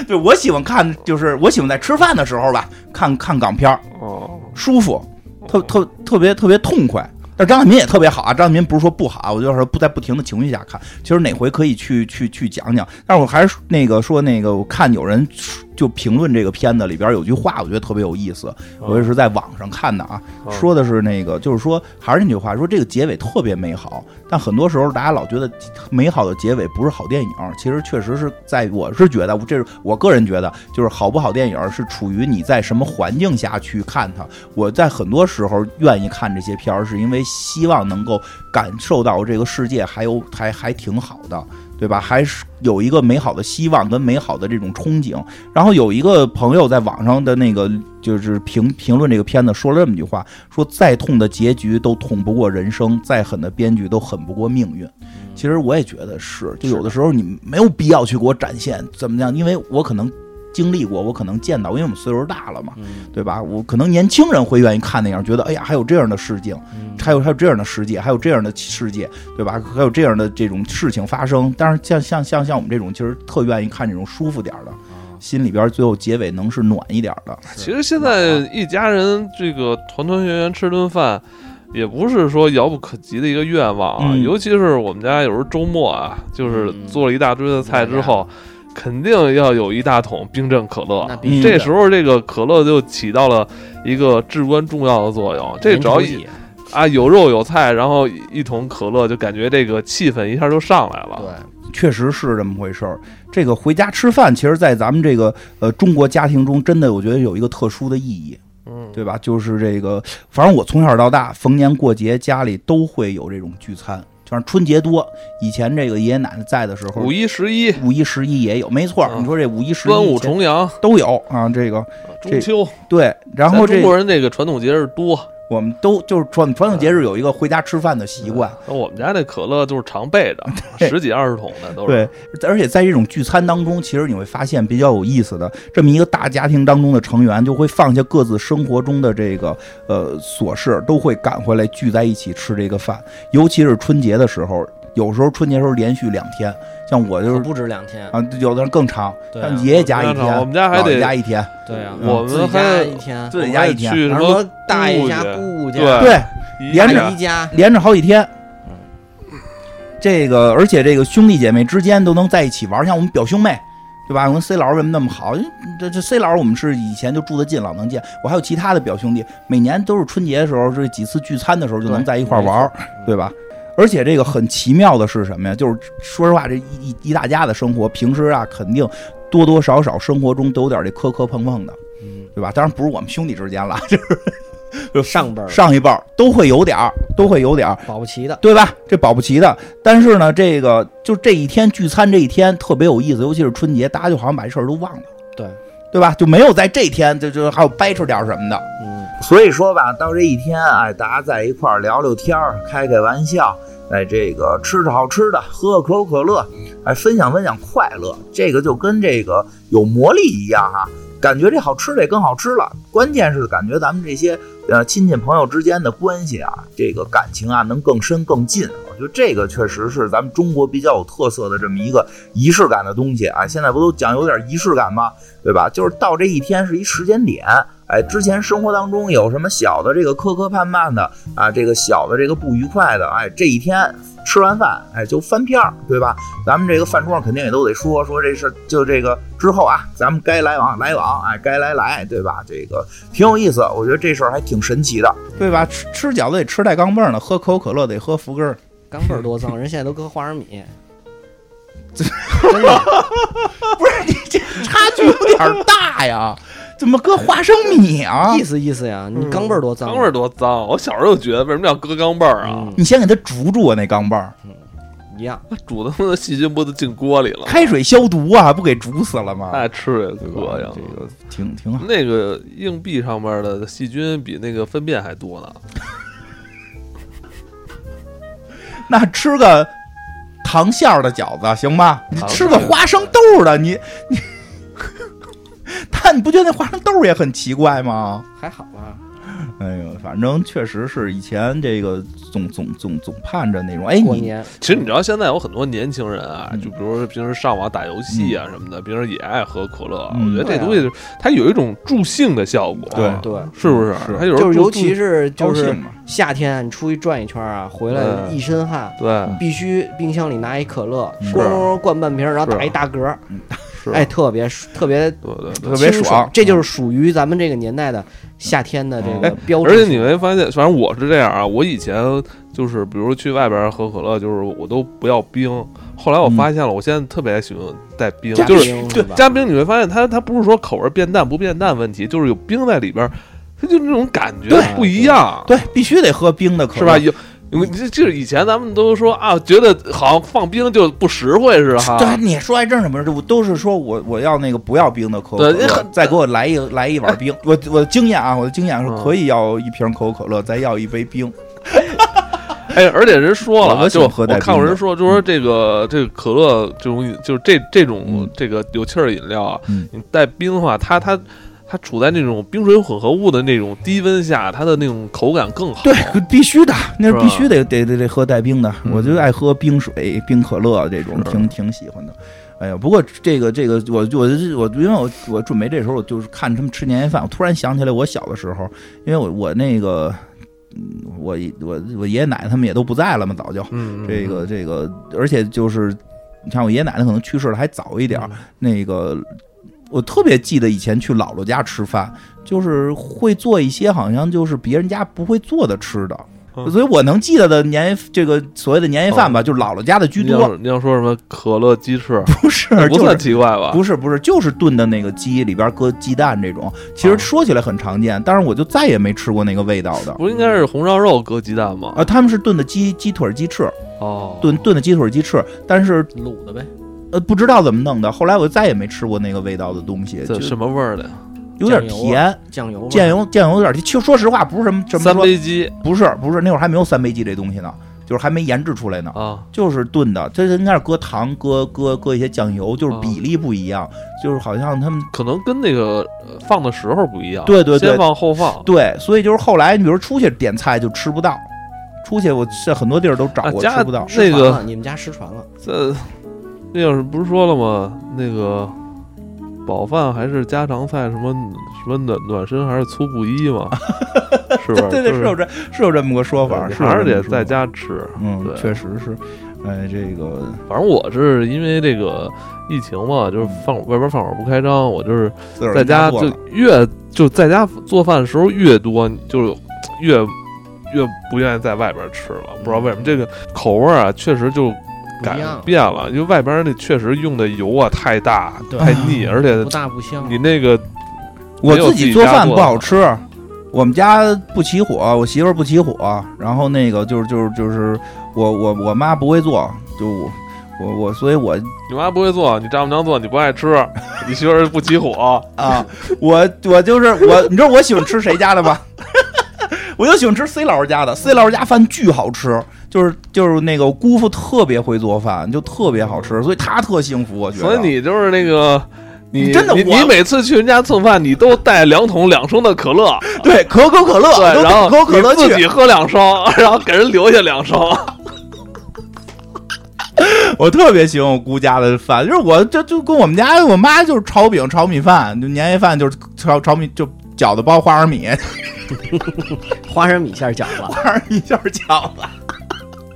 B: 对，我喜欢看，就是我喜欢在吃饭的时候吧，看看港片儿，
A: 哦，
B: 舒服，特特特别特别痛快。但张大民也特别好啊，张大民不是说不好啊，我就是不在不停的情绪下看。其实哪回可以去去去讲讲，但是我还是那个说那个，我看有人就评论这个片子里边有句话，我觉得特别有意思，我也是在网上看的啊，
A: 哦
B: 说的是那个，就是说还是那句话，说这个结尾特别美好，但很多时候大家老觉得美好的结尾不是好电影，其实确实是在我是觉得，这是我个人觉得，就是好不好电影是处于你在什么环境下去看它。我在很多时候愿意看这些片儿，是因为希望能够感受到这个世界还有还还挺好的。对吧？还是有一个美好的希望跟美好的这种憧憬。然后有一个朋友在网上的那个就是评评论这个片子，说了这么一句话，说再痛的结局都捅不过人生，再狠的编剧都狠不过命运。其实我也觉得嗯是，就有的时候你没有必要去给我展现怎么样，因为我可能经历过，我可能见到，因为我们岁数大了嘛，
C: 嗯，
B: 对吧？我可能年轻人会愿意看那样，觉得哎呀，还有这样的事情，
C: 嗯
B: 还有还有这样的世界，还有这样的世界，对吧？还有这样的这种事情发生。但是像像像像我们这种，其实特愿意看这种舒服点儿的，
C: 啊
B: 心里边最后结尾能是暖一点儿的。
A: 其实现在一家人这个团团圆圆吃顿饭，也不是说遥不可及的一个愿望啊。
B: 嗯
A: 尤其是我们家有时候周末啊，就是
C: 嗯
A: 做了一大堆的菜之后，肯定要有一大桶冰镇可乐
C: 那。
B: 嗯
C: 必须
A: 这时候，这个可乐就起到了一个至关重要的作用。这只要一啊有肉有菜，然后一桶可乐，就感觉这个气氛一下就上来
B: 啊
A: 了。
C: 对，
B: 确实是这么回事儿。这个回家吃饭，其实，在咱们这个呃中国家庭中，真的我觉得有一个特殊的意义，
A: 嗯，
B: 对吧？就是这个，反正我从小到大，逢年过节家里都会有这种聚餐，就是春节多。以前这个爷爷奶奶在的时候，
A: 五一、十一、
B: 五一、十一也有，没错儿。
A: 嗯
B: 你说这五一、十一、
A: 端午、重阳、
B: 都有啊，这个这
A: 中秋，
B: 对。然后
A: 咱
B: 这
A: 中国人这个传统节日多。
B: 我们都就是传传统节
A: 嗯
B: 日有一个回家吃饭的习惯，
A: 那我们家那可乐就是常备着，
B: 对
A: 十几二十桶的都是。
B: 对，而且在这种聚餐当中，其实你会发现比较有意思的，这么一个大家庭当中的成员，就会放下各自生活中的这个呃琐事，都会赶回来聚在一起吃这个饭。尤其是春节的时候，有时候春节时候连续两天，像我就
C: 可
B: 是
C: 不止两天，
B: 啊，有的人更长，
C: 对啊
B: 像爷爷家一天，
A: 嗯我们家还得
B: 姥姥哦家一天，
C: 对啊，
A: 我
C: 自己
A: 们
C: 家
A: 还
C: 一天，
B: 自己家一天
A: 去什
C: 然
A: 么
C: 后大爷家、
A: 姑
C: 姑姑家、
A: 对
B: 对，
A: 爷
B: 连
C: 阿
B: 着
C: 姨家，
B: 连着好几天
C: 嗯。
B: 这个，而且这个兄弟姐妹之间都能在一起玩，像我们表兄妹，对吧？我跟 C 老师为什么那么好？因为这这 C 老师我们是以前就住得近，老能见。我还有其他的表兄弟，每年都是春节的时候，这几次聚餐的时候就能在一块儿玩儿，对吧？而且这个很奇妙的是什么呀？就是说实话，这一一一大家的生活，平时啊肯定多多少少生活中都有点这磕磕碰碰的，
C: 嗯，
B: 对吧？当然不是我们兄弟之间了，就是
C: 上边儿
B: 上一辈儿都会有点儿，都会有点儿，
C: 保不齐的，
B: 对吧？这保不齐的。但是呢，这个就这一天聚餐这一天特别有意思，尤其是春节，大家就好像把这事儿都忘了，
C: 对，
B: 对吧？就没有在这天就就还有掰扯点儿什么的。
C: 嗯，
B: 所以说
D: 吧，到这一天，哎，大家在一块儿聊聊天儿，开开玩笑，哎，这个吃着好吃的，喝可口可乐，哎，分享分享快乐，这个就跟这个有魔力一样哈、感觉这好吃的也更好吃了，关键是感觉咱们这些呃亲戚朋友之间的关系啊，这个感情啊能更深更近。我觉得这个确实是咱们中国比较有特色的这么一个仪式感的东西啊。现在不都讲有点仪式感吗？对吧？就是到这一天是一时间点，哎，之前生活当中有什么小的这个磕磕绊绊的啊，这个小的这个不愉快的，哎，这一天吃完饭，哎，就翻篇儿，对吧？咱们这个饭桌上肯定也都得说说这事儿，就这个之后啊，咱们该来往来往，哎，该来来，对吧？这个挺有意思，我觉得这事儿还挺神奇的。
B: 对吧？吃吃饺子得吃带钢镚儿呢，喝可口可乐得喝福根儿。
C: 钢镚儿多脏，人现在都搁花生米，真的，
B: 不是你这差距有点儿大呀？怎么搁花生米啊
C: 意？思意思呀，你钢镚儿多脏，
A: 钢镚儿多脏！我小时候就觉得为什么要割钢镚儿啊？
B: 你先给它煮煮啊，那钢镚儿，
C: 嗯一样，
A: 煮的那细菌不都进锅 里了？
B: 开水消毒啊，不给煮死了吗？
A: 爱吃也
B: 对
C: 哎
A: 膈
B: 吧
A: 应。
B: 这个挺挺好。
A: 那个硬币上面的细菌比那个粪便还多呢。
B: 那吃个糖馅儿的饺子行吗？你
A: 糖
B: 吃个
A: 馅儿
B: 花生豆儿的，你你，但你不觉得那花生豆儿也很奇怪吗？
C: 还好啊吧，
B: 哎呦，反正确实是以前这个总总总总盼着那种，哎，
C: 过
B: 你
C: 年
A: 其实你知道，现在有很多年轻人啊，
B: 嗯
A: 就比如说平时上网打游戏啊什么的，平时也爱喝可乐。
B: 嗯
A: 我觉得
C: 对
A: 这
C: 啊
A: 东西它有一种助兴的效果，啊
B: 对
C: 对，
A: 是不是？
B: 是
A: 它有时候
C: 就是
A: 助
C: 尤其是
B: 高
C: 就
B: 兴
C: 是
B: 嘛，
C: 夏天，你出去转一圈啊，回来
A: 嗯
C: 一身汗，
A: 对
B: 嗯
C: 必须冰箱里拿一可乐，
B: 是
C: 咣咣咣灌半瓶，然后打一大嗝，
A: 是
C: 哎，特别特别
A: 对对对。
B: 特别
C: 清
B: 爽，
C: 这就是属于咱们这个年代的夏天的这个标准。
A: 而且你会发现，反正我是这样啊，我以前就是比如去外边喝可乐，就是我都不要冰。后来我发现了，我现在特别喜欢带冰，
C: 嗯加
A: 就是
C: 冰
B: 对
C: 吧
A: 加冰你会发现它它不是说口味变淡不变淡问题，就是有冰在里边儿，它就那种感觉
C: 对
A: 不一样，
B: 对，必须得喝冰的可乐，
A: 啊是吧？有。有这就是以前咱们都说啊，觉得好像放冰就不实惠似的哈。
B: 对，你说还真是什么，我都是说我我要那个不要冰的可口可
A: 对
B: 乐
A: 那很哎
B: 再给我来一来一碗冰。我我的经验啊，我的经验是
A: 嗯
B: 可以要一瓶可口可乐，再要一杯冰。
A: 哎，而且人说了
B: 我
A: 啊，
B: 喜
A: 就
B: 欢
A: 我
B: 喝带
A: 看
B: 冰
A: 过
B: 的
A: 人说，就说这个这个可乐这种饮，就是这这种
B: 嗯
A: 这个有气儿饮料啊
B: 嗯，
A: 你带冰的话，它它它处在那种冰水混合物的那种低温下，它的那种口感更好。
B: 对， 必须的，那是
A: 是吧
B: 必须得得得得喝带冰的。
A: 嗯
B: 我就爱喝冰水、冰可乐这种，挺挺喜欢的。哎呀，不过这个这个，我我我，因为我我准备这时候，我就是看他们吃年夜饭，我突然想起来我小的时候，因为我我那个，嗯我我我爷爷奶奶他们也都不在了嘛，早就，
A: 嗯，嗯
B: 这个这个，而且就是，你看我爷爷奶奶可能去世的还早一点
A: 嗯
B: 儿，那个我特别记得以前去姥姥家吃饭，就是会做一些好像就是别人家不会做的吃的，
A: 嗯
B: 所以我能记得的年夜这个所谓的年夜饭吧，就是姥姥家的居
A: 你要
B: 多，
A: 是你要说什么可乐鸡翅，
B: 不是
A: 不
B: 就
A: 算
B: 是。
A: 奇怪吧？
B: 不是不是，就是炖的那个鸡里边搁鸡蛋这种，其实
A: 哦
B: 说起来很常见，但是我就再也没吃过那个味道的。
A: 不是应该是红烧肉搁鸡蛋吗？
B: 啊，他们是炖的鸡鸡腿儿鸡翅，
A: 哦，
B: 炖炖的鸡腿儿鸡翅，但是
C: 卤的呗，
B: 呃，不知道怎么弄的，后来我再也没吃过那个味道的东西，
A: 这
B: 就
A: 啊什么味儿的呀？
B: 有点甜，
C: 酱油味儿
B: 酱油酱油有点甜。其实说实话，不是什么什么
A: 三
B: 说
A: 杯鸡
B: 不是不是，那会儿还没有三杯鸡这东西呢，就是还没研制出来呢，
A: 啊，
B: 就是炖的，这应该是搁糖、搁搁搁一些酱油，就是
A: 啊
B: 比例不一样，就是好像他们
A: 可能跟那个呃放的时候不一样，
B: 对对对
A: 先放后放。
B: 对，所以就是后来你比如出去点菜就吃不到，出去我在很多地儿都找
A: 啊
B: 过
A: 家
B: 吃不到，
A: 那
C: 失传
A: 个
C: 了，你们家失传了，
A: 这那要是不是说了吗？那个饱饭还是家常菜，什么什么暖暖身还是粗布衣 嘛，是不是？
B: 对对，
A: 就是
B: 有这是有这么个说法，
A: 你
B: 是有
A: 还是
B: 这么
A: 得
B: 个说
A: 在
B: 法
A: 家吃。
B: 嗯，
A: 对
B: 确实是。哎，这个
A: 反正我是因为这个疫情嘛，就是饭外边饭馆不开张，我就是
B: 自个儿
A: 在家
B: 做
A: 就
B: 了
A: 越就在家做饭的时候越多，就是越越不愿意在外边吃了，不知道为什么这个口味儿啊，确实就
E: 不
A: 改
E: 一样了
A: 变了，因为外边那确实用的油啊太大
E: 对
A: 太腻，
B: 嗯
A: 而且
E: 不大不香。
A: 你那个
B: 我自己做饭
A: 没有自己家做的
B: 不好吃，我们家不起火，我媳妇儿不起火，然后那个就是就是就是我我我妈不会做，就我我我，所以我
A: 你妈不会做，你丈母娘做你不爱吃， 你媳妇儿不起火，
B: 啊， 我我就是我，你知道我喜欢吃谁家的吗？ 我就喜欢吃 C 老师家的，C 老师家饭巨好吃，就是就是那个我姑父特别会做饭，就特别好吃，所以他特幸福，我觉得。
A: 所以你就是那个。你
B: 啊你真的
A: 你
B: 我
A: 你每次去人家蹭饭，你都带两桶两升的可 乐，
B: 对可口可乐，
A: 对，
B: 都
A: 然后
B: 可口可乐
A: 你自
B: 去，
A: 己喝两升， 然后给人留下两升，
B: 我特别喜欢我姑家的饭，就是我这就跟我们家我妈就是炒饼、炒米饭，就年夜饭就是炒炒米就。饺子包花生米，
C: 花生米馅儿饺子，
B: 花生米馅儿饺子。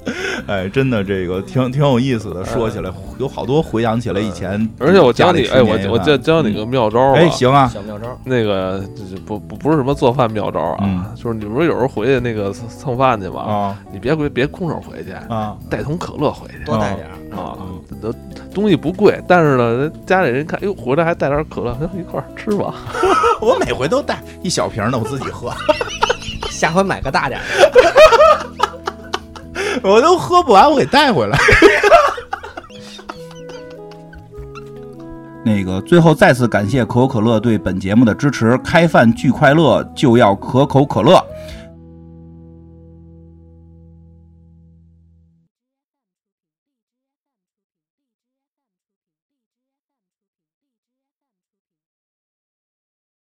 B: 哎，真的，这个挺挺有意思的。说起来，有好多回想起来以前。
A: 哎而且我教你，哎，
B: 家里吃
A: 我
B: 年夜
A: 我
B: 饭
A: 教教你个嗯妙招吧。
B: 哎，行啊，
C: 小妙招。
A: 那个就是不不不是什么做饭妙招啊，
B: 嗯
A: 就是你不是有时候回去那个蹭蹭饭去嘛，
B: 啊
A: 你别回别空手回去，
B: 啊，
A: 带桶可乐回去
C: 多带点儿，
A: 啊。都东西不贵，但是呢，家里人看，哎呦，回来还带点可乐，哎一块儿吃吧。
B: 我每回都带一小瓶的，我自己喝，
C: 下回买个大点儿的。
B: 我都喝不完，我给带回来。 那个最后再次感谢可口可乐对本节目的支持，开饭巨快乐就要可口可乐。